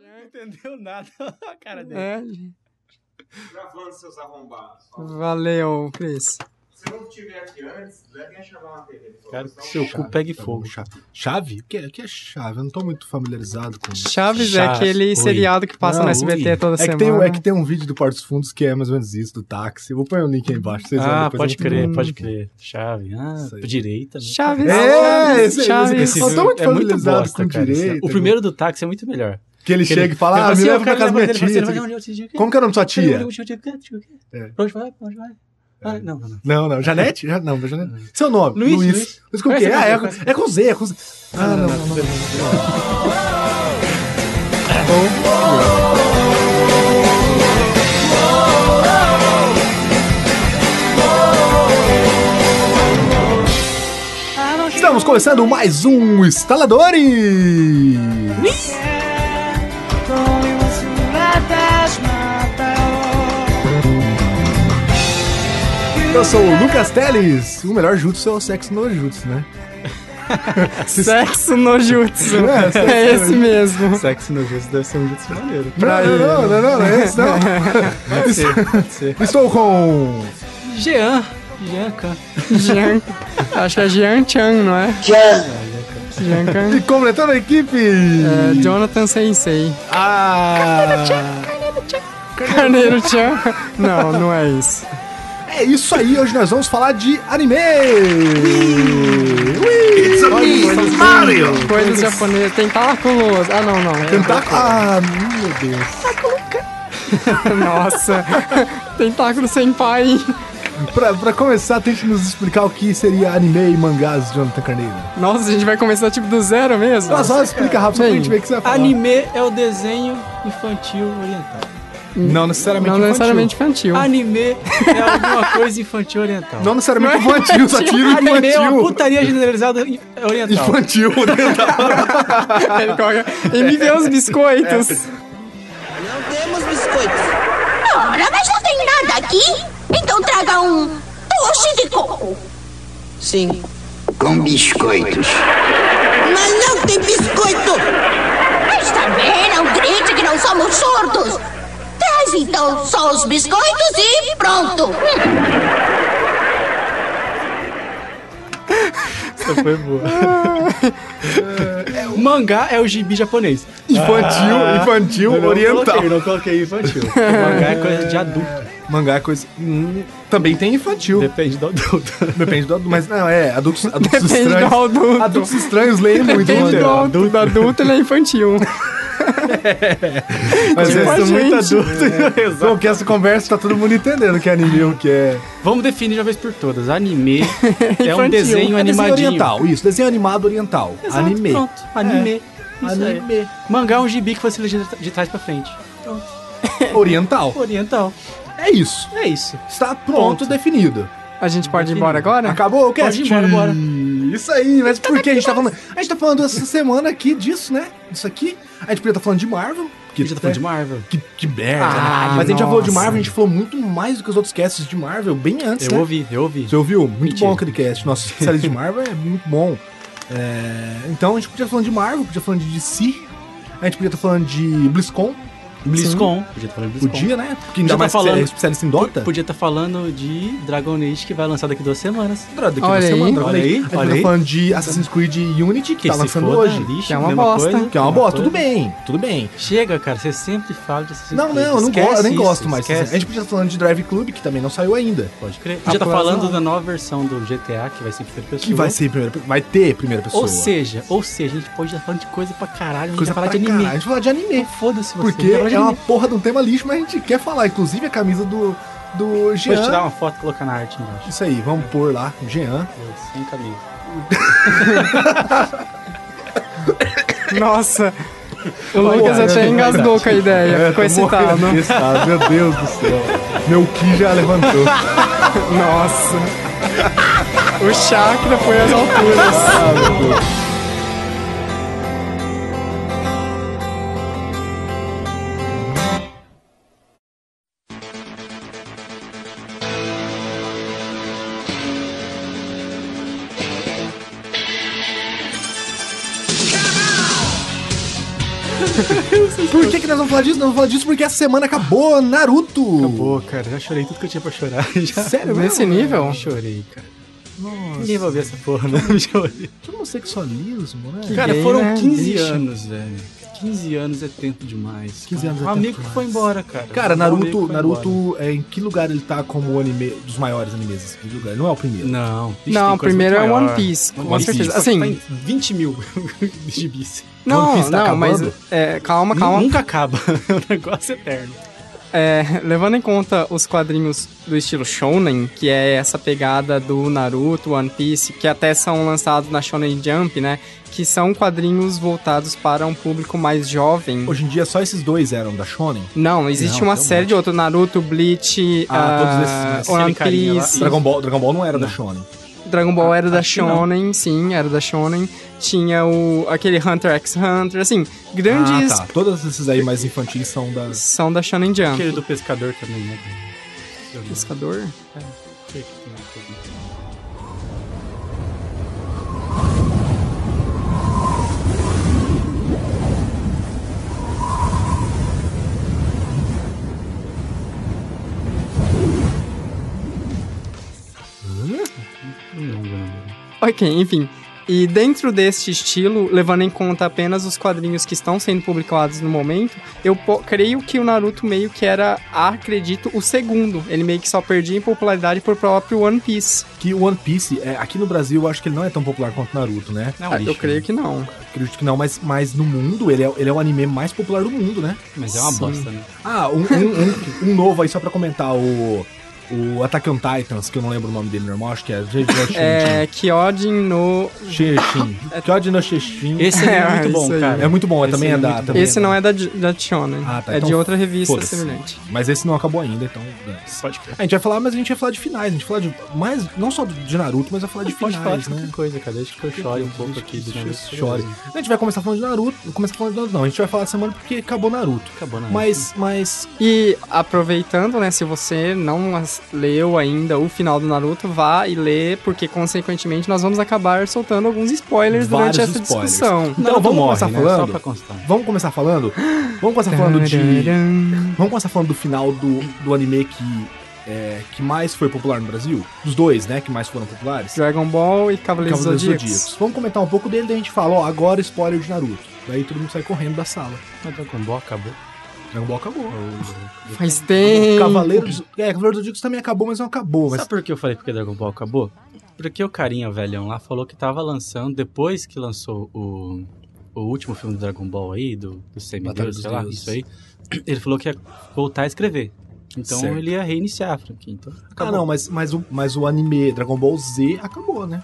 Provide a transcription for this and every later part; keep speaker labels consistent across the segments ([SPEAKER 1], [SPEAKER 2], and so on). [SPEAKER 1] não entendeu nada a cara dele.
[SPEAKER 2] É.
[SPEAKER 3] Gravando seus arrombados.
[SPEAKER 2] Valeu, Cris.
[SPEAKER 3] Se não tiver aqui antes, levem a chamar uma TV.
[SPEAKER 4] Quero que seu cu
[SPEAKER 5] Chave,
[SPEAKER 4] pegue
[SPEAKER 5] tá
[SPEAKER 4] fogo.
[SPEAKER 5] bom, Chave? Chave? O que, é- o que é chave? Eu não tô muito familiarizado com isso.
[SPEAKER 2] Chaves, é
[SPEAKER 4] Chaves,
[SPEAKER 2] aquele
[SPEAKER 4] oi.
[SPEAKER 2] seriado que passa
[SPEAKER 5] Não,
[SPEAKER 2] no SBT
[SPEAKER 5] ui.
[SPEAKER 2] toda
[SPEAKER 5] É que,
[SPEAKER 2] semana.
[SPEAKER 5] tem, um- é que tem um vídeo do Quartos Fundos que é mais ou menos isso, do táxi. Eu Vou pôr um link aí embaixo. Vocês olham
[SPEAKER 4] Ah,
[SPEAKER 5] depois,
[SPEAKER 4] pode
[SPEAKER 5] é muito
[SPEAKER 4] crer,
[SPEAKER 5] bom.
[SPEAKER 4] pode crer. Chave. Ah,
[SPEAKER 5] Isso aí.
[SPEAKER 4] direita. né?
[SPEAKER 2] Chaves.
[SPEAKER 5] É, esse,
[SPEAKER 2] Chaves.
[SPEAKER 5] esse, esse
[SPEAKER 4] Esse
[SPEAKER 5] Eu tô
[SPEAKER 4] filme
[SPEAKER 5] muito
[SPEAKER 4] é muito
[SPEAKER 5] familiarizado
[SPEAKER 4] bosta,
[SPEAKER 5] com
[SPEAKER 4] cara. esse
[SPEAKER 5] direito.
[SPEAKER 4] filme. O primeiro do táxi é muito melhor.
[SPEAKER 5] Que ele
[SPEAKER 4] Que
[SPEAKER 5] chega e fala, ah,
[SPEAKER 4] Ele fala
[SPEAKER 5] me leva
[SPEAKER 4] assim, ó,
[SPEAKER 5] pra
[SPEAKER 4] o cara
[SPEAKER 5] casa da
[SPEAKER 4] leva
[SPEAKER 5] minha
[SPEAKER 4] pra ele,
[SPEAKER 5] tia.
[SPEAKER 4] ele fala, "Não, tio, tio,
[SPEAKER 5] Como que é o nome da sua
[SPEAKER 4] Cadê
[SPEAKER 5] tia?
[SPEAKER 4] o tio, tio, tio, tio, tio?
[SPEAKER 5] É.
[SPEAKER 4] Pra onde vai? Pra onde vai? Ah, não, não, não.
[SPEAKER 5] Não, não. Janete? Já, não, não é Janete. Seu nome?
[SPEAKER 4] Luiz,
[SPEAKER 5] Luiz.
[SPEAKER 4] Luiz.
[SPEAKER 5] Luiz com o quê?
[SPEAKER 4] Conhece
[SPEAKER 5] Ah,
[SPEAKER 4] a
[SPEAKER 5] é,
[SPEAKER 4] pessoa,
[SPEAKER 5] é com Z, é com Z. Ah, não, não, não. Estamos começando mais um Instaladores! Eu sou o Lucas Teles, o melhor jutsu é o sexo no jutsu, né?
[SPEAKER 2] Sexo no jutsu.
[SPEAKER 5] É, sexo
[SPEAKER 2] É
[SPEAKER 5] no
[SPEAKER 2] esse
[SPEAKER 5] jutsu.
[SPEAKER 2] mesmo.
[SPEAKER 4] Sexo no gesso deve ser um jeito maneiro.
[SPEAKER 2] Pra
[SPEAKER 5] não,
[SPEAKER 2] ele.
[SPEAKER 5] não, não, não, não, não é esse não.
[SPEAKER 4] Pode ser, pode ser.
[SPEAKER 5] Estou com...
[SPEAKER 4] Jean. Jean, cara.
[SPEAKER 2] Jean... Acho que é Jean Chan, não é? Jean. Jean Chan.
[SPEAKER 5] E completando a equipe...
[SPEAKER 2] É, Jonathan Sensei.
[SPEAKER 5] Ah...
[SPEAKER 2] Carneiro Chan. Não, não é isso.
[SPEAKER 5] É isso aí, hoje nós vamos falar de anime! Ui! It's
[SPEAKER 2] Mario! Coisas japonesas. Tentáculos. Ah, não, não.
[SPEAKER 5] Tentáculo... Ah, meu
[SPEAKER 4] Tá
[SPEAKER 5] Deus.
[SPEAKER 2] Nossa. Tentáculo sem pai.
[SPEAKER 5] Pra, pra começar, tente nos explicar o que seria anime e mangás, Jonathan Carneiro.
[SPEAKER 2] Nossa, a gente vai começar tipo do zero mesmo?
[SPEAKER 5] Mas só explica rápido, só pra gente ver o que você vai falar.
[SPEAKER 4] Anime é o desenho infantil oriental.
[SPEAKER 5] Não necessariamente
[SPEAKER 2] não
[SPEAKER 5] infantil.
[SPEAKER 2] necessariamente infantil.
[SPEAKER 4] Anime é alguma coisa infantil oriental.
[SPEAKER 5] Não necessariamente infantil, Ah, só tira o
[SPEAKER 4] Anime é uma
[SPEAKER 5] infantil.
[SPEAKER 4] putaria generalizada in- oriental.
[SPEAKER 5] Infantil, né?
[SPEAKER 2] Ele coloca,
[SPEAKER 5] É.
[SPEAKER 2] e me vê é os biscoitos.
[SPEAKER 6] Ora, mas não tem nada aqui? Então traga um doce de coco.
[SPEAKER 7] Sim.
[SPEAKER 8] Com biscoitos.
[SPEAKER 7] Mas não tem biscoito!
[SPEAKER 6] Mas também não grite que não somos surdos. Traz então só os biscoitos e pronto. Hum,
[SPEAKER 4] Foi boa. Mangá é o gibi japonês.
[SPEAKER 5] Infantil, infantil, oriental.
[SPEAKER 4] Não coloquei, não coloquei infantil. Mangá é coisa de adulto.
[SPEAKER 5] Mangá é coisa. Hum, também tem infantil.
[SPEAKER 4] Depende do adulto.
[SPEAKER 5] Depende do adulto. Mas não, é, adultos, adultos
[SPEAKER 2] Depende
[SPEAKER 5] estranhos.
[SPEAKER 2] do adulto.
[SPEAKER 5] Adultos estranhos leem muito
[SPEAKER 2] Depende do
[SPEAKER 5] mangá.
[SPEAKER 2] adulto, do adulto ele é infantil.
[SPEAKER 5] Mas
[SPEAKER 2] tipo a
[SPEAKER 5] eles são muito
[SPEAKER 2] gente.
[SPEAKER 5] adultos.
[SPEAKER 4] Exato.
[SPEAKER 5] Bom, que essa conversa tá todo mundo entendendo que é anime e o que é.
[SPEAKER 4] Vamos definir de uma vez por todas. Anime é um
[SPEAKER 2] Infantil.
[SPEAKER 4] desenho
[SPEAKER 5] é desenho
[SPEAKER 4] animadinho.
[SPEAKER 5] oriental, isso. Desenho animado oriental.
[SPEAKER 4] Exato,
[SPEAKER 5] anime.
[SPEAKER 4] Pronto. Anime. Isso aí.
[SPEAKER 5] Anime.
[SPEAKER 4] Mangá é um gibi que foi se ler de trás pra frente.
[SPEAKER 5] Oriental.
[SPEAKER 4] Oriental.
[SPEAKER 5] É isso.
[SPEAKER 4] É isso.
[SPEAKER 5] Está pronto,
[SPEAKER 4] Pronto.
[SPEAKER 5] definido.
[SPEAKER 2] A gente pode ir embora agora?
[SPEAKER 5] Ah, Acabou o cast?
[SPEAKER 4] ir embora, bora.
[SPEAKER 5] Isso aí, mas por que a gente tá falando? A gente tá falando essa semana aqui disso, né? Isso aqui. A gente podia estar falando de Marvel. Que,
[SPEAKER 4] A gente tá falando de Marvel.
[SPEAKER 5] Que, que merda. né?
[SPEAKER 2] Ah,
[SPEAKER 5] mas a gente já falou de
[SPEAKER 2] nossa.
[SPEAKER 5] Marvel, a gente falou muito mais do que os outros casts de Marvel, bem antes,
[SPEAKER 4] Eu
[SPEAKER 5] né?
[SPEAKER 4] ouvi, eu ouvi.
[SPEAKER 5] Você ouviu? Muito
[SPEAKER 4] Mentira.
[SPEAKER 5] bom aquele cast. Nosso especialista de Marvel é muito bom. É, Então a gente podia estar falando de Marvel, podia estar falando de DC. A gente podia estar falando de BlizzCon,
[SPEAKER 4] BlizzCon. Podia estar falando de BlizzCon.
[SPEAKER 5] podia, né? Porque ainda
[SPEAKER 4] tá
[SPEAKER 5] mais que você
[SPEAKER 4] falando-
[SPEAKER 5] é especialista em Dota.
[SPEAKER 4] Podia estar falando de Dragon Age que vai lançar daqui duas semanas.
[SPEAKER 5] Daqui
[SPEAKER 2] Olha
[SPEAKER 5] a uma
[SPEAKER 2] aí.
[SPEAKER 5] semana,
[SPEAKER 4] Olha aí,
[SPEAKER 5] A gente
[SPEAKER 4] olha
[SPEAKER 5] tá
[SPEAKER 4] aí.
[SPEAKER 5] falando de Assassin's Creed Unity, que, tá
[SPEAKER 4] se
[SPEAKER 5] lançando
[SPEAKER 4] foda,
[SPEAKER 5] hoje.
[SPEAKER 4] lixo,
[SPEAKER 2] Que é uma
[SPEAKER 4] mesma
[SPEAKER 2] bosta.
[SPEAKER 4] coisa,
[SPEAKER 5] Que é uma bosta,
[SPEAKER 4] coisa.
[SPEAKER 5] tudo bem, tudo bem.
[SPEAKER 4] Chega, cara, você sempre fala de Assassin's
[SPEAKER 5] Não,
[SPEAKER 4] Creed.
[SPEAKER 5] não, eu, não
[SPEAKER 4] Esquece
[SPEAKER 5] gosto, eu nem
[SPEAKER 4] isso,
[SPEAKER 5] gosto mais. A
[SPEAKER 4] Esquece.
[SPEAKER 5] gente podia estar falando de Drive Club, que também não saiu ainda.
[SPEAKER 4] Pode crer. Já tá
[SPEAKER 5] próxima-
[SPEAKER 4] falando da nova versão do GTA, que vai ser em primeira pessoa.
[SPEAKER 5] Que vai ser primeira Vai ter primeira pessoa.
[SPEAKER 4] Ou seja, ou seja, a gente pode estar falando de coisa pra caralho, a gente vai
[SPEAKER 5] coisa
[SPEAKER 4] falar
[SPEAKER 5] pra
[SPEAKER 4] de
[SPEAKER 5] caralho.
[SPEAKER 4] anime.
[SPEAKER 5] A gente vai falar de anime.
[SPEAKER 4] Foda-se você.
[SPEAKER 5] Porque
[SPEAKER 4] vai falar de
[SPEAKER 5] é uma
[SPEAKER 4] anime.
[SPEAKER 5] porra de um tema lixo, mas a gente quer falar. Inclusive a camisa do, do
[SPEAKER 4] Vou um-
[SPEAKER 5] Jean.
[SPEAKER 4] tirar uma foto e colocar na arte embaixo.
[SPEAKER 5] Isso aí, vamos pôr lá, Jean.
[SPEAKER 4] Sem camisa.
[SPEAKER 2] Nossa. O Lucas até engasgou com a
[SPEAKER 4] É,
[SPEAKER 2] ideia. Ficou
[SPEAKER 5] É, tô morrendo
[SPEAKER 4] né?
[SPEAKER 2] excitado.
[SPEAKER 5] de excitado, Meu Deus do céu. Meu Ki já levantou.
[SPEAKER 2] Nossa. O chakra foi às alturas.
[SPEAKER 5] Por que, que nós vamos falar disso? Nós vamos falar disso porque essa semana acabou Naruto.
[SPEAKER 4] Acabou, cara. Já chorei tudo que eu tinha pra chorar. Já.
[SPEAKER 5] Sério,
[SPEAKER 2] Nesse
[SPEAKER 5] mesmo?
[SPEAKER 2] nível?
[SPEAKER 4] Eu Chorei, cara. Ninguém vai
[SPEAKER 5] Nossa.
[SPEAKER 4] ver essa porra, não. Chorei.
[SPEAKER 5] Que homossexualismo, né?
[SPEAKER 4] Cara,
[SPEAKER 2] Gay,
[SPEAKER 4] foram
[SPEAKER 2] né?
[SPEAKER 4] 15
[SPEAKER 2] Bicho.
[SPEAKER 4] anos, velho. 15 anos é tempo demais.
[SPEAKER 5] 15 anos
[SPEAKER 4] cara.
[SPEAKER 5] é
[SPEAKER 4] um
[SPEAKER 5] tempo
[SPEAKER 4] amigo que
[SPEAKER 5] demais.
[SPEAKER 4] foi embora, cara.
[SPEAKER 5] Cara,
[SPEAKER 4] Um amigo
[SPEAKER 5] Naruto,
[SPEAKER 4] foi embora.
[SPEAKER 5] Naruto é, em que lugar ele tá como o anime dos maiores animes? Em que lugar? Ele Não é o primeiro.
[SPEAKER 4] Não. bicho,
[SPEAKER 2] Não,
[SPEAKER 4] tem
[SPEAKER 2] o
[SPEAKER 4] coisa
[SPEAKER 2] primeiro
[SPEAKER 4] muito
[SPEAKER 2] é
[SPEAKER 4] maior.
[SPEAKER 2] One Piece, com
[SPEAKER 4] One
[SPEAKER 2] certeza.
[SPEAKER 4] Piece
[SPEAKER 2] Assim,
[SPEAKER 4] tá em 20 mil gibis.
[SPEAKER 2] Não,
[SPEAKER 5] Piece tá
[SPEAKER 2] não, mas
[SPEAKER 5] acabando?
[SPEAKER 2] é, calma, calma.
[SPEAKER 4] Nunca acaba. É um negócio eterno.
[SPEAKER 2] É, levando em conta os quadrinhos do estilo shonen, que é essa pegada do Naruto, One Piece, que até são lançados na Shonen Jump, né? Que são quadrinhos voltados para um público mais jovem.
[SPEAKER 5] Hoje em dia só esses dois eram da Shonen.
[SPEAKER 2] Não, existe
[SPEAKER 5] Não,
[SPEAKER 2] uma
[SPEAKER 5] tem um
[SPEAKER 2] série de outro Naruto, Bleach,
[SPEAKER 4] Ah,
[SPEAKER 2] ah,
[SPEAKER 4] todos esses, né? Aquele
[SPEAKER 2] One
[SPEAKER 4] carinha lá. Ah,
[SPEAKER 2] Piece,
[SPEAKER 5] Dragon Ball, Dragon Ball não era da Shonen.
[SPEAKER 2] Dragon Ball era da
[SPEAKER 4] acho que não.
[SPEAKER 2] Shonen, sim, era da Shonen. Tinha o aquele Hunter x Hunter, assim, grandes
[SPEAKER 5] Ah, tá. Todas esses aí mais infantis são da.
[SPEAKER 2] são da Shonen Jump.
[SPEAKER 4] Aquele do pescador também, né?
[SPEAKER 2] Pescador? Ok, enfim. E dentro deste estilo, levando em conta apenas os quadrinhos que estão sendo publicados no momento, eu po- creio que o Naruto meio que era, acredito, o segundo. Ele meio que só perdia em popularidade por próprio One Piece.
[SPEAKER 5] Que o One Piece, é, aqui no Brasil, eu acho que ele não é tão popular quanto Naruto, né?
[SPEAKER 4] Não,
[SPEAKER 2] Ah, eu creio que não.
[SPEAKER 5] Acredito que não, mas, mas no mundo, ele é, ele é o anime mais popular do mundo, né?
[SPEAKER 4] Mas é uma
[SPEAKER 2] Sim.
[SPEAKER 4] bosta, né?
[SPEAKER 5] Ah, um, um, um- um novo aí só pra comentar, o. O Attack on Titans, que eu não lembro o nome dele normal, acho que é Jejutsu
[SPEAKER 2] É, Kyojin no...
[SPEAKER 5] Sheshin. Kyojin no Sheshin.
[SPEAKER 4] Esse é,
[SPEAKER 2] É,
[SPEAKER 4] muito bom,
[SPEAKER 2] isso aí.
[SPEAKER 4] cara.
[SPEAKER 5] É muito bom, é
[SPEAKER 4] Esse
[SPEAKER 5] também
[SPEAKER 4] é
[SPEAKER 5] é da.
[SPEAKER 4] muito bom.
[SPEAKER 5] também
[SPEAKER 2] Esse
[SPEAKER 5] é
[SPEAKER 2] não
[SPEAKER 5] da-
[SPEAKER 2] é da, da Shonen.
[SPEAKER 5] Ah, tá,
[SPEAKER 2] É de
[SPEAKER 5] então
[SPEAKER 2] outra revista
[SPEAKER 5] foda-se.
[SPEAKER 2] semelhante.
[SPEAKER 5] Mas esse não acabou ainda, então. dane-se.
[SPEAKER 4] Pode crer.
[SPEAKER 5] A gente vai falar, mas a gente vai falar de finais. A gente vai falar de. Mais, não só de Naruto, mas vai falar de
[SPEAKER 4] Pode falar
[SPEAKER 5] finais,
[SPEAKER 4] de qualquer
[SPEAKER 5] né?
[SPEAKER 4] coisa, cara. Deixa que é eu chore um pouco aqui.
[SPEAKER 5] Deixa
[SPEAKER 4] deixa
[SPEAKER 5] eu
[SPEAKER 4] eu-
[SPEAKER 5] chore. A gente vai começar falando de Naruto. Começar falando de Naruto, não. A gente vai falar essa semana porque acabou Naruto.
[SPEAKER 4] Acabou, né?
[SPEAKER 5] Mas, mas.
[SPEAKER 2] E aproveitando, né, se você não as- leu ainda o final do Naruto, vá e lê, porque consequentemente nós vamos acabar soltando alguns spoilers
[SPEAKER 5] Vários
[SPEAKER 2] durante essa
[SPEAKER 5] spoilers.
[SPEAKER 2] discussão.
[SPEAKER 5] Então vamos
[SPEAKER 4] morre,
[SPEAKER 5] começar
[SPEAKER 4] né? Só
[SPEAKER 5] falando.
[SPEAKER 4] pra constar.
[SPEAKER 5] Vamos começar falando? Vamos começar falando de. Vamos começar falando do final do, do anime que. é, que mais foi popular no Brasil? Dos dois, né? Que mais foram populares?
[SPEAKER 2] Dragon Ball e Cavaleiros,
[SPEAKER 5] Cavaleiros
[SPEAKER 2] Zodíacos.
[SPEAKER 5] Zodíacos. Vamos comentar um pouco dele, daí a gente fala, ó, agora spoiler de Naruto. Daí todo mundo sai correndo da sala.
[SPEAKER 4] Mas Dragon Ball tá acabou.
[SPEAKER 5] Dragon Ball acabou.
[SPEAKER 2] Faz tempo.
[SPEAKER 5] Cavaleiros. É, Cavaleiros Zodíacos também acabou, mas não acabou. Mas
[SPEAKER 4] Sabe por que eu falei porque Dragon Ball acabou? Porque o carinha velhão lá falou que tava lançando, depois que lançou o, o último filme do Dragon Ball aí, do, do
[SPEAKER 5] Batalha
[SPEAKER 4] Semideus,
[SPEAKER 5] dos
[SPEAKER 4] sei lá,
[SPEAKER 5] Deuses.
[SPEAKER 4] isso aí, ele falou que ia voltar a escrever. Então
[SPEAKER 5] Certo.
[SPEAKER 4] ele ia reiniciar a franquia. Então
[SPEAKER 5] Ah,
[SPEAKER 4] acabou.
[SPEAKER 5] não, mas, mas, o, mas o anime Dragon Ball Z acabou, né?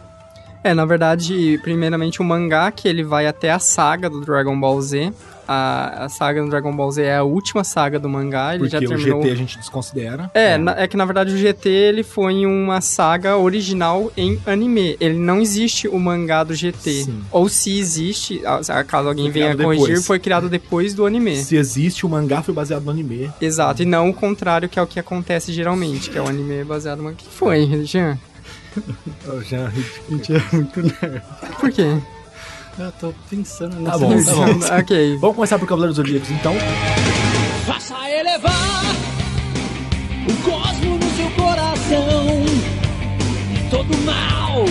[SPEAKER 2] É, na verdade, primeiramente o mangá, que ele vai até a saga do Dragon Ball Z. A, a saga do Dragon Ball Z é a última saga do mangá, ele
[SPEAKER 5] Porque
[SPEAKER 2] já
[SPEAKER 5] o
[SPEAKER 2] terminou
[SPEAKER 5] GT a gente desconsidera.
[SPEAKER 2] É, na- é que na verdade o GT ele foi uma saga original em anime. Ele não existe o mangá do GT.
[SPEAKER 5] Sim.
[SPEAKER 2] Ou se existe, a- a- caso alguém
[SPEAKER 5] Foi
[SPEAKER 2] venha
[SPEAKER 5] criado
[SPEAKER 2] corrigir,
[SPEAKER 5] depois.
[SPEAKER 2] foi criado depois do anime.
[SPEAKER 5] Se existe, o mangá foi baseado no anime.
[SPEAKER 2] Exato, e não o contrário, que é o que acontece geralmente, que é o anime baseado no mangá. O que foi, Jean?
[SPEAKER 5] Já...
[SPEAKER 2] Por quê?
[SPEAKER 5] Ah,
[SPEAKER 4] Eu tô pensando
[SPEAKER 5] Tá
[SPEAKER 4] nessa
[SPEAKER 5] bom, tá bom.
[SPEAKER 2] ok.
[SPEAKER 5] Vamos começar por Cavaleiros Zodíacos, então.
[SPEAKER 9] Faça elevar o cosmo no seu coração. E todo mal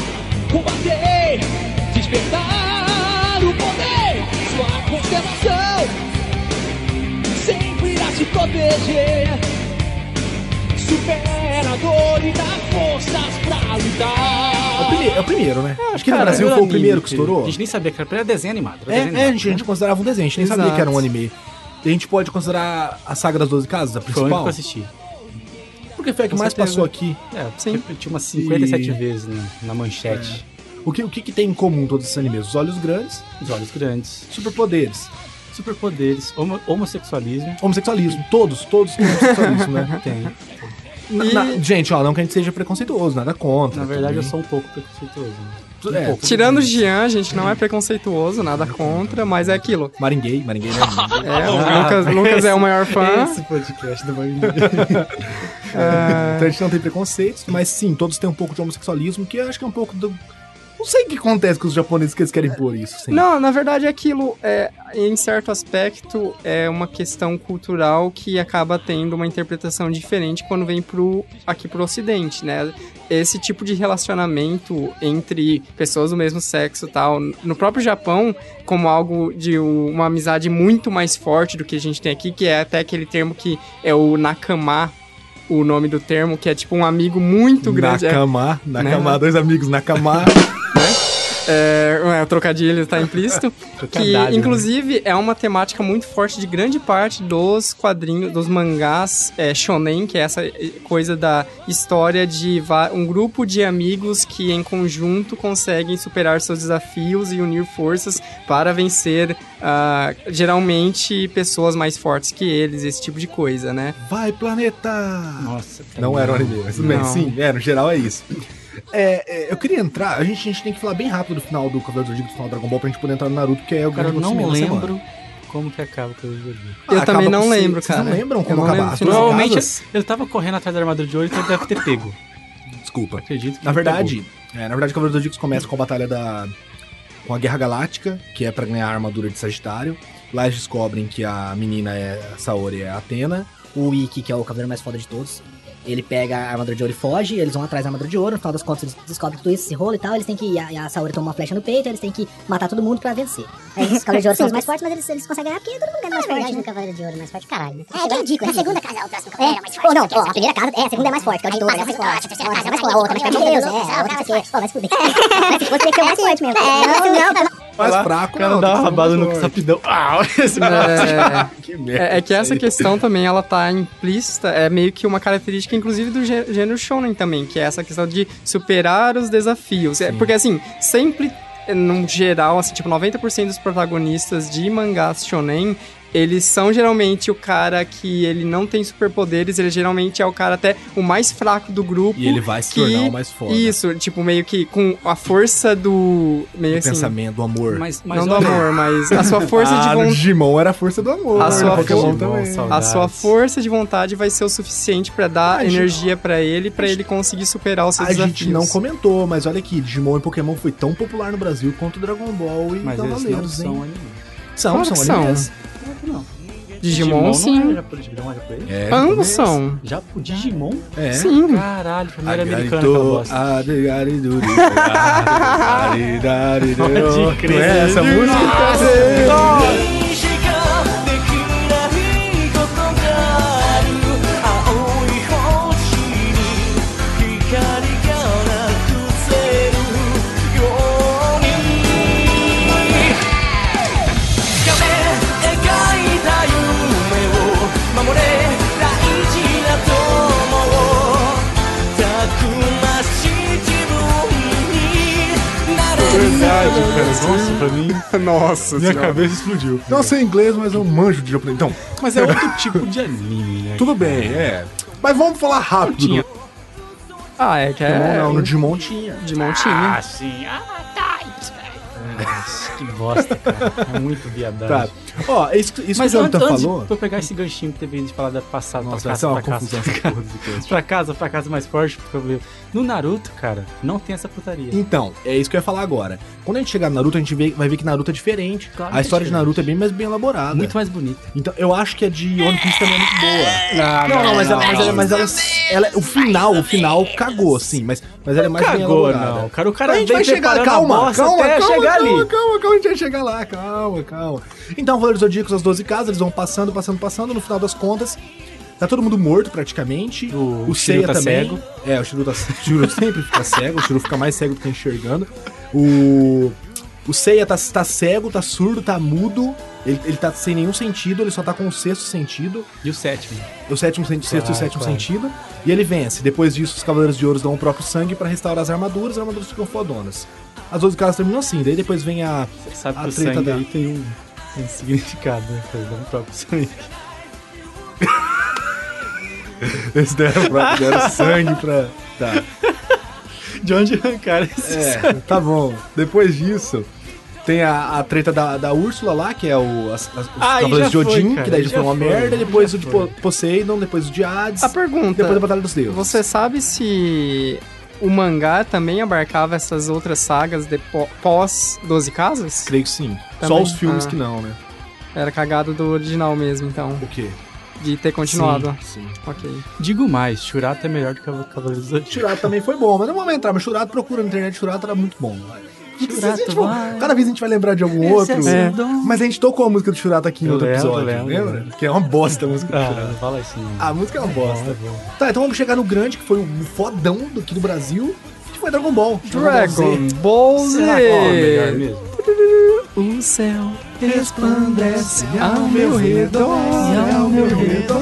[SPEAKER 9] combater, despertar o poder. Sua constelação sempre irá te proteger. Supera a dor e dá forças pra
[SPEAKER 5] É o
[SPEAKER 9] lutar.
[SPEAKER 5] primeiro, é o primeiro, né? Acho que no
[SPEAKER 4] é
[SPEAKER 5] Brasil foi o primeiro que estourou.
[SPEAKER 4] A gente nem sabia que era, era desenho animado. Era
[SPEAKER 5] É,
[SPEAKER 4] desenho
[SPEAKER 5] é, a
[SPEAKER 4] animado.
[SPEAKER 5] gente, a gente considerava um desenho, a gente nem
[SPEAKER 2] Exato.
[SPEAKER 5] sabia que era um anime. A gente pode considerar a saga das 12 casas, a
[SPEAKER 4] Foi o único que
[SPEAKER 5] principal.
[SPEAKER 4] eu assisti.
[SPEAKER 5] Porque foi a que mais
[SPEAKER 4] certeza.
[SPEAKER 5] passou aqui.
[SPEAKER 4] É,
[SPEAKER 2] Sim.
[SPEAKER 4] repetiu umas 57
[SPEAKER 5] E-
[SPEAKER 4] vezes na, na manchete.
[SPEAKER 5] O que, o que, que tem em comum todos esses animes? Os olhos grandes,
[SPEAKER 4] Os olhos grandes,
[SPEAKER 5] superpoderes,
[SPEAKER 4] superpoderes, homo- homossexualismo.
[SPEAKER 5] homossexualismo. Todos, todos têm homossexualismo, né? Tem. gente, ó, não que a gente seja preconceituoso, nada contra.
[SPEAKER 4] Na verdade, eu
[SPEAKER 5] também.
[SPEAKER 4] sou um pouco preconceituoso. né?
[SPEAKER 5] Tu- é,
[SPEAKER 2] Tirando o Jean, a gente não é preconceituoso, nada contra, mas é aquilo.
[SPEAKER 5] Maringuei, Maringuei não é anime.
[SPEAKER 2] É, o Lucas, Lucas é o maior fã.
[SPEAKER 4] Esse podcast do Magno.
[SPEAKER 5] Então a gente não tem preconceitos, mas sim, todos têm um pouco de homossexualismo, que eu acho que é um pouco do, Não sei o que acontece com os japoneses que eles querem pôr isso. assim. Sim.
[SPEAKER 2] Não, na verdade é aquilo, é, em certo aspecto, é uma questão cultural que acaba tendo uma interpretação diferente quando vem pro, aqui pro ocidente, né? Esse tipo de relacionamento entre pessoas do mesmo sexo e tal, no próprio Japão, como algo de um, uma amizade muito mais forte do que a gente tem aqui, que é até aquele termo que é o nakama, o nome do termo, que é tipo um amigo muito grande. é-
[SPEAKER 5] Nakama, Nakama,
[SPEAKER 2] Né?
[SPEAKER 5] dois amigos, Nakama.
[SPEAKER 2] É, é, o trocadilho está implícito. que,
[SPEAKER 4] Trocadalho, né?
[SPEAKER 2] inclusive, é uma temática muito forte de grande parte dos quadrinhos, dos mangás é, shonen, que é essa eh, coisa da história de va- um grupo de amigos que, em conjunto, conseguem superar seus desafios e unir forças para vencer, ah, geralmente, pessoas mais fortes que eles, esse tipo de coisa, né?
[SPEAKER 5] Vai, planeta!
[SPEAKER 4] Nossa.
[SPEAKER 5] Não era o anime, mas tudo bem.
[SPEAKER 2] Não.
[SPEAKER 5] Sim, é, no geral é isso. É, é, eu queria entrar, a gente, a gente tem que falar bem rápido do final do Cavaleiro do Zodíaco, do final do Dragon Ball, pra gente poder entrar no Naruto, que é o
[SPEAKER 4] Cara, eu
[SPEAKER 5] grande
[SPEAKER 4] não
[SPEAKER 5] consumidor da semana.
[SPEAKER 4] lembro como que acaba o Cavaleiro do Zodíaco.
[SPEAKER 2] Eu
[SPEAKER 5] Ah,
[SPEAKER 2] também
[SPEAKER 5] acaba
[SPEAKER 2] não
[SPEAKER 5] com-
[SPEAKER 2] lembro,
[SPEAKER 5] vocês
[SPEAKER 2] cara.
[SPEAKER 5] não lembram
[SPEAKER 2] Eu
[SPEAKER 5] como
[SPEAKER 2] não
[SPEAKER 5] acabar?
[SPEAKER 2] lembro. é-
[SPEAKER 5] As duas
[SPEAKER 4] Provavelmente
[SPEAKER 5] casas?
[SPEAKER 4] ele tava correndo atrás da armadura de ouro, então ele deve ter pego.
[SPEAKER 5] Desculpa.
[SPEAKER 4] Acredito que
[SPEAKER 5] Na
[SPEAKER 4] ele
[SPEAKER 5] verdade, é, na verdade, o Cavaleiro do Zodíaco começa com a batalha da... com a Guerra Galáctica, que é pra ganhar a armadura de Sagitário. Lá eles descobrem que a menina é a Saori, é a Atena.
[SPEAKER 10] O Ikki, que é o cavaleiro mais foda de todos, ele pega a armadura de ouro e foge, eles vão atrás da armadura de ouro, no final das contas eles descobrem tudo isso, esse rolo e tal, eles têm que. E a, e a Saori toma uma flecha no peito, eles têm que matar todo mundo pra vencer. É isso, os cavaleiros de ouro são os mais fortes, mas eles, eles conseguem ganhar porque todo mundo ganha mais forte. Né? cavaleiro de ouro mais forte, caralho. É, é ridículo. A segunda casa é o próximo cavaleiro mais forte. Ou não, ó, a primeira casa, é, a segunda é mais forte, que é o de ouro, é mais forte. A terceira casa é mais forte, a outra mais forte, é, a outra não sei o quê. Pô, vai se fuder. Você tem que ser o mais forte mesmo. Não, não,
[SPEAKER 5] Mais
[SPEAKER 4] lá,
[SPEAKER 5] fraco,
[SPEAKER 4] O cara
[SPEAKER 5] não,
[SPEAKER 4] dá
[SPEAKER 5] tem
[SPEAKER 4] uma
[SPEAKER 5] que ser
[SPEAKER 4] rabada
[SPEAKER 5] mais
[SPEAKER 4] no
[SPEAKER 5] forte.
[SPEAKER 4] sapidão. Ah, esse
[SPEAKER 2] É,
[SPEAKER 5] Que merda.
[SPEAKER 2] É, é que essa questão também, ela tá implícita, é meio que uma característica, inclusive, do gê- gênero shonen também, que é essa questão de superar os desafios. É, porque, assim, sempre, eh, num geral, assim, tipo, 90% dos protagonistas de mangás shonen, eles são geralmente o cara que ele não tem superpoderes, ele geralmente é o cara até o mais fraco do grupo.
[SPEAKER 5] E ele vai se
[SPEAKER 2] que-
[SPEAKER 5] tornar o mais foda.
[SPEAKER 2] Isso, tipo, meio que com a força do... Meio
[SPEAKER 5] Do
[SPEAKER 2] assim,
[SPEAKER 5] pensamento, do amor.
[SPEAKER 4] Mas, mas
[SPEAKER 2] não do
[SPEAKER 4] olha,
[SPEAKER 2] amor, mas a sua força
[SPEAKER 5] ah,
[SPEAKER 2] de
[SPEAKER 5] no
[SPEAKER 2] vontade.
[SPEAKER 5] Digimon era a força do
[SPEAKER 4] Ah,
[SPEAKER 5] amor.
[SPEAKER 2] A sua
[SPEAKER 5] no Pokémon
[SPEAKER 4] força-
[SPEAKER 5] também.
[SPEAKER 4] Nossa,
[SPEAKER 2] A
[SPEAKER 4] Saudades.
[SPEAKER 2] sua força de vontade vai ser o suficiente pra dar
[SPEAKER 5] A gente-
[SPEAKER 2] energia pra ele, pra ele conseguir superar os seus
[SPEAKER 5] A
[SPEAKER 2] desafios.
[SPEAKER 5] gente não comentou, mas olha aqui, Digimon e Pokémon foi tão popular no Brasil quanto Dragon Ball e
[SPEAKER 4] Mas eles não
[SPEAKER 5] Cavaleiros,
[SPEAKER 4] são
[SPEAKER 5] tá hein?
[SPEAKER 4] animais.
[SPEAKER 5] São,
[SPEAKER 2] Claro que
[SPEAKER 5] são
[SPEAKER 2] são.
[SPEAKER 5] animes.
[SPEAKER 2] Digimon,
[SPEAKER 4] Não é
[SPEAKER 2] sim.
[SPEAKER 4] japonês, Digimon é japonês.
[SPEAKER 5] É,
[SPEAKER 2] Ambos são.
[SPEAKER 4] Já o Digimon?
[SPEAKER 5] É.
[SPEAKER 2] Sim.
[SPEAKER 4] Caralho, primeiro americano aquela
[SPEAKER 5] Agarito,
[SPEAKER 4] bosta.
[SPEAKER 5] adigariduri, adigaridarido.
[SPEAKER 4] Pode crer.
[SPEAKER 5] Não é essa música?
[SPEAKER 4] Verdade, cara. Nossa, pra mim,
[SPEAKER 2] Nossa
[SPEAKER 4] minha cabeça explodiu.
[SPEAKER 5] Não sei inglês, mas eu manjo de japonês. Então,
[SPEAKER 4] Mas é outro tipo de anime, né?
[SPEAKER 5] tudo bem, é. Mas vamos falar rápido.
[SPEAKER 4] Tinha.
[SPEAKER 2] Ah, é que é.
[SPEAKER 5] Não, no Digimon tinha.
[SPEAKER 4] um
[SPEAKER 2] Digimon tinha.
[SPEAKER 4] sim. Ah, tá. Nossa, que bosta, cara. É muito viadagem.
[SPEAKER 5] Tá. Ó, isso, isso
[SPEAKER 4] Mas
[SPEAKER 5] que o Jonathan
[SPEAKER 4] antes, antes
[SPEAKER 5] falou.
[SPEAKER 4] de eu pegar esse ganchinho que teve de falar da passada,
[SPEAKER 5] Nossa,
[SPEAKER 4] pra
[SPEAKER 5] essa é
[SPEAKER 4] casa,
[SPEAKER 5] uma
[SPEAKER 4] pra
[SPEAKER 5] confusão.
[SPEAKER 4] casa,
[SPEAKER 5] essa porra desse cast.
[SPEAKER 4] pra casa, pra casa mais forte, porque eu vi- No Naruto, cara, não tem essa putaria.
[SPEAKER 5] Então, é isso que eu ia falar agora. Quando a gente chegar no Naruto, a gente vê- vai ver que Naruto é diferente.
[SPEAKER 4] Claro que
[SPEAKER 5] a
[SPEAKER 4] é
[SPEAKER 5] história de
[SPEAKER 4] diferente.
[SPEAKER 5] Naruto é bem mais bem elaborada.
[SPEAKER 4] Muito mais bonita.
[SPEAKER 5] Então, eu acho que a de One Piece também é muito boa.
[SPEAKER 2] Ah,
[SPEAKER 5] Não, não, mas, ela, mas, ela, mas ela- ela- é, o final, o final cagou, sim, mas, mas ela é mais bem
[SPEAKER 4] Cagou,
[SPEAKER 5] elaborada.
[SPEAKER 4] não. Cara, o cara
[SPEAKER 5] a gente vai chegar, calma, calma, calma,
[SPEAKER 4] até
[SPEAKER 5] calma,
[SPEAKER 4] chegar
[SPEAKER 5] calma,
[SPEAKER 4] ali.
[SPEAKER 5] calma, calma, a gente vai chegar lá, calma, calma. Então, Valores Zodíacos, as 12 casas, eles vão passando, passando, passando, no final das contas, tá todo mundo morto praticamente.
[SPEAKER 4] O Shiryu
[SPEAKER 5] O, Seiya
[SPEAKER 4] tá
[SPEAKER 5] também.
[SPEAKER 4] cego.
[SPEAKER 5] É, o Shiryu, tá, o Shiryu sempre fica cego, o Shiryu fica mais cego do que enxergando. O, o Seiya tá, tá cego, tá surdo, tá mudo, ele, ele tá sem nenhum sentido, ele só tá com o sexto sentido
[SPEAKER 4] E o sétimo.
[SPEAKER 5] o sétimo sen- sexto e o
[SPEAKER 4] Claro,
[SPEAKER 5] sétimo
[SPEAKER 4] claro.
[SPEAKER 5] sentido, e ele vence. Depois disso, os Cavaleiros de Ouro dão o próprio sangue pra restaurar as armaduras, as armaduras ficam fodonas. As 12 casas terminam assim, daí depois vem a.
[SPEAKER 4] Você sabe
[SPEAKER 5] A
[SPEAKER 4] que o
[SPEAKER 5] treta
[SPEAKER 4] sangue
[SPEAKER 5] da-
[SPEAKER 4] aí tem um, tem um significado, né? Faz um próprio sangue.
[SPEAKER 5] Eles deram, pra- deram sangue pra. Tá.
[SPEAKER 4] De onde arrancaram esse sangue?
[SPEAKER 5] É, tá bom. Depois disso, tem a, a treta da, da Úrsula lá, que é o, as, as- os
[SPEAKER 4] Ah, Aí
[SPEAKER 5] Cavaleiros de
[SPEAKER 4] já foi,
[SPEAKER 5] Odin,
[SPEAKER 4] cara,
[SPEAKER 5] que daí já,
[SPEAKER 4] já
[SPEAKER 5] foi uma
[SPEAKER 4] foi,
[SPEAKER 5] merda,
[SPEAKER 4] já
[SPEAKER 5] depois o de
[SPEAKER 4] foi.
[SPEAKER 5] Po- Poseidon, depois o de Hades,
[SPEAKER 2] A pergunta.
[SPEAKER 5] depois a Batalha dos Deuses.
[SPEAKER 2] Você sabe se o mangá também abarcava essas outras sagas de pó- pós 12 casas?
[SPEAKER 5] Creio que sim.
[SPEAKER 2] Também?
[SPEAKER 5] Só os filmes
[SPEAKER 2] Ah.
[SPEAKER 5] que não, né?
[SPEAKER 2] Era cagado do original mesmo, então.
[SPEAKER 5] O quê?
[SPEAKER 2] De ter continuado.
[SPEAKER 5] Sim.
[SPEAKER 2] Ok.
[SPEAKER 4] Digo mais, Shurata é melhor do que o Cavaleiro do Zodíaco.
[SPEAKER 5] Churato também foi bom, mas não vamos entrar, mas Churato procura na internet, Churato era muito bom.
[SPEAKER 4] Churato,
[SPEAKER 5] Churato, tipo,
[SPEAKER 4] vai.
[SPEAKER 5] cada vez a gente vai lembrar de algum
[SPEAKER 4] Esse é
[SPEAKER 5] outro.
[SPEAKER 4] seu
[SPEAKER 5] É.
[SPEAKER 4] dom.
[SPEAKER 5] Mas a gente tocou a música do Churato aqui em
[SPEAKER 4] Eu
[SPEAKER 5] outro
[SPEAKER 4] lembro,
[SPEAKER 5] episódio,
[SPEAKER 4] lembro,
[SPEAKER 5] lembra?
[SPEAKER 4] lembro.
[SPEAKER 5] Que é uma bosta a música do
[SPEAKER 4] Ah,
[SPEAKER 5] Churato.
[SPEAKER 4] não fala isso não.
[SPEAKER 5] A música é uma bosta.
[SPEAKER 4] É bom.
[SPEAKER 5] Tá, então vamos chegar no grande, que foi o fodão do- aqui do Brasil, que foi Dragon Ball. Então Ball Z.
[SPEAKER 2] Dragon Ball
[SPEAKER 4] Será que é o melhor
[SPEAKER 5] né?
[SPEAKER 2] Z!
[SPEAKER 4] mesmo?
[SPEAKER 2] O céu
[SPEAKER 5] resplandece
[SPEAKER 2] ao meu redor,
[SPEAKER 5] e ao meu redor.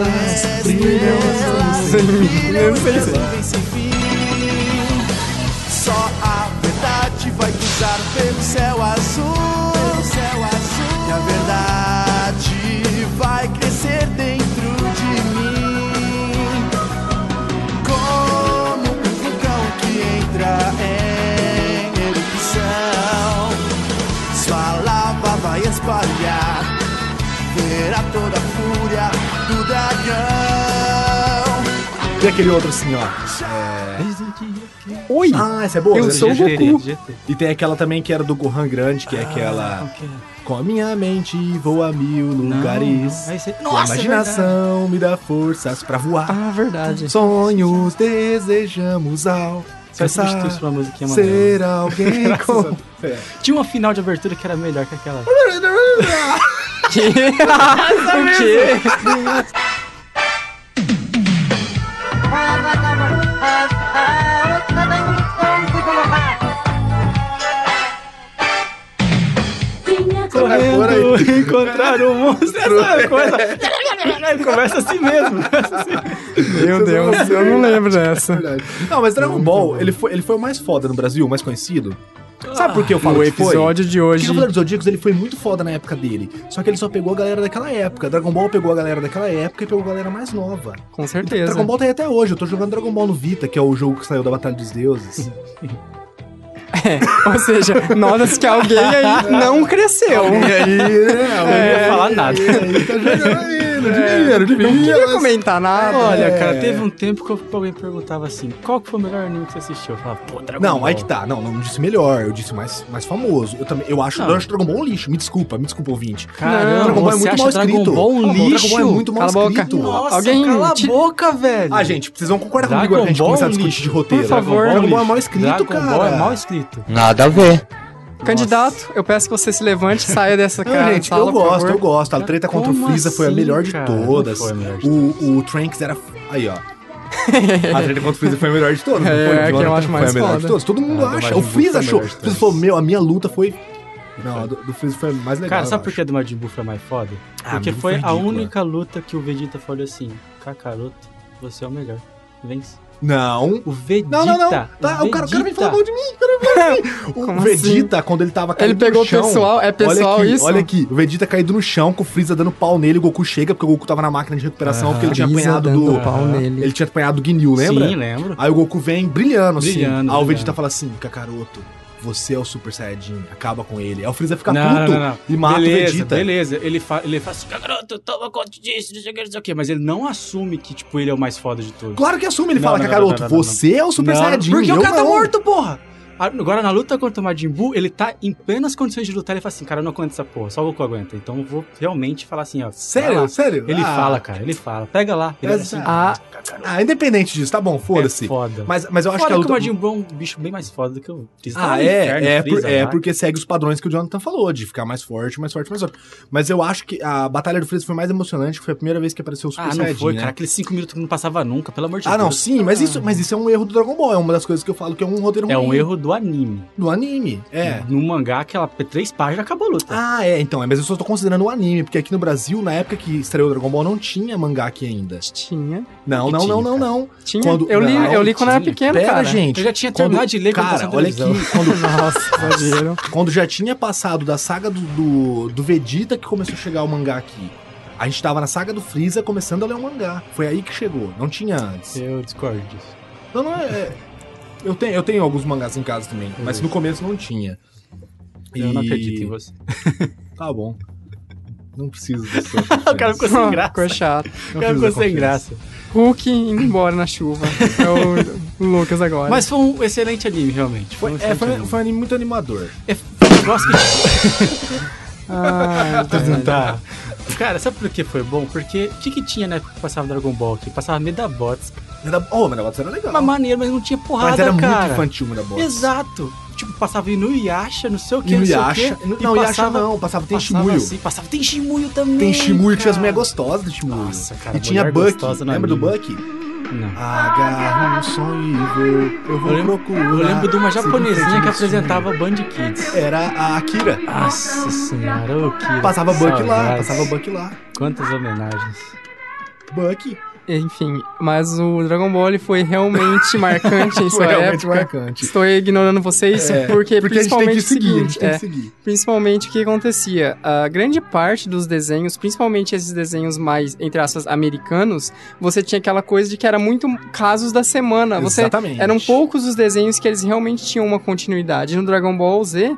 [SPEAKER 5] As estrelas brilham
[SPEAKER 2] Eu sei, sei.
[SPEAKER 9] Só a verdade vai cruzar pelo céu azul, céu azul. E a verdade vai crescer dentro de mim. Como um vulcão que entra em erupção. Sua lava vai espalhar, terá toda a fúria do dragão.
[SPEAKER 5] E aquele outro assim, ó.
[SPEAKER 2] Oi!
[SPEAKER 5] Ah, essa é boa.
[SPEAKER 2] Eu
[SPEAKER 5] né?
[SPEAKER 2] sou o
[SPEAKER 4] GT,
[SPEAKER 2] Goku. Ah,
[SPEAKER 4] GT.
[SPEAKER 5] E tem aquela também que era do Gohan Grande, que é aquela. Com a minha mente vou a mil
[SPEAKER 4] Não,
[SPEAKER 5] lugares.
[SPEAKER 4] não, aí você-
[SPEAKER 5] Com a
[SPEAKER 4] Nossa, é verdade.
[SPEAKER 5] imaginação me dá forças pra voar.
[SPEAKER 2] Ah, verdade.
[SPEAKER 5] Sonhos desejamos ao.
[SPEAKER 4] Só substitui isso pra uma
[SPEAKER 2] é
[SPEAKER 4] musiquinha
[SPEAKER 5] ser
[SPEAKER 4] maneira.
[SPEAKER 5] alguém com. É.
[SPEAKER 4] Tinha uma final de abertura que era melhor que aquela.
[SPEAKER 2] Que? o quê?
[SPEAKER 4] Correndo, encontraram o monstro. Essa coisa. Começa assim mesmo. começa assim.
[SPEAKER 2] Meu Deus, eu não lembro dessa.
[SPEAKER 5] Verdade. Não, mas Dragon Ball, ele foi, ele foi o mais foda no Brasil, o mais conhecido. Sabe por que eu falo
[SPEAKER 2] Ah, O
[SPEAKER 5] que foi?
[SPEAKER 2] episódio de
[SPEAKER 5] Porque
[SPEAKER 2] hoje.
[SPEAKER 5] o Cavaleiro dos Zodíacos ele foi muito foda na época dele. Só que ele só pegou a galera daquela época. Dragon Ball pegou a galera daquela época e pegou a galera mais nova.
[SPEAKER 2] Com certeza.
[SPEAKER 5] Dragon Ball tá aí até hoje. Eu tô jogando Dragon Ball no Vita, que é o jogo que saiu da Batalha dos Deuses.
[SPEAKER 2] É, ou seja, nota-se que alguém aí não cresceu.
[SPEAKER 5] É.
[SPEAKER 4] Eu não ia falar nada.
[SPEAKER 5] né? aí tá jogando aí, né? no dinheiro, de
[SPEAKER 2] Não queria comentar nada.
[SPEAKER 5] Ah, É.
[SPEAKER 4] Olha, cara, teve um tempo que eu- que alguém perguntava assim: qual que foi o melhor anime que você assistiu? Eu falava, pô, Dragon
[SPEAKER 5] Não,
[SPEAKER 4] Ball.
[SPEAKER 5] aí que tá. Não, não disse melhor. Eu disse mais, mais famoso. Eu também. Eu acho,
[SPEAKER 4] Não.
[SPEAKER 5] eu acho Dragon Ball um lixo. Me desculpa, me desculpa, ouvinte.
[SPEAKER 4] Caramba,
[SPEAKER 5] Dragon Ball é
[SPEAKER 4] você
[SPEAKER 5] muito
[SPEAKER 4] acha
[SPEAKER 5] mal
[SPEAKER 4] Dragon
[SPEAKER 5] escrito.
[SPEAKER 4] Ball um
[SPEAKER 5] Dragon Ball é
[SPEAKER 4] lixo?
[SPEAKER 5] muito mal
[SPEAKER 2] Cala a boca.
[SPEAKER 5] escrito.
[SPEAKER 4] Nossa,
[SPEAKER 2] Alguém
[SPEAKER 4] cala a
[SPEAKER 2] te-
[SPEAKER 4] boca, velho.
[SPEAKER 5] Ah, gente, vocês vão concordar
[SPEAKER 4] Dragon
[SPEAKER 5] comigo agora que a gente
[SPEAKER 4] Ball
[SPEAKER 5] começar
[SPEAKER 4] é
[SPEAKER 5] a
[SPEAKER 4] um
[SPEAKER 5] discutir
[SPEAKER 4] lixo.
[SPEAKER 5] de roteiro.
[SPEAKER 4] Por favor,
[SPEAKER 5] Dragon Ball é
[SPEAKER 4] lixo.
[SPEAKER 5] mal escrito,
[SPEAKER 4] Dragon
[SPEAKER 5] cara.
[SPEAKER 4] Ball é mal escrito.
[SPEAKER 8] Nada a ver.
[SPEAKER 2] Candidato, eu peço que você se levante e saia dessa
[SPEAKER 5] Não,
[SPEAKER 2] cara.
[SPEAKER 5] gente,
[SPEAKER 2] sala,
[SPEAKER 5] eu
[SPEAKER 2] por
[SPEAKER 5] gosto,
[SPEAKER 2] favor.
[SPEAKER 5] eu gosto. A treta contra
[SPEAKER 4] Como
[SPEAKER 5] o Freeza foi a
[SPEAKER 4] assim,
[SPEAKER 5] melhor de
[SPEAKER 4] cara?
[SPEAKER 5] todas.
[SPEAKER 4] Não foi a melhor de
[SPEAKER 5] O, o Tranks era. Aí, ó. A treta contra o Freeza foi a melhor de todas. não
[SPEAKER 2] É,
[SPEAKER 5] foi? O
[SPEAKER 2] é que eu
[SPEAKER 5] Jonathan
[SPEAKER 2] acho mais
[SPEAKER 5] foi a melhor
[SPEAKER 2] foda.
[SPEAKER 5] de todas. Todo mundo
[SPEAKER 4] Ah, do
[SPEAKER 5] acha.
[SPEAKER 4] Majin Buu
[SPEAKER 5] O Freeza
[SPEAKER 4] foi a
[SPEAKER 5] achou. O
[SPEAKER 4] melhor de
[SPEAKER 5] Freeza
[SPEAKER 4] todas.
[SPEAKER 5] falou: Meu, a minha luta foi. Não, a do, do Freeza foi a mais legal.
[SPEAKER 4] Cara,
[SPEAKER 5] eu
[SPEAKER 4] sabe por
[SPEAKER 5] acho.
[SPEAKER 4] que a do Majin Buu foi mais foda?
[SPEAKER 5] Ah,
[SPEAKER 4] Porque
[SPEAKER 5] Majin
[SPEAKER 4] foi
[SPEAKER 5] Buu foi
[SPEAKER 4] a
[SPEAKER 5] ridícula.
[SPEAKER 4] única luta que o Vegeta falou assim: Kakaroto, você é o melhor. Vence.
[SPEAKER 5] Não.
[SPEAKER 4] O Vegeta.
[SPEAKER 5] Não, não, não. Tá,
[SPEAKER 4] o
[SPEAKER 5] o cara, o cara vem
[SPEAKER 4] Vegeta.
[SPEAKER 5] falar mal de mim. O cara vem falar mal de mim.
[SPEAKER 2] Como
[SPEAKER 5] O Vegeta,
[SPEAKER 4] assim?
[SPEAKER 5] quando ele tava caído
[SPEAKER 2] Ele pegou o
[SPEAKER 5] no chão,
[SPEAKER 2] pessoal, é pessoal
[SPEAKER 5] olha aqui,
[SPEAKER 2] isso?
[SPEAKER 5] Olha aqui, o Vegeta caído no chão, com o Freeza dando pau nele, o Goku chega, porque o Goku tava na máquina de recuperação, porque ele tinha
[SPEAKER 2] Freeza
[SPEAKER 5] apanhado
[SPEAKER 2] dando
[SPEAKER 5] do...
[SPEAKER 2] pau nele.
[SPEAKER 5] Ele tinha apanhado do Ginyu, lembra?
[SPEAKER 4] Sim, lembro.
[SPEAKER 5] Aí o Goku vem brilhando, assim.
[SPEAKER 4] Brilhando,
[SPEAKER 5] Aí o
[SPEAKER 4] brilhando.
[SPEAKER 5] Vegeta fala assim, Kakaroto, você é o Super Saiyajin, acaba com ele. Aí o Freeza fica
[SPEAKER 4] não, não,
[SPEAKER 5] puto
[SPEAKER 4] não, não.
[SPEAKER 5] e mata
[SPEAKER 4] beleza,
[SPEAKER 5] o Vegeta.
[SPEAKER 4] Beleza, ele, fa ele fala assim, garoto, toma conta disso, não sei o que, não sei o que. Mas ele não assume que, tipo, ele é o mais foda de todos.
[SPEAKER 5] Claro que assume, ele
[SPEAKER 4] Não,
[SPEAKER 5] fala,
[SPEAKER 4] não, não,
[SPEAKER 5] Kakaroto,
[SPEAKER 4] não, não, não,
[SPEAKER 5] você é o Super
[SPEAKER 4] Não,
[SPEAKER 5] Saiyajin,
[SPEAKER 4] Porque o
[SPEAKER 5] eu
[SPEAKER 4] cara tá
[SPEAKER 5] não."
[SPEAKER 4] morto, porra! Agora, na luta contra o Majin Buu, ele tá em plenas condições de lutar. Ele fala assim, cara, eu não aguento essa porra, só o Goku aguenta. Então eu vou realmente falar assim, ó. vai lá.
[SPEAKER 5] Sério, sério?
[SPEAKER 4] Ele
[SPEAKER 5] Ah,
[SPEAKER 4] fala, cara, ele fala. Pega lá. Ele
[SPEAKER 5] É,
[SPEAKER 4] é assim,
[SPEAKER 5] sabe?
[SPEAKER 2] Ah,
[SPEAKER 5] Ah, independente disso, tá bom,
[SPEAKER 4] é
[SPEAKER 5] foda-se.
[SPEAKER 4] foda.
[SPEAKER 5] mas, mas eu acho
[SPEAKER 4] foda
[SPEAKER 5] que a luta...
[SPEAKER 4] o Majin Buu é um bicho bem mais foda do que o Freeza. Tá
[SPEAKER 5] Ah,
[SPEAKER 4] no inferno,
[SPEAKER 5] é, é,
[SPEAKER 4] Freeza,
[SPEAKER 5] por- é
[SPEAKER 4] vai.
[SPEAKER 5] porque segue os padrões que o Jonathan falou, de ficar mais forte, mais forte, mais forte. Mas eu acho que a Batalha do Freeza foi mais emocionante, que foi a primeira vez que apareceu o Super
[SPEAKER 4] Ah, não
[SPEAKER 5] Saiyajin,
[SPEAKER 4] foi,
[SPEAKER 5] né?
[SPEAKER 4] cara. Aqueles cinco minutos que não passava nunca, pelo amor de
[SPEAKER 5] Ah, não,
[SPEAKER 4] Deus.
[SPEAKER 5] sim, mas isso, mas isso é um erro do Dragon Ball, é uma das coisas que eu falo que é um roteiro
[SPEAKER 4] É um
[SPEAKER 5] ruim
[SPEAKER 4] erro do anime.
[SPEAKER 5] do anime. É.
[SPEAKER 4] No mangá, aquela três páginas acabou a luta.
[SPEAKER 5] Ah, é, então, é, mas eu só tô considerando o anime, porque aqui no Brasil, na época que estreou o Dragon Ball, não tinha mangá aqui ainda.
[SPEAKER 2] tinha.
[SPEAKER 5] Não, não, não, não, não.
[SPEAKER 2] Tinha.
[SPEAKER 5] Quando-
[SPEAKER 2] eu, li,
[SPEAKER 5] não,
[SPEAKER 2] eu li quando era
[SPEAKER 4] tinha.
[SPEAKER 2] pequeno,
[SPEAKER 5] Pera,
[SPEAKER 2] cara.
[SPEAKER 5] gente.
[SPEAKER 4] Eu já tinha
[SPEAKER 5] quando-
[SPEAKER 4] terminado de ler quando
[SPEAKER 5] Cara,
[SPEAKER 4] passava na
[SPEAKER 5] olha aqui,
[SPEAKER 4] televisão.
[SPEAKER 5] quando,
[SPEAKER 2] Nossa, exagero.
[SPEAKER 5] quando já tinha passado da saga do, do, do Vegeta que começou a chegar o mangá aqui. A gente tava na saga do Freeza começando a ler o mangá. Foi aí que chegou, não tinha antes.
[SPEAKER 4] Eu discordo disso.
[SPEAKER 5] Não, não é. é- eu, tenho, eu tenho alguns mangás em casa também, mas no começo não tinha.
[SPEAKER 4] Eu não
[SPEAKER 5] E-
[SPEAKER 4] acredito em você.
[SPEAKER 5] Tá bom. Não preciso disso.
[SPEAKER 1] O cara ficou sem graça.
[SPEAKER 2] Ficou chato.
[SPEAKER 1] O cara ficou sem graça.
[SPEAKER 2] Hulk indo embora na chuva. É o Lucas agora.
[SPEAKER 4] Mas foi um excelente anime, realmente.
[SPEAKER 5] Foi,
[SPEAKER 4] um
[SPEAKER 5] é,
[SPEAKER 4] excelente
[SPEAKER 5] foi,
[SPEAKER 4] anime.
[SPEAKER 5] foi um anime muito animador.
[SPEAKER 4] É, foi um negócio que-
[SPEAKER 2] Ah,
[SPEAKER 5] né?
[SPEAKER 4] Tá. Cara, sabe por que foi bom? Porque o que, que tinha na época que passava Dragon Ball aqui? Passava Medabots.
[SPEAKER 5] Era, oh, Mirabots era legal.
[SPEAKER 4] Uma maneira, mas Ah, não tinha porrada,
[SPEAKER 5] mas era muito
[SPEAKER 4] cara.
[SPEAKER 5] infantil o Mirabots.
[SPEAKER 4] Exato. Tipo, passava Inuyasha, não sei o que, não sei o
[SPEAKER 5] Inuyasha.
[SPEAKER 4] que.
[SPEAKER 5] Não, Yasha não. Passava tem
[SPEAKER 4] Passava,
[SPEAKER 5] Shimuyo.
[SPEAKER 4] assim, passava tem Shimuyo também.
[SPEAKER 5] Tem Shimuyo,
[SPEAKER 4] cara.
[SPEAKER 5] tinha as mulheres gostosas do Shimuyo.
[SPEAKER 4] Nossa, cara,
[SPEAKER 5] e tinha
[SPEAKER 4] mulher
[SPEAKER 5] Bucky.
[SPEAKER 4] gostosa no
[SPEAKER 5] Lembra do
[SPEAKER 4] anime.
[SPEAKER 5] Bucky?
[SPEAKER 4] Não.
[SPEAKER 5] Agarra um sonho, eu vou
[SPEAKER 4] Eu lembro-
[SPEAKER 5] procurar.
[SPEAKER 4] Eu lembro de uma
[SPEAKER 5] se
[SPEAKER 4] japonesinha que
[SPEAKER 5] você disse.
[SPEAKER 4] apresentava Band Kids.
[SPEAKER 5] Era a Akira.
[SPEAKER 4] Nossa senhora, o que.
[SPEAKER 5] Passava Bucky lá,
[SPEAKER 4] saudades.
[SPEAKER 5] passava Bucky lá.
[SPEAKER 4] Quantas homenagens.
[SPEAKER 5] Bucky.
[SPEAKER 2] Enfim, mas o Dragon Ball ele foi realmente marcante em sua
[SPEAKER 5] Foi realmente
[SPEAKER 2] época.
[SPEAKER 5] marcante.
[SPEAKER 2] Estou ignorando vocês
[SPEAKER 5] É,
[SPEAKER 2] porque,
[SPEAKER 5] Porque a gente tem
[SPEAKER 2] principalmente
[SPEAKER 5] que
[SPEAKER 2] o
[SPEAKER 5] seguir, a gente
[SPEAKER 2] seguinte,
[SPEAKER 5] tem
[SPEAKER 2] é,
[SPEAKER 5] que seguir.
[SPEAKER 2] principalmente o que acontecia? A grande parte dos desenhos, principalmente esses desenhos mais, entre aspas, americanos, você tinha aquela coisa de que era muito casos da semana. Você
[SPEAKER 4] um
[SPEAKER 5] Exatamente.
[SPEAKER 2] eram poucos os desenhos que eles realmente tinham uma continuidade. No Dragon Ball Z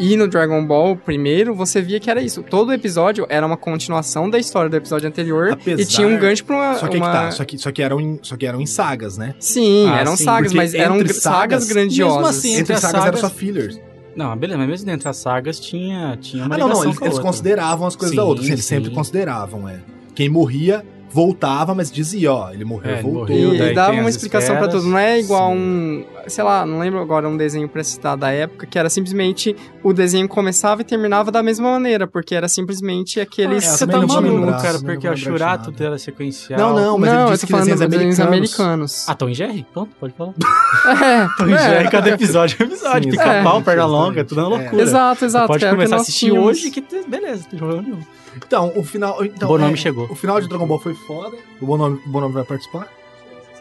[SPEAKER 2] e no Dragon Ball primeiro, você via que era isso. Todo episódio era uma continuação da história do episódio anterior
[SPEAKER 5] Apesar-
[SPEAKER 2] e tinha um gancho pra uma.
[SPEAKER 5] Só que aí que
[SPEAKER 2] uma-
[SPEAKER 5] tá, só que, só que eram em, só que eram em sagas, né?
[SPEAKER 2] Sim,
[SPEAKER 4] Ah,
[SPEAKER 2] eram
[SPEAKER 4] sim,
[SPEAKER 2] sagas,
[SPEAKER 5] porque
[SPEAKER 2] mas eram
[SPEAKER 5] entre
[SPEAKER 2] gr- sagas,
[SPEAKER 5] sagas,
[SPEAKER 2] grandiosas.
[SPEAKER 4] mesmo assim, Sim, entre
[SPEAKER 5] Entre
[SPEAKER 4] as
[SPEAKER 5] sagas, eram só
[SPEAKER 4] sagas-
[SPEAKER 5] fillers.
[SPEAKER 4] Não, beleza, mas mesmo dentro das sagas tinha, tinha uma
[SPEAKER 5] Ah, não, não,
[SPEAKER 4] ligação
[SPEAKER 5] eles,
[SPEAKER 4] com a
[SPEAKER 5] eles
[SPEAKER 4] outra.
[SPEAKER 5] consideravam as coisas da
[SPEAKER 4] Sim,
[SPEAKER 5] outra, assim, eles
[SPEAKER 4] sim.
[SPEAKER 5] sempre consideravam, é. Quem morria, voltava, mas dizia, ó, ele morreu,
[SPEAKER 4] É, ele
[SPEAKER 5] voltou.
[SPEAKER 4] morreu,
[SPEAKER 2] E-
[SPEAKER 4] daí
[SPEAKER 2] E,
[SPEAKER 4] tem
[SPEAKER 2] dava
[SPEAKER 4] as
[SPEAKER 2] uma explicação pra
[SPEAKER 4] esferas.
[SPEAKER 2] tudo. Não é igual
[SPEAKER 4] Sim.
[SPEAKER 2] um. Sei lá, não lembro agora um desenho pra citar da época, que era simplesmente o desenho começava e terminava da mesma maneira, porque era simplesmente aquele.
[SPEAKER 4] Ah,
[SPEAKER 5] eu
[SPEAKER 4] você
[SPEAKER 5] também
[SPEAKER 4] tá
[SPEAKER 5] não vou
[SPEAKER 4] maluco,
[SPEAKER 5] lembrar,
[SPEAKER 4] cara,
[SPEAKER 5] também não
[SPEAKER 4] porque
[SPEAKER 5] vou
[SPEAKER 4] a
[SPEAKER 5] lembrar de
[SPEAKER 4] Shurato
[SPEAKER 5] nada.
[SPEAKER 4] dela é sequencial.
[SPEAKER 5] um Não, não, mas ele
[SPEAKER 2] eu
[SPEAKER 5] disse
[SPEAKER 2] tô
[SPEAKER 5] que desenhos
[SPEAKER 2] dos
[SPEAKER 5] americanos.
[SPEAKER 2] americanos.
[SPEAKER 4] Ah, Tom e Jerry? Pronto, pode falar.
[SPEAKER 2] É,
[SPEAKER 4] Tom e
[SPEAKER 2] é,
[SPEAKER 4] Jerry, cada episódio é um episódio.
[SPEAKER 5] Sim,
[SPEAKER 4] Pica-pau,
[SPEAKER 5] exatamente,
[SPEAKER 4] perna longa, tudo é uma
[SPEAKER 5] exatamente.
[SPEAKER 4] loucura.
[SPEAKER 2] Exato,
[SPEAKER 4] Você
[SPEAKER 2] exato.
[SPEAKER 4] pode
[SPEAKER 2] que era o que
[SPEAKER 4] começar a
[SPEAKER 2] nós
[SPEAKER 4] assistir
[SPEAKER 2] tínhamos.
[SPEAKER 4] hoje que te- beleza, tem problema nenhum.
[SPEAKER 5] Então, o final. Então,
[SPEAKER 4] Bonome chegou.
[SPEAKER 5] O final de Dragon Ball foi foda. O Bonome, o Bonome vai participar.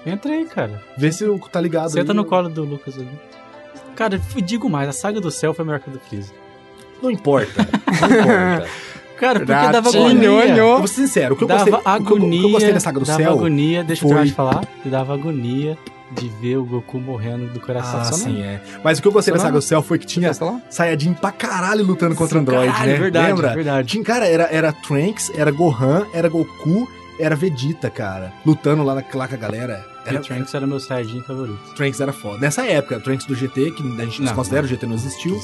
[SPEAKER 4] Entra aí, cara.
[SPEAKER 5] Vê se o tá ligado.
[SPEAKER 4] Senta
[SPEAKER 5] aí.
[SPEAKER 4] no colo do Lucas ali. Cara, eu digo mais, a saga do céu foi a melhor que a do Freeza.
[SPEAKER 5] Não importa. Não importa.
[SPEAKER 4] Cara, porque dava
[SPEAKER 2] Ratinho,
[SPEAKER 4] agonia.
[SPEAKER 5] eu
[SPEAKER 2] olhou.
[SPEAKER 5] vou ser sincero. O que eu
[SPEAKER 4] dava
[SPEAKER 5] gostei, o que eu- o que eu
[SPEAKER 4] agonia.
[SPEAKER 5] gostei da saga do
[SPEAKER 4] dava
[SPEAKER 5] céu.
[SPEAKER 4] agonia, deixa
[SPEAKER 5] foi-
[SPEAKER 4] eu terminar de falar. Dava agonia de ver o Goku morrendo do coração.
[SPEAKER 5] Ah,
[SPEAKER 4] Só não-
[SPEAKER 5] sim, é. Mas o que eu gostei
[SPEAKER 2] Só
[SPEAKER 5] da
[SPEAKER 2] não-
[SPEAKER 5] saga do céu foi que tinha
[SPEAKER 2] Sei lá.
[SPEAKER 5] Saiyajin pra caralho lutando contra Android,
[SPEAKER 4] Caralho,
[SPEAKER 5] né?
[SPEAKER 4] Verdade,
[SPEAKER 5] Lembra?
[SPEAKER 4] verdade.
[SPEAKER 5] Tinha, cara, era, era Trunks, era Gohan, era Goku, era Vegeta, cara. Lutando lá, na, lá com a galera.
[SPEAKER 4] E
[SPEAKER 5] Era,
[SPEAKER 4] o Trunks era meu Saiyajin favorito.
[SPEAKER 5] Trunks era foda. Nessa época, Trunks do GT, que a gente
[SPEAKER 4] Não.
[SPEAKER 5] desconsidera, o GT não existiu,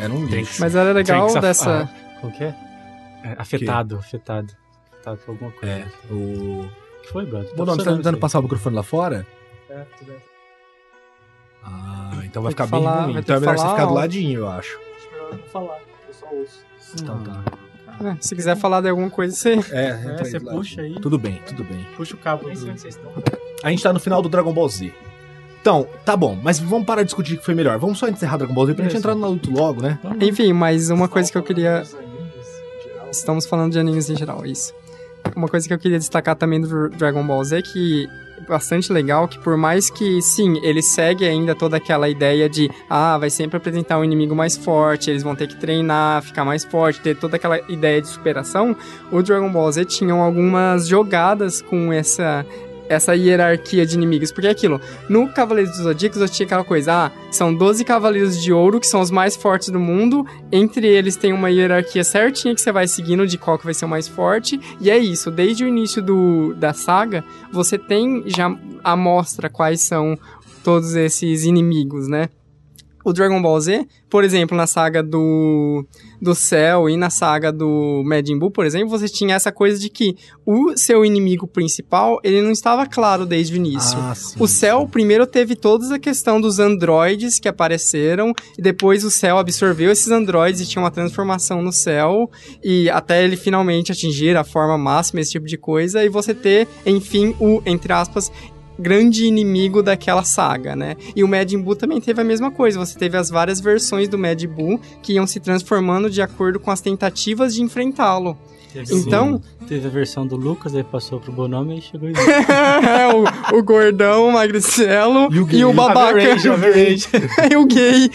[SPEAKER 5] era um lixo.
[SPEAKER 2] Mas era legal dessa.
[SPEAKER 4] Como que é? É, Afetado, afetado. Afetado por alguma coisa.
[SPEAKER 5] É, o...
[SPEAKER 4] O que foi, brother?
[SPEAKER 5] Bom, não, você tá tentando
[SPEAKER 4] funcionando
[SPEAKER 5] passar o microfone lá fora?
[SPEAKER 4] isso aí. É, tudo bem.
[SPEAKER 5] Ah, então vai
[SPEAKER 2] Tem que
[SPEAKER 5] ficar bem
[SPEAKER 2] falar,
[SPEAKER 5] ruim.
[SPEAKER 2] vai ter
[SPEAKER 5] Então é
[SPEAKER 2] que
[SPEAKER 5] melhor você
[SPEAKER 2] falar
[SPEAKER 5] ficar do
[SPEAKER 2] alto.
[SPEAKER 5] ladinho, eu acho. Então tá.
[SPEAKER 4] ah.
[SPEAKER 2] É, se quiser falar de alguma coisa, você.
[SPEAKER 5] É,
[SPEAKER 4] É,
[SPEAKER 5] entra aí
[SPEAKER 4] você
[SPEAKER 5] do ladinho.
[SPEAKER 4] puxa aí.
[SPEAKER 5] Tudo bem, tudo bem.
[SPEAKER 4] Puxa o cabo. aí. onde é vocês estão.
[SPEAKER 5] A gente tá no final do Dragon Ball Z. Então, tá bom, mas vamos parar de discutir o que foi melhor. Vamos só encerrar Dragon Ball Z pra gente
[SPEAKER 4] Beleza.
[SPEAKER 5] entrar no Naruto logo, né?
[SPEAKER 2] Enfim, mas uma coisa que eu queria. Estamos falando de animes em geral, isso. Uma coisa que eu queria destacar também do Dragon Ball Z que é bastante legal, que por mais que sim, ele segue ainda toda aquela ideia de ah, vai sempre apresentar um inimigo mais forte, eles vão ter que treinar, ficar mais forte, ter toda aquela ideia de superação, o Dragon Ball Z tinham algumas jogadas com essa essa hierarquia de inimigos, porque é aquilo, no Cavaleiros dos Zodíacos eu tinha aquela coisa, ah, são 12 Cavaleiros de Ouro que são os mais fortes do mundo, entre eles tem uma hierarquia certinha que você vai seguindo de qual que vai ser o mais forte. E é isso, desde o início do, da saga, você tem já a mostra quais são todos esses inimigos, né? O Dragon Ball Z, por exemplo, na saga do, do Cell e na saga do Majin Buu, por exemplo, você tinha essa coisa de que o seu inimigo principal, ele não estava claro desde o início.
[SPEAKER 5] Ah, sim,
[SPEAKER 2] O Cell
[SPEAKER 5] sim.
[SPEAKER 2] primeiro teve toda a questão dos androides que apareceram, e depois o Cell absorveu esses androides e tinha uma transformação no Cell, e até ele finalmente atingir a forma máxima, esse tipo de coisa, e você ter, enfim, o, entre aspas, grande inimigo daquela saga, né? E o Majin Buu também teve a mesma coisa, você teve as várias versões do Majin Buu que iam se transformando de acordo com as tentativas de enfrentá-lo.
[SPEAKER 4] Teve
[SPEAKER 2] Então,
[SPEAKER 4] o- Teve a versão do Lucas, aí passou pro Bonome e chegou isso.
[SPEAKER 2] o, o gordão, o magricelo e o, babaca.
[SPEAKER 4] Average, average.
[SPEAKER 2] e o gay.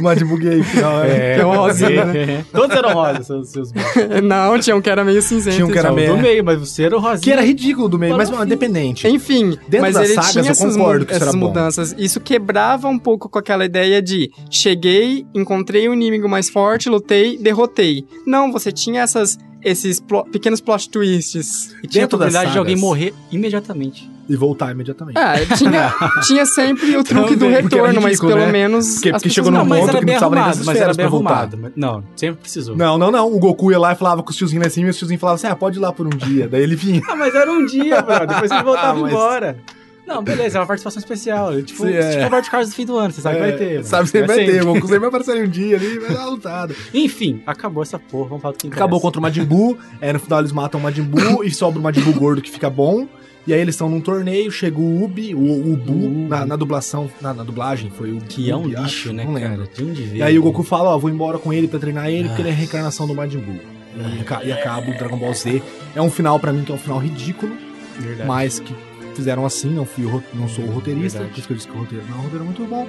[SPEAKER 5] Mas buguei, final, é.
[SPEAKER 2] É o rosinha, né?
[SPEAKER 4] Todos eram rosas, seus, seus bichos.
[SPEAKER 2] Não, tinha um que era meio cinzento.
[SPEAKER 5] Tinha um que era
[SPEAKER 2] então.
[SPEAKER 5] meio-
[SPEAKER 4] do meio, mas você era o rosinha.
[SPEAKER 5] Que era ridículo do meio, mas
[SPEAKER 4] Fala,
[SPEAKER 5] mano, independente.
[SPEAKER 2] Enfim,
[SPEAKER 5] Dentro
[SPEAKER 2] mas
[SPEAKER 5] das
[SPEAKER 2] ele
[SPEAKER 5] sagas,
[SPEAKER 2] tinha
[SPEAKER 5] eu
[SPEAKER 2] essas, mu-
[SPEAKER 5] concordo que isso
[SPEAKER 2] essas
[SPEAKER 5] era bom.
[SPEAKER 2] mudanças. Isso quebrava um pouco com aquela ideia de um cheguei, encontrei o inimigo mais forte, lutei, derrotei. Não, você tinha essas esses plo- pequenos plot twists.
[SPEAKER 4] E tinha a
[SPEAKER 2] Dentro das
[SPEAKER 4] possibilidade de alguém
[SPEAKER 2] sagas.
[SPEAKER 4] morrer imediatamente.
[SPEAKER 5] E voltar imediatamente.
[SPEAKER 2] Ah, tinha, tinha sempre o truque do
[SPEAKER 4] Também, porque era
[SPEAKER 2] retorno, mas
[SPEAKER 4] ridículo,
[SPEAKER 2] pelo
[SPEAKER 4] né?
[SPEAKER 2] menos.
[SPEAKER 5] Porque-
[SPEAKER 2] as
[SPEAKER 5] porque
[SPEAKER 2] pessoas
[SPEAKER 5] chegou num
[SPEAKER 2] não-
[SPEAKER 4] Não, mas
[SPEAKER 5] um ponto
[SPEAKER 4] era
[SPEAKER 5] que
[SPEAKER 4] bem
[SPEAKER 5] não precisava nem
[SPEAKER 4] arrumado,
[SPEAKER 5] dessas
[SPEAKER 4] mas era
[SPEAKER 5] férias
[SPEAKER 4] bem
[SPEAKER 5] pra voltar.
[SPEAKER 4] arrumado. mas- Não, sempre precisou.
[SPEAKER 5] Não, não, não. O Goku ia lá e falava com os tiozinhos lá em cima e os tiozinhos falavam assim: ah, pode ir lá por um dia. Daí ele vinha.
[SPEAKER 4] Ah, mas era um dia, bro. Depois ele voltava
[SPEAKER 5] Ah, mas-
[SPEAKER 4] embora. Não, beleza, é uma participação especial. É Tipo,
[SPEAKER 5] Sim, é.
[SPEAKER 4] tipo o Roberto Carlos do fim do ano, você sabe que vai ter. mano.
[SPEAKER 5] Sabe, sempre vai
[SPEAKER 4] Mas,
[SPEAKER 5] ter.
[SPEAKER 4] assim,
[SPEAKER 5] O Goku sempre vai aparecer um dia ali, vai dar uma lutada.
[SPEAKER 4] Enfim, acabou essa porra, vamos falar do que
[SPEAKER 5] Acabou
[SPEAKER 4] interessa.
[SPEAKER 5] contra o Majin Buu, é, no final eles matam o Majin Buu e sobra o Majin Buu gordo que fica bom. E aí eles estão num torneio, chega o Ubi, o Ubu, na, na dublação, na, na dublagem, foi o
[SPEAKER 4] Que é um
[SPEAKER 5] Ubi, acho,
[SPEAKER 4] lixo, né,
[SPEAKER 5] não lembro.
[SPEAKER 4] cara? De onde veio?
[SPEAKER 5] E aí o Goku fala, ó, vou embora com ele pra treinar ele, porque ele é a
[SPEAKER 4] Ah.
[SPEAKER 5] reencarnação do Majin Buu. E, aca- e acaba o Dragon Ball Z. É um final pra mim que é um final ridículo,
[SPEAKER 4] Verdade.
[SPEAKER 5] mas que fizeram assim, não fui o ro- não sou o roteirista,
[SPEAKER 4] Verdade.
[SPEAKER 5] por isso que eu disse que o roteiro não, o roteiro é muito bom.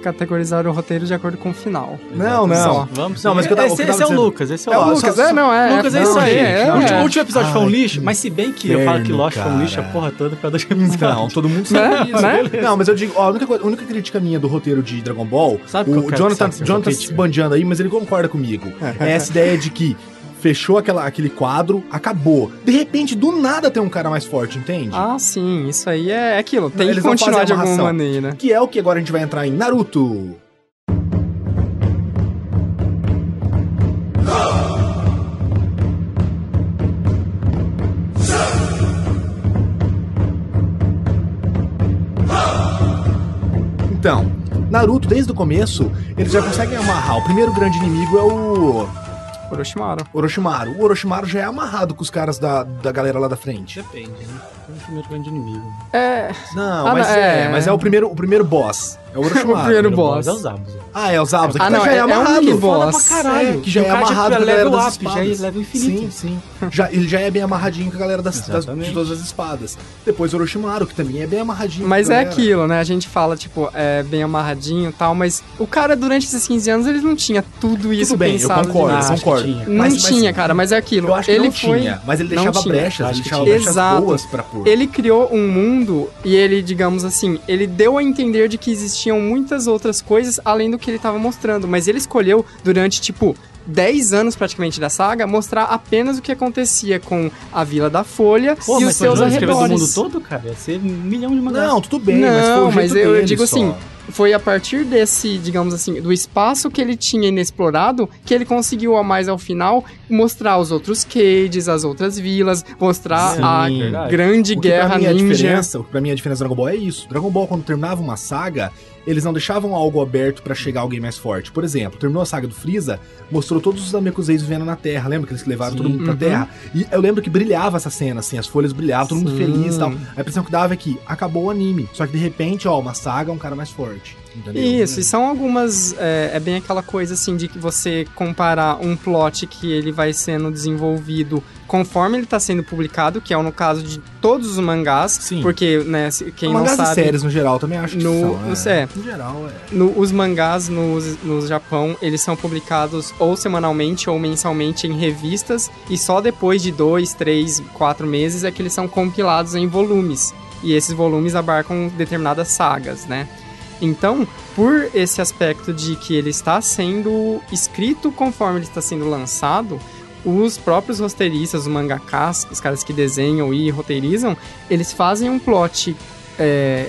[SPEAKER 2] Categorizaram o roteiro de acordo com o final.
[SPEAKER 4] Só.
[SPEAKER 5] Não, não.
[SPEAKER 4] Vamos
[SPEAKER 5] Não, mas o que eu tava-
[SPEAKER 4] esse,
[SPEAKER 5] o que
[SPEAKER 4] esse
[SPEAKER 5] eu tava
[SPEAKER 4] é o
[SPEAKER 5] dizendo-
[SPEAKER 4] Lucas, esse é o
[SPEAKER 5] É, ó,
[SPEAKER 4] Lucas.
[SPEAKER 5] só-
[SPEAKER 2] Lucas, é, não, é.
[SPEAKER 4] Lucas, é
[SPEAKER 5] não,
[SPEAKER 4] isso aí.
[SPEAKER 5] gente,
[SPEAKER 4] é. o,
[SPEAKER 5] não,
[SPEAKER 4] último,
[SPEAKER 5] gente.
[SPEAKER 4] o último episódio foi um
[SPEAKER 5] Ai,
[SPEAKER 4] lixo,
[SPEAKER 5] que
[SPEAKER 4] mas se bem que eu falo que
[SPEAKER 5] inferno,
[SPEAKER 4] Lost foi um lixo a
[SPEAKER 5] cara.
[SPEAKER 4] porra toda por causa do
[SPEAKER 5] Não, todo mundo sabe isso.
[SPEAKER 2] Né?
[SPEAKER 5] Não, mas eu digo, ó, a única, coisa- a única crítica minha do roteiro de Dragon Ball,
[SPEAKER 4] Sabe qual
[SPEAKER 5] o
[SPEAKER 4] que é-
[SPEAKER 5] Jonathan,
[SPEAKER 4] sabe que é a
[SPEAKER 5] Jonathan
[SPEAKER 4] crítica?
[SPEAKER 5] se bandeando aí, mas ele concorda comigo. É essa ideia de que fechou aquela, aquele quadro, acabou. De repente, do nada tem um cara mais forte, entende?
[SPEAKER 2] Ah, sim, isso aí é aquilo. Tem
[SPEAKER 5] Eles
[SPEAKER 2] que
[SPEAKER 5] não
[SPEAKER 2] continuar
[SPEAKER 5] fazem
[SPEAKER 2] de
[SPEAKER 5] a
[SPEAKER 2] alguma
[SPEAKER 5] amarração.
[SPEAKER 2] maneira.
[SPEAKER 5] Que é o que agora a gente vai entrar em Naruto. Então, Naruto, desde o começo, eles já conseguem amarrar. O primeiro grande inimigo é o
[SPEAKER 2] Orochimaru.
[SPEAKER 5] Orochimaru. O Orochimaru já é amarrado com os caras da, da galera lá da frente.
[SPEAKER 4] Depende, né? É o primeiro grande inimigo. né?
[SPEAKER 2] É,
[SPEAKER 5] Não,
[SPEAKER 2] Ah,
[SPEAKER 5] mas,
[SPEAKER 2] não,
[SPEAKER 5] é,
[SPEAKER 2] é.
[SPEAKER 5] mas é o primeiro, o primeiro boss. É o Orochimaru.
[SPEAKER 2] O primeiro
[SPEAKER 4] O
[SPEAKER 2] boss.
[SPEAKER 4] é os Abus.
[SPEAKER 5] Ah, é, os Abus.
[SPEAKER 2] Ah, não,
[SPEAKER 5] já
[SPEAKER 2] é-
[SPEAKER 5] é,
[SPEAKER 2] é um
[SPEAKER 5] amarrado.
[SPEAKER 2] mini boss.
[SPEAKER 5] Foda pra caralho.
[SPEAKER 4] É,
[SPEAKER 5] que já é
[SPEAKER 4] o cara já
[SPEAKER 5] amarrado com a
[SPEAKER 4] tiver
[SPEAKER 5] galera
[SPEAKER 4] level
[SPEAKER 5] das
[SPEAKER 4] up, já
[SPEAKER 5] espadas.
[SPEAKER 4] é level infinito.
[SPEAKER 5] Sim, sim. Já, ele já é bem amarradinho com a galera das, das- de
[SPEAKER 4] Exatamente.
[SPEAKER 5] todas as espadas. Depois o Orochimaru, que também é bem amarradinho.
[SPEAKER 2] mas
[SPEAKER 5] com a
[SPEAKER 2] é
[SPEAKER 5] galera.
[SPEAKER 2] aquilo, né? A gente fala, tipo, é bem amarradinho e tal, mas o cara, durante esses 15 anos, ele não tinha tudo isso
[SPEAKER 5] Tudo bem, eu
[SPEAKER 2] pensado.
[SPEAKER 5] concordo,
[SPEAKER 2] demais.
[SPEAKER 5] eu
[SPEAKER 4] acho que
[SPEAKER 5] concordo.
[SPEAKER 4] tinha.
[SPEAKER 2] Não
[SPEAKER 5] Mas- mas-
[SPEAKER 2] tinha, cara, mas é aquilo.
[SPEAKER 5] Eu acho que
[SPEAKER 2] ele
[SPEAKER 5] não
[SPEAKER 2] foi.
[SPEAKER 5] tinha, mas ele
[SPEAKER 2] não
[SPEAKER 5] deixava
[SPEAKER 2] tinha.
[SPEAKER 5] brechas,
[SPEAKER 4] Acho
[SPEAKER 5] ele
[SPEAKER 4] que
[SPEAKER 5] deixava
[SPEAKER 4] tinha.
[SPEAKER 5] brechas
[SPEAKER 2] Exato.
[SPEAKER 5] boas pra pôr.
[SPEAKER 2] Ele criou um mundo e ele, digamos assim, ele deu a entender de que existiam muitas outras coisas além do que ele estava mostrando, mas ele escolheu durante tipo 10 anos praticamente da saga mostrar apenas o que acontecia com a Vila da Folha
[SPEAKER 4] Pô,
[SPEAKER 2] e
[SPEAKER 4] mas
[SPEAKER 2] os seus
[SPEAKER 4] se escrever do mundo
[SPEAKER 2] arredores.
[SPEAKER 4] todo, cara, ia ser um milhão de mangas.
[SPEAKER 5] Não, tudo bem, mas foi o
[SPEAKER 2] Não,
[SPEAKER 5] jeito
[SPEAKER 2] mas eu- eu
[SPEAKER 5] dele
[SPEAKER 2] digo
[SPEAKER 5] só.
[SPEAKER 2] assim, Foi a partir desse, digamos assim, do espaço que ele tinha inexplorado que ele conseguiu a mais ao final mostrar os outros cages, as outras vilas, mostrar
[SPEAKER 5] Sim,
[SPEAKER 2] a
[SPEAKER 4] é verdade.
[SPEAKER 2] grande
[SPEAKER 5] O que pra
[SPEAKER 2] guerra
[SPEAKER 5] mim é a
[SPEAKER 2] ninja.
[SPEAKER 5] diferença, o que pra mim é a diferença do Dragon Ball é isso. Dragon Ball, quando terminava uma saga, eles não deixavam algo aberto pra chegar alguém mais forte. Por exemplo, terminou a saga do Freeza, mostrou todos os Namekuseis vivendo na Terra. Lembra que eles levaram
[SPEAKER 4] Sim.
[SPEAKER 5] todo mundo pra
[SPEAKER 2] Uhum.
[SPEAKER 5] Terra? E eu lembro que brilhava essa cena, assim, as folhas brilhavam, todo mundo
[SPEAKER 2] Sim.
[SPEAKER 5] feliz e tal. A impressão que dava é que acabou o anime. Só que de repente, ó, uma saga, um cara mais forte. Entendeu?
[SPEAKER 2] Isso, e são algumas. É, é bem aquela coisa assim de que você comparar um plot que ele vai sendo desenvolvido conforme ele tá sendo publicado, que é no caso de todos os mangás,
[SPEAKER 5] Sim. É
[SPEAKER 2] porque, né, se- quem
[SPEAKER 5] Mangás
[SPEAKER 2] não
[SPEAKER 5] e
[SPEAKER 2] sabe.
[SPEAKER 5] séries no geral também acho que
[SPEAKER 2] No,
[SPEAKER 5] são.
[SPEAKER 2] é,
[SPEAKER 5] No geral, é.
[SPEAKER 2] no- os mangás no, no Japão, eles são publicados ou semanalmente ou mensalmente em revistas, e só depois de dois, três, quatro meses é que eles são compilados em volumes. E esses volumes abarcam determinadas sagas, né? Então, por esse aspecto de que ele está sendo escrito conforme ele está sendo lançado, os próprios roteiristas, os mangakas, os caras que desenham e roteirizam, eles fazem um plot é,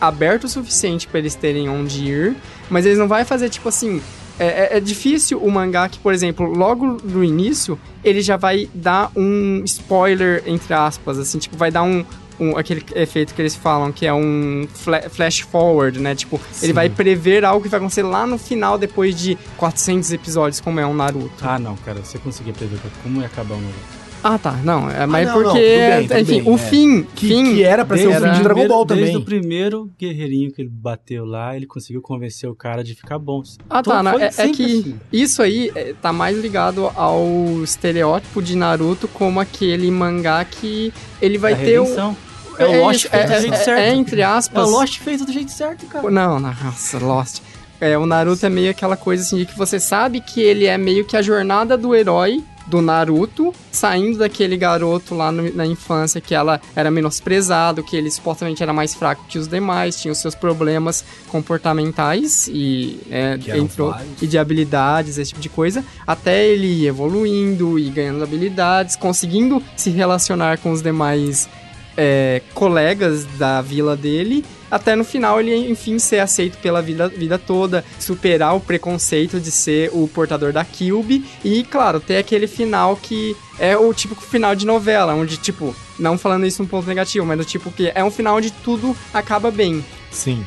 [SPEAKER 2] aberto o suficiente para eles terem onde ir, mas eles não vai fazer tipo assim. É, é- é difícil o mangá que, por exemplo, logo no início, ele já vai dar um spoiler, entre aspas, assim, tipo, vai dar um. um- aquele efeito que eles falam que é um fla- flash forward, né? Tipo, ele vai prever algo que vai acontecer lá no final depois de 400 episódios, como é um Naruto.
[SPEAKER 4] Ah, não, cara, você conseguia prever como ia acabar o Naruto.
[SPEAKER 2] Ah, tá. Não, é, mas
[SPEAKER 5] não, não,
[SPEAKER 2] porque.
[SPEAKER 5] tudo bem, tudo
[SPEAKER 2] enfim,
[SPEAKER 5] bem,
[SPEAKER 2] o
[SPEAKER 5] é.
[SPEAKER 2] fim.
[SPEAKER 5] Que,
[SPEAKER 2] fim
[SPEAKER 5] que era pra ser o
[SPEAKER 2] Desde
[SPEAKER 5] fim de
[SPEAKER 2] o
[SPEAKER 5] Dragon Ball
[SPEAKER 4] Desde
[SPEAKER 5] também.
[SPEAKER 4] o primeiro guerreirinho que ele bateu lá, ele conseguiu convencer o cara de ficar bom.
[SPEAKER 2] Ah,
[SPEAKER 4] Então,
[SPEAKER 2] tá. não,
[SPEAKER 4] foi
[SPEAKER 2] é, é
[SPEAKER 4] sempre
[SPEAKER 2] que
[SPEAKER 4] assim.
[SPEAKER 2] isso aí é, tá mais ligado ao estereótipo de Naruto como aquele mangá que ele vai
[SPEAKER 4] A
[SPEAKER 2] ter o.
[SPEAKER 4] redenção. É o Lost
[SPEAKER 2] isso,
[SPEAKER 4] feito do jeito certo.
[SPEAKER 2] é, entre
[SPEAKER 4] É o
[SPEAKER 2] aspas.
[SPEAKER 4] Lost feito do jeito certo, cara.
[SPEAKER 2] Não, não, nossa, Lost. É, o Naruto é meio aquela coisa assim de que você sabe que ele é meio que a jornada do herói do Naruto, saindo daquele garoto lá no- na infância que ela era menosprezado, que ele supostamente era mais fraco que os demais, tinha os seus problemas comportamentais e é,
[SPEAKER 5] Que eram
[SPEAKER 2] entrou
[SPEAKER 5] vários.
[SPEAKER 2] e de habilidades, esse tipo de coisa, até ele ir evoluindo e ganhando habilidades, conseguindo se relacionar com os demais é, colegas da vila dele, até no final ele, enfim, ser aceito pela vida, vida toda, superar o preconceito de ser o portador da Cube, e, claro, ter aquele final que é o típico final de novela, onde, tipo, não falando isso um ponto negativo, mas do tipo que é um final onde tudo acaba bem.
[SPEAKER 5] Sim.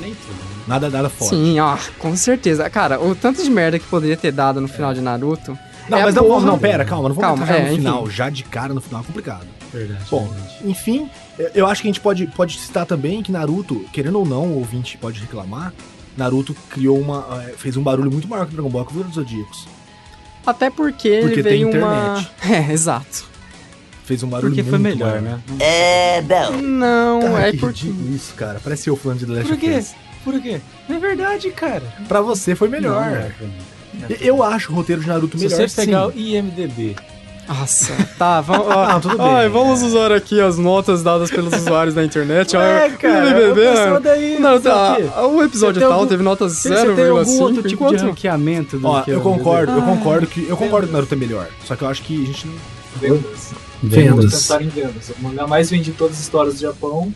[SPEAKER 4] Nem tudo. né?
[SPEAKER 5] Nada, nada forte.
[SPEAKER 2] Sim, ó, com certeza. Cara, o tanto de merda que poderia ter dado no final de Naruto.
[SPEAKER 5] Não,
[SPEAKER 2] é
[SPEAKER 5] mas
[SPEAKER 2] a
[SPEAKER 5] não,
[SPEAKER 2] porra.
[SPEAKER 5] vamos- não, pera, calma, não vamos
[SPEAKER 2] Calma,
[SPEAKER 5] entrar já
[SPEAKER 2] é,
[SPEAKER 5] no final,
[SPEAKER 2] enfim.
[SPEAKER 5] já de cara no final é complicado.
[SPEAKER 4] Verdade.
[SPEAKER 5] Bom,
[SPEAKER 4] verdade.
[SPEAKER 5] enfim, é, eu- eu acho que a gente pode, pode citar também que Naruto, querendo ou não, o ouvinte pode reclamar, Naruto criou uma. eh, fez um barulho muito maior que o Dragon Ball que o Cavaleiro dos Zodíacos.
[SPEAKER 2] Até porque,
[SPEAKER 5] Porque
[SPEAKER 2] ele
[SPEAKER 5] tem
[SPEAKER 2] veio uma.
[SPEAKER 5] internet.
[SPEAKER 2] É, exato.
[SPEAKER 5] Fez um barulho
[SPEAKER 4] Porque
[SPEAKER 5] muito
[SPEAKER 4] foi melhor,
[SPEAKER 5] maior.
[SPEAKER 4] né?
[SPEAKER 7] É, não.
[SPEAKER 2] Não,
[SPEAKER 5] Cara,
[SPEAKER 2] é
[SPEAKER 5] que
[SPEAKER 2] porque.
[SPEAKER 5] ridículo isso, cara. Parece eu falando de The Last
[SPEAKER 4] Por
[SPEAKER 5] of
[SPEAKER 4] quê?
[SPEAKER 5] Us.
[SPEAKER 4] Por quê? É verdade, cara.
[SPEAKER 5] Pra você foi melhor.
[SPEAKER 4] Não, não é pra mim.
[SPEAKER 5] E- Eu acho o roteiro de Naruto
[SPEAKER 4] Se
[SPEAKER 5] melhor.
[SPEAKER 4] você pegar
[SPEAKER 5] sim.
[SPEAKER 4] o IMDB,
[SPEAKER 2] Nossa, tá, vamos. ó.
[SPEAKER 5] Ah, tudo bem.
[SPEAKER 2] Ai, vamos usar aqui as notas dadas pelos usuários da internet.
[SPEAKER 4] Ué,
[SPEAKER 2] ó,
[SPEAKER 4] É, cara,
[SPEAKER 2] IMDb,
[SPEAKER 4] eu tô
[SPEAKER 2] né?
[SPEAKER 4] só daí,
[SPEAKER 2] Não,
[SPEAKER 4] sei
[SPEAKER 2] tá,
[SPEAKER 4] o quê.
[SPEAKER 2] o episódio
[SPEAKER 4] Você tem
[SPEAKER 2] tal
[SPEAKER 4] algum-
[SPEAKER 2] teve nota
[SPEAKER 4] Se você tem algum
[SPEAKER 2] 0,5.
[SPEAKER 4] outro tipo de
[SPEAKER 2] enquanto-
[SPEAKER 4] ranqueamento do
[SPEAKER 5] Ó,
[SPEAKER 4] que
[SPEAKER 5] eu
[SPEAKER 4] o
[SPEAKER 5] concordo, eu
[SPEAKER 2] Ah.
[SPEAKER 5] concordo que eu concordo que Naruto é melhor. Só que eu acho que a gente não.
[SPEAKER 1] Vendas.
[SPEAKER 4] IMDb.
[SPEAKER 5] Vendas.
[SPEAKER 4] Vendas.
[SPEAKER 1] Cantar em vendas. O mangá mais vendido de todas as histórias do Japão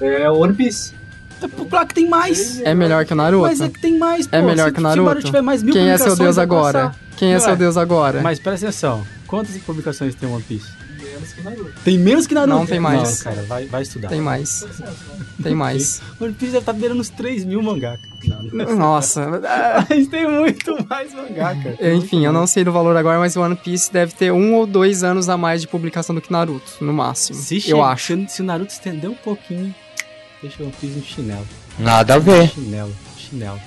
[SPEAKER 1] é One Piece.
[SPEAKER 4] É, Claro que tem mais.
[SPEAKER 2] É melhor que o Naruto?
[SPEAKER 4] Mas é que tem mais, pô.
[SPEAKER 2] É melhor
[SPEAKER 4] se,
[SPEAKER 2] que o Naruto?
[SPEAKER 4] Se o Naruto tiver mais mil
[SPEAKER 2] Quem é seu
[SPEAKER 4] publicações,
[SPEAKER 2] Deus
[SPEAKER 4] vai
[SPEAKER 2] agora?
[SPEAKER 4] passar.
[SPEAKER 2] Quem é
[SPEAKER 4] Não
[SPEAKER 2] seu
[SPEAKER 4] é.
[SPEAKER 2] Deus agora?
[SPEAKER 4] Mas presta atenção. Quantas publicações tem One Piece?
[SPEAKER 1] Menos que Naruto.
[SPEAKER 4] Tem menos que Naruto.
[SPEAKER 2] Não, tem mais.
[SPEAKER 4] Não, cara, vai, vai estudar.
[SPEAKER 2] Tem mais. Tem mais.
[SPEAKER 4] One Piece deve estar beirando uns 3 mil mangá. cara.
[SPEAKER 2] Nossa.
[SPEAKER 4] Mas tem muito mais mangá, cara.
[SPEAKER 2] É, Enfim, eu não sei do valor agora, mas o One Piece deve ter um ou dois anos a mais de publicação do que Naruto, no máximo.
[SPEAKER 4] Se
[SPEAKER 2] eu
[SPEAKER 4] chega-
[SPEAKER 2] acho.
[SPEAKER 4] Se, se o Naruto estender um pouquinho, deixa o One Piece no chinelo.
[SPEAKER 11] Nada a ver.
[SPEAKER 4] Chinelo, chinelo.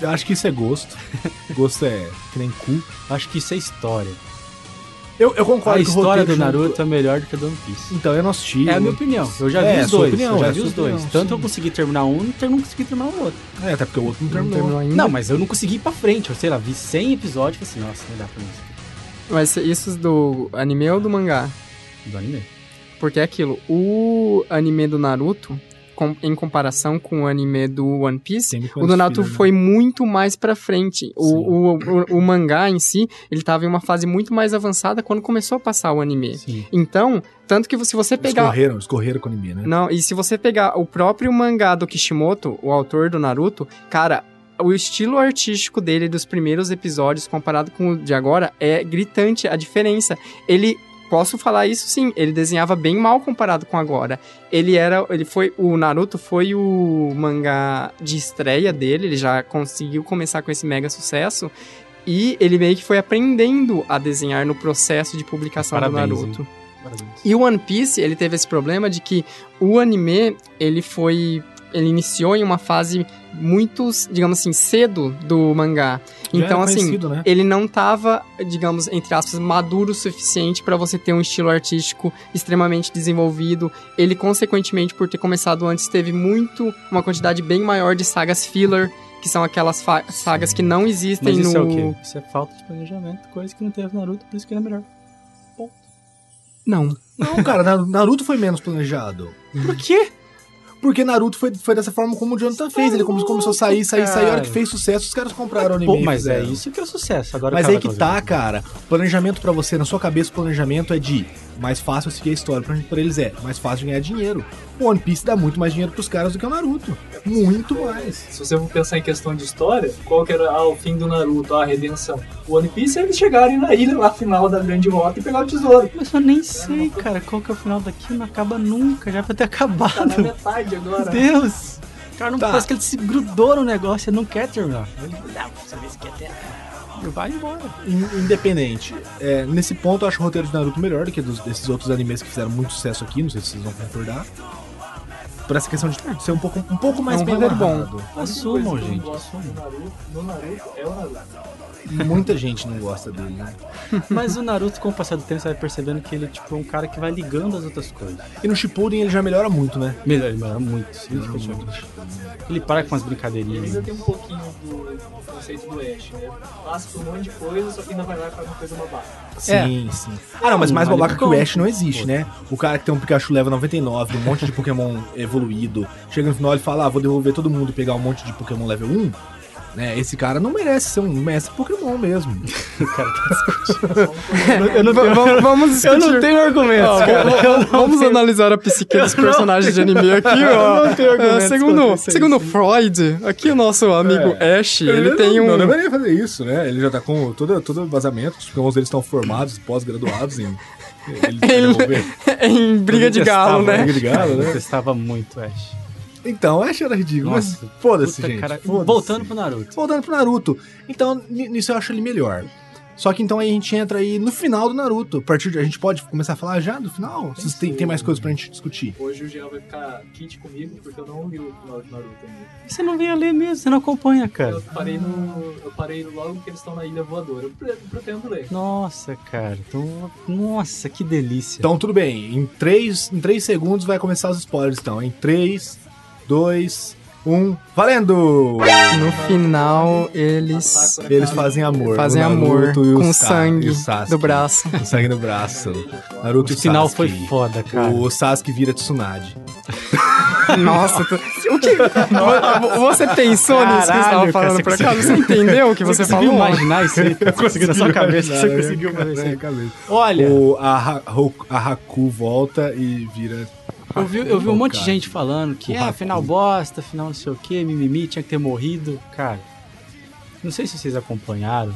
[SPEAKER 5] Eu acho que isso é gosto. gosto é que nem cu.
[SPEAKER 4] Acho que isso é história.
[SPEAKER 5] Eu, eu concordo
[SPEAKER 4] a
[SPEAKER 5] que o
[SPEAKER 4] história
[SPEAKER 5] roteiro
[SPEAKER 4] do
[SPEAKER 5] de
[SPEAKER 4] Naruto é melhor do que a do One Piece.
[SPEAKER 5] Então eu não assisti.
[SPEAKER 4] É a
[SPEAKER 5] eu
[SPEAKER 4] minha
[SPEAKER 5] não-
[SPEAKER 4] opinião. Eu já
[SPEAKER 5] É,
[SPEAKER 4] vi
[SPEAKER 5] a
[SPEAKER 4] os
[SPEAKER 5] sua
[SPEAKER 4] dois.
[SPEAKER 5] opinião,
[SPEAKER 4] eu já
[SPEAKER 5] é a
[SPEAKER 4] vi
[SPEAKER 5] sua
[SPEAKER 4] os dois.
[SPEAKER 5] opinião,
[SPEAKER 4] Tanto
[SPEAKER 5] sim.
[SPEAKER 4] eu consegui terminar um, tanto eu não consegui terminar o outro.
[SPEAKER 5] É, até porque o outro não
[SPEAKER 2] Não
[SPEAKER 5] terminou.
[SPEAKER 2] terminou ainda.
[SPEAKER 4] Não, mas eu não consegui ir pra frente. Eu sei lá, vi 100 episódios e falei assim, nossa, não dá pra mim.
[SPEAKER 2] Mas isso do anime ou do mangá?
[SPEAKER 4] Do anime.
[SPEAKER 2] Porque é aquilo, o anime do Naruto, com- em comparação com o anime do One Piece,
[SPEAKER 5] Sempre com
[SPEAKER 2] o do Naruto
[SPEAKER 5] spoiler, né?
[SPEAKER 2] foi muito mais pra frente. O, o, o, o mangá em si, ele tava em uma fase muito mais avançada quando começou a passar o anime.
[SPEAKER 4] Sim.
[SPEAKER 2] Então, tanto que se você
[SPEAKER 5] Eles
[SPEAKER 2] pegar
[SPEAKER 5] correram, eles correram com o anime, né?
[SPEAKER 2] Não, e se você pegar o próprio mangá do Kishimoto, o autor do Naruto, cara, o estilo artístico dele dos primeiros episódios comparado com o de agora é gritante a diferença. Ele posso falar isso sim, ele desenhava bem mal comparado com agora. Ele era, ele foi o Naruto foi o mangá de estreia dele, ele já conseguiu começar com esse mega sucesso. E ele meio que foi aprendendo a desenhar no processo de publicação
[SPEAKER 4] Parabéns,
[SPEAKER 2] do
[SPEAKER 4] hein?
[SPEAKER 2] Naruto.
[SPEAKER 4] Parabéns.
[SPEAKER 2] E o One Piece, ele teve esse problema de que o anime, ele foi. Ele iniciou em uma fase muito, digamos assim, cedo do mangá.
[SPEAKER 5] Já
[SPEAKER 2] Então,
[SPEAKER 5] era
[SPEAKER 2] assim,
[SPEAKER 5] conhecido, né?
[SPEAKER 2] ele não tava, digamos, entre aspas, maduro o suficiente para você ter um estilo artístico extremamente desenvolvido. Ele, consequentemente, por ter começado antes, teve muito. uma quantidade bem maior de sagas filler, que são aquelas fa- sagas que não existem
[SPEAKER 4] Mas isso
[SPEAKER 2] no.
[SPEAKER 4] é o quê? Isso é falta de planejamento, coisa que não teve no Naruto, por isso que ele é melhor.
[SPEAKER 2] Não.
[SPEAKER 5] Não, cara, Na- Naruto foi menos planejado.
[SPEAKER 4] Por quê?
[SPEAKER 5] Porque Naruto foi, foi dessa forma como o Jonathan fez. Ele come- começou a sair, sair, sair. A hora que fez sucesso, os caras compraram o anime.
[SPEAKER 4] Pô,
[SPEAKER 5] e
[SPEAKER 4] mas é
[SPEAKER 5] fizeram.
[SPEAKER 4] isso que é o sucesso. Agora
[SPEAKER 5] Mas
[SPEAKER 4] o cara
[SPEAKER 5] aí que
[SPEAKER 4] vai
[SPEAKER 5] tá,
[SPEAKER 4] fazer.
[SPEAKER 5] cara. Planejamento pra você, na sua cabeça, o planejamento é de mais fácil seguir a história. Pra, gente- pra eles é mais fácil de ganhar dinheiro. O One Piece dá muito mais dinheiro pros caras do que o Naruto. Muito mais.
[SPEAKER 1] Se você for pensar em questão de história, qual que era ah, o fim do Naruto, a redenção? O One Piece, eles chegarem na ilha, lá final da grande rota e pegar o tesouro.
[SPEAKER 4] Mas eu nem sei, cara, qual que é o final daquilo. Não acaba nunca, já vai ter
[SPEAKER 1] Tá na
[SPEAKER 4] acabado.
[SPEAKER 1] metade agora.
[SPEAKER 4] Meu Deus! Cara, não
[SPEAKER 5] Tá.
[SPEAKER 4] parece que ele se grudou no negócio, ele não quer terminar. Ele, não, você vê se quer terminar. Vai embora.
[SPEAKER 5] In- independente. É, nesse ponto, eu acho o roteiro de Naruto melhor do que dos- desses outros animes que fizeram muito sucesso aqui. Não sei se vocês vão concordar. Por essa questão de ser um pouco, um pouco mais
[SPEAKER 2] É um
[SPEAKER 5] bem
[SPEAKER 2] roteiro bom.
[SPEAKER 5] amarrado.
[SPEAKER 1] A única coisa
[SPEAKER 4] Assumam,
[SPEAKER 1] que eu
[SPEAKER 4] gente.
[SPEAKER 1] gosto do Naruto, do Naruto é o Naruto.
[SPEAKER 5] Muita gente não gosta dele, né?
[SPEAKER 4] Mas o Naruto, com o passar do tempo, você vai percebendo que ele tipo, é um cara que vai ligando as outras coisas.
[SPEAKER 5] E no Shippuden ele já melhora muito, né?
[SPEAKER 4] Melhora, melhora muito, significativamente. Ele para com as brincadeirinhas.
[SPEAKER 1] Ainda tem um pouquinho do conceito do Ash, né? Passa por um monte de coisa, só que ainda vai lá e faz uma coisa babaca.
[SPEAKER 5] Sim, sim. Ah, não, mas mais
[SPEAKER 4] Vale
[SPEAKER 5] babaca que o
[SPEAKER 4] ponto.
[SPEAKER 5] Ash não existe, né? O cara que tem um Pikachu leva 99, um monte de Pokémon evoluído. Chega no final ele fala, ah, vou devolver todo mundo e pegar um monte de Pokémon level 1. Né? Esse cara não merece ser um mestre Pokémon mesmo.
[SPEAKER 4] O cara tá
[SPEAKER 2] Eu não, vamos, vamos discutir. Eu não tenho argumentos, cara. vamos analisar a psique dos personagens de anime aqui, ó.
[SPEAKER 5] Eu não tenho argumentos
[SPEAKER 2] Ah, segundo
[SPEAKER 5] contra isso aí,
[SPEAKER 2] segundo Freud, aqui o nosso amigo Ash, ele, tem
[SPEAKER 5] não,
[SPEAKER 2] um...
[SPEAKER 5] Não deveria fazer isso, né? Ele já tá com todo, todo vazamento, os Pokémon dele estão formados, pós-graduados em... Ele vai devolver.
[SPEAKER 2] em briga de galo, né?
[SPEAKER 5] briga de galo, né?
[SPEAKER 4] Eu testava muito, é. Ash.
[SPEAKER 5] Então, Ash era ridículo,
[SPEAKER 4] Nossa,
[SPEAKER 5] mas foda-se,
[SPEAKER 4] puta,
[SPEAKER 5] gente.
[SPEAKER 4] cara.
[SPEAKER 5] foda-se.
[SPEAKER 4] Voltando pro Naruto.
[SPEAKER 5] voltando pro Naruto. Então, ni- nisso eu acho ele melhor. Só que então aí a gente entra aí no final do Naruto. A partir de a gente pode começar a falar já do final? Vocês têm, tem mais coisas pra gente discutir?
[SPEAKER 1] Hoje o Jean vai ficar kit comigo, porque eu não li o final de Naruto ainda.
[SPEAKER 4] Você não vem ali mesmo, você não acompanha, cara.
[SPEAKER 1] Eu parei no. Eu parei logo que eles estão na ilha voadora. Eu pre- pretendo ler.
[SPEAKER 4] Nossa, cara. Então, nossa, que delícia.
[SPEAKER 5] Então, tudo bem. Em 3 em três segundos vai começar os spoilers, então. Em 3, 2, 1. Valendo!
[SPEAKER 2] No final, eles
[SPEAKER 5] Eles fazem amor.
[SPEAKER 2] fazem
[SPEAKER 5] O
[SPEAKER 2] amor
[SPEAKER 5] Naruto e o
[SPEAKER 2] com
[SPEAKER 5] Sa-
[SPEAKER 2] sangue
[SPEAKER 5] e o Sasuke.
[SPEAKER 2] do braço.
[SPEAKER 5] Com sangue no braço. Naruto e
[SPEAKER 4] O final
[SPEAKER 5] Sasuke.
[SPEAKER 4] foi foda, cara.
[SPEAKER 5] O Sasuke vira Tsunade.
[SPEAKER 2] Nossa, tu- o que? Vo- Você pensou nisso
[SPEAKER 4] Caralho,
[SPEAKER 2] que você
[SPEAKER 4] cara,
[SPEAKER 2] tava falando
[SPEAKER 4] você
[SPEAKER 2] por
[SPEAKER 4] conseguiu-
[SPEAKER 2] acaso? Você entendeu o que você
[SPEAKER 4] conseguiu
[SPEAKER 2] falou?
[SPEAKER 4] imaginar isso aí? Eu consegui na sua cabeça. Você conseguiu
[SPEAKER 5] na
[SPEAKER 4] imaginar
[SPEAKER 5] minha
[SPEAKER 4] isso
[SPEAKER 5] É, cabeça.
[SPEAKER 4] Olha,
[SPEAKER 5] O, a, Ha- Ho- a Haku volta e vira.
[SPEAKER 4] eu vi, eu vi um
[SPEAKER 5] Pô,
[SPEAKER 4] monte de
[SPEAKER 5] cara.
[SPEAKER 4] gente falando que ah, final bosta, final não sei o que, mimimi, tinha que ter morrido. Cara, não sei se vocês acompanharam,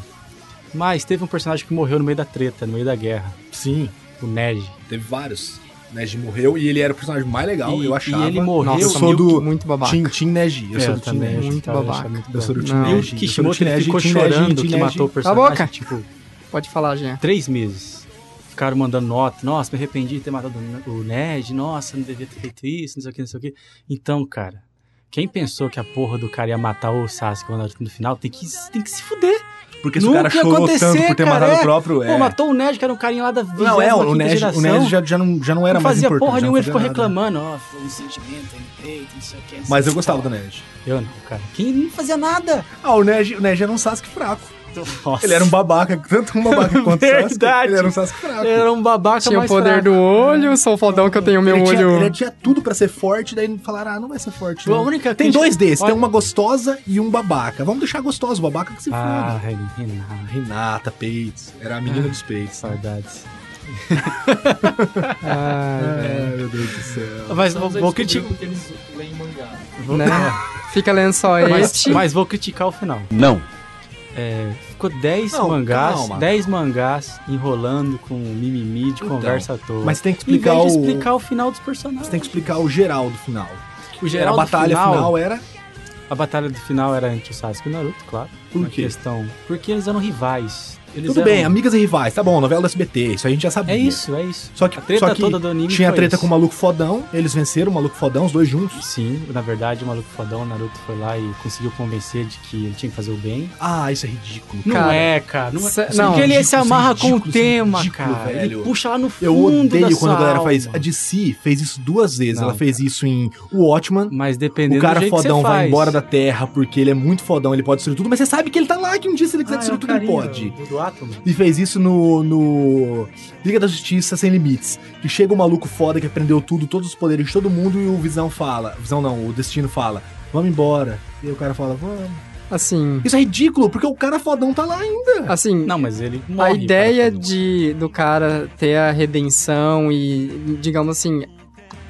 [SPEAKER 4] mas teve um personagem que morreu no meio da treta, no meio da guerra.
[SPEAKER 5] Sim,
[SPEAKER 4] O Neji.
[SPEAKER 5] teve vários. Neji morreu e ele era o personagem mais legal,
[SPEAKER 4] E-
[SPEAKER 5] eu achava.
[SPEAKER 4] e ele morreu,
[SPEAKER 5] Nossa, eu
[SPEAKER 4] Nossa,
[SPEAKER 5] sou do
[SPEAKER 2] muito babaca.
[SPEAKER 5] Team, team Neji. Eu
[SPEAKER 4] É,
[SPEAKER 5] sou do Team
[SPEAKER 4] também,
[SPEAKER 5] Neji.
[SPEAKER 4] acho
[SPEAKER 2] Muito
[SPEAKER 4] que tava-
[SPEAKER 2] babaca.
[SPEAKER 4] achava muito
[SPEAKER 5] Eu sou do
[SPEAKER 4] bom.
[SPEAKER 5] Team
[SPEAKER 2] Não.
[SPEAKER 4] E o
[SPEAKER 5] Neji. eu sou do
[SPEAKER 4] Kishimoto
[SPEAKER 5] Team
[SPEAKER 4] ele
[SPEAKER 5] Neji,
[SPEAKER 4] ficou
[SPEAKER 5] Team
[SPEAKER 4] chorando
[SPEAKER 5] Neji,
[SPEAKER 4] que
[SPEAKER 5] Team Neji.
[SPEAKER 4] matou o
[SPEAKER 2] Cala a
[SPEAKER 4] personagem,
[SPEAKER 2] boca.
[SPEAKER 4] tipo,
[SPEAKER 2] Pode falar, Jean.
[SPEAKER 4] três meses. Ficaram mandando nota, nossa, me arrependi de ter matado o Ned, nossa, não devia ter feito isso, não sei o que, não sei o que. Então, cara, quem pensou que a porra do cara ia matar o Sasuke quando era no final, tem que, tem que se fuder.
[SPEAKER 5] Porque se o
[SPEAKER 4] Nunca
[SPEAKER 5] cara chorou
[SPEAKER 4] aconteceu,
[SPEAKER 5] tanto por ter
[SPEAKER 4] cara,
[SPEAKER 5] matado
[SPEAKER 4] é.
[SPEAKER 5] o próprio. É.
[SPEAKER 4] Pô, matou o Ned, que era um carinha lá da
[SPEAKER 5] não, é, o Neji, o
[SPEAKER 4] geração.
[SPEAKER 5] Neji já, já, não, já não era
[SPEAKER 4] não
[SPEAKER 5] mais
[SPEAKER 4] fazia
[SPEAKER 5] importante.
[SPEAKER 4] porra
[SPEAKER 5] já não
[SPEAKER 4] nenhuma, ele ficou
[SPEAKER 5] fazia nada.
[SPEAKER 4] reclamando, ó, foi um sentimento aí no peito, não sei o que. não sei
[SPEAKER 5] Mas
[SPEAKER 4] o
[SPEAKER 5] eu
[SPEAKER 4] que
[SPEAKER 5] gostava do
[SPEAKER 4] tal.
[SPEAKER 5] Neji.
[SPEAKER 4] Eu não, cara. Quem não fazia nada?
[SPEAKER 5] Ah, o Neji, o Neji era um Sasuke fraco.
[SPEAKER 4] Nossa.
[SPEAKER 5] Ele era um babaca, tanto um babaca quanto o Sasuke.
[SPEAKER 4] Verdade.
[SPEAKER 5] Ele era um Sasuke fraco.
[SPEAKER 4] Ele era um babaca
[SPEAKER 2] Tinha o
[SPEAKER 4] mais
[SPEAKER 2] poder
[SPEAKER 4] fraco.
[SPEAKER 2] do olho, sou o fodão que eu tenho meu
[SPEAKER 5] ele, tinha,
[SPEAKER 2] olho.
[SPEAKER 5] ele tinha tudo pra ser forte, daí falaram, ah, não vai ser forte.
[SPEAKER 4] A
[SPEAKER 5] não.
[SPEAKER 4] única
[SPEAKER 5] Tem
[SPEAKER 4] crítica-
[SPEAKER 5] dois desses,
[SPEAKER 4] Olha-
[SPEAKER 5] tem uma gostosa e um babaca. Vamos deixar gostoso, o babaca que se
[SPEAKER 4] Ah,
[SPEAKER 5] foda.
[SPEAKER 4] Renan,
[SPEAKER 5] Renata, Peitos, era a menina dos Peitos.
[SPEAKER 4] saudades.
[SPEAKER 2] Ah,
[SPEAKER 5] Ai, É, meu Deus do céu.
[SPEAKER 4] Mas
[SPEAKER 1] Então,
[SPEAKER 4] vou,
[SPEAKER 1] eles
[SPEAKER 4] vou
[SPEAKER 1] descobriram
[SPEAKER 4] criticar.
[SPEAKER 1] que eles leem mangá.
[SPEAKER 4] vou-
[SPEAKER 2] né? Fica lendo
[SPEAKER 5] É
[SPEAKER 2] só
[SPEAKER 4] Mas,
[SPEAKER 2] este.
[SPEAKER 4] mas vou criticar o final.
[SPEAKER 8] Não.
[SPEAKER 4] É, ficou 10
[SPEAKER 5] Não,
[SPEAKER 4] mangás,
[SPEAKER 5] calma.
[SPEAKER 4] 10 mangás enrolando com mimimi de
[SPEAKER 5] Então,
[SPEAKER 4] conversa à toa.
[SPEAKER 5] Mas tem que
[SPEAKER 4] em
[SPEAKER 5] explicar
[SPEAKER 4] vez
[SPEAKER 5] o...
[SPEAKER 4] de explicar o final dos personagens.
[SPEAKER 5] Você tem que explicar o geral do final.
[SPEAKER 4] o
[SPEAKER 5] Era a
[SPEAKER 4] do
[SPEAKER 5] batalha final, era...
[SPEAKER 4] A batalha do final era entre o Sasuke e o Naruto, claro.
[SPEAKER 5] Por
[SPEAKER 4] Uma
[SPEAKER 5] quê?
[SPEAKER 4] Questão, porque eles eram rivais. Eles
[SPEAKER 5] Tudo
[SPEAKER 4] eram-
[SPEAKER 5] bem, amigas e rivais, tá bom, novela do SBT, isso a gente já sabia.
[SPEAKER 4] É isso, é isso.
[SPEAKER 5] Só que,
[SPEAKER 4] A treta
[SPEAKER 5] só que
[SPEAKER 4] toda do anime
[SPEAKER 5] tinha
[SPEAKER 4] foi
[SPEAKER 5] treta
[SPEAKER 4] isso.
[SPEAKER 5] com o maluco fodão, eles venceram o maluco fodão, os dois juntos.
[SPEAKER 4] Sim, na verdade, o maluco fodão, o Naruto foi lá e conseguiu convencer de que ele tinha que fazer o bem.
[SPEAKER 5] Ah, isso é ridículo.
[SPEAKER 4] Não
[SPEAKER 2] Cara,
[SPEAKER 4] é, cara. Não é.
[SPEAKER 2] cê-
[SPEAKER 4] Porque
[SPEAKER 2] não,
[SPEAKER 4] ele
[SPEAKER 5] ridículo,
[SPEAKER 4] se amarra
[SPEAKER 5] isso é
[SPEAKER 4] com o
[SPEAKER 5] ridículo, isso é
[SPEAKER 4] tema,
[SPEAKER 5] ridículo,
[SPEAKER 4] cara.
[SPEAKER 5] velho.
[SPEAKER 4] Ele puxa lá no fundo
[SPEAKER 5] Eu
[SPEAKER 4] da
[SPEAKER 5] odeio
[SPEAKER 4] sua
[SPEAKER 5] quando a galera
[SPEAKER 4] alma.
[SPEAKER 5] faz isso. A DC fez isso duas vezes.
[SPEAKER 4] Não,
[SPEAKER 5] Ela fez isso em Watchman.
[SPEAKER 4] Mas dependendo
[SPEAKER 5] O
[SPEAKER 4] do
[SPEAKER 5] cara
[SPEAKER 4] jeito que
[SPEAKER 5] fodão
[SPEAKER 4] você
[SPEAKER 5] vai
[SPEAKER 4] faz.
[SPEAKER 5] embora da Terra porque ele é muito fodão, ele pode destruir tudo, mas você sabe que ele tá lá, que um dia se ele quiser
[SPEAKER 4] Ah, é
[SPEAKER 5] destruir
[SPEAKER 4] o
[SPEAKER 5] tudo, ele
[SPEAKER 4] carinha
[SPEAKER 5] pode.
[SPEAKER 4] do- do átomo.
[SPEAKER 5] E fez isso no, no Liga da Justiça Sem Limites. Que chega o maluco foda que aprendeu tudo, todos os poderes de todo mundo, e o Visão fala. Visão não, o Destino fala, vamos embora. E aí o cara fala, vamos.
[SPEAKER 2] Assim,
[SPEAKER 5] Isso é ridículo, porque o cara fodão tá lá ainda.
[SPEAKER 2] assim,
[SPEAKER 4] Não, mas ele morre
[SPEAKER 2] a
[SPEAKER 4] para
[SPEAKER 2] ideia
[SPEAKER 4] todo mundo.
[SPEAKER 2] de do cara ter a redenção e, digamos assim,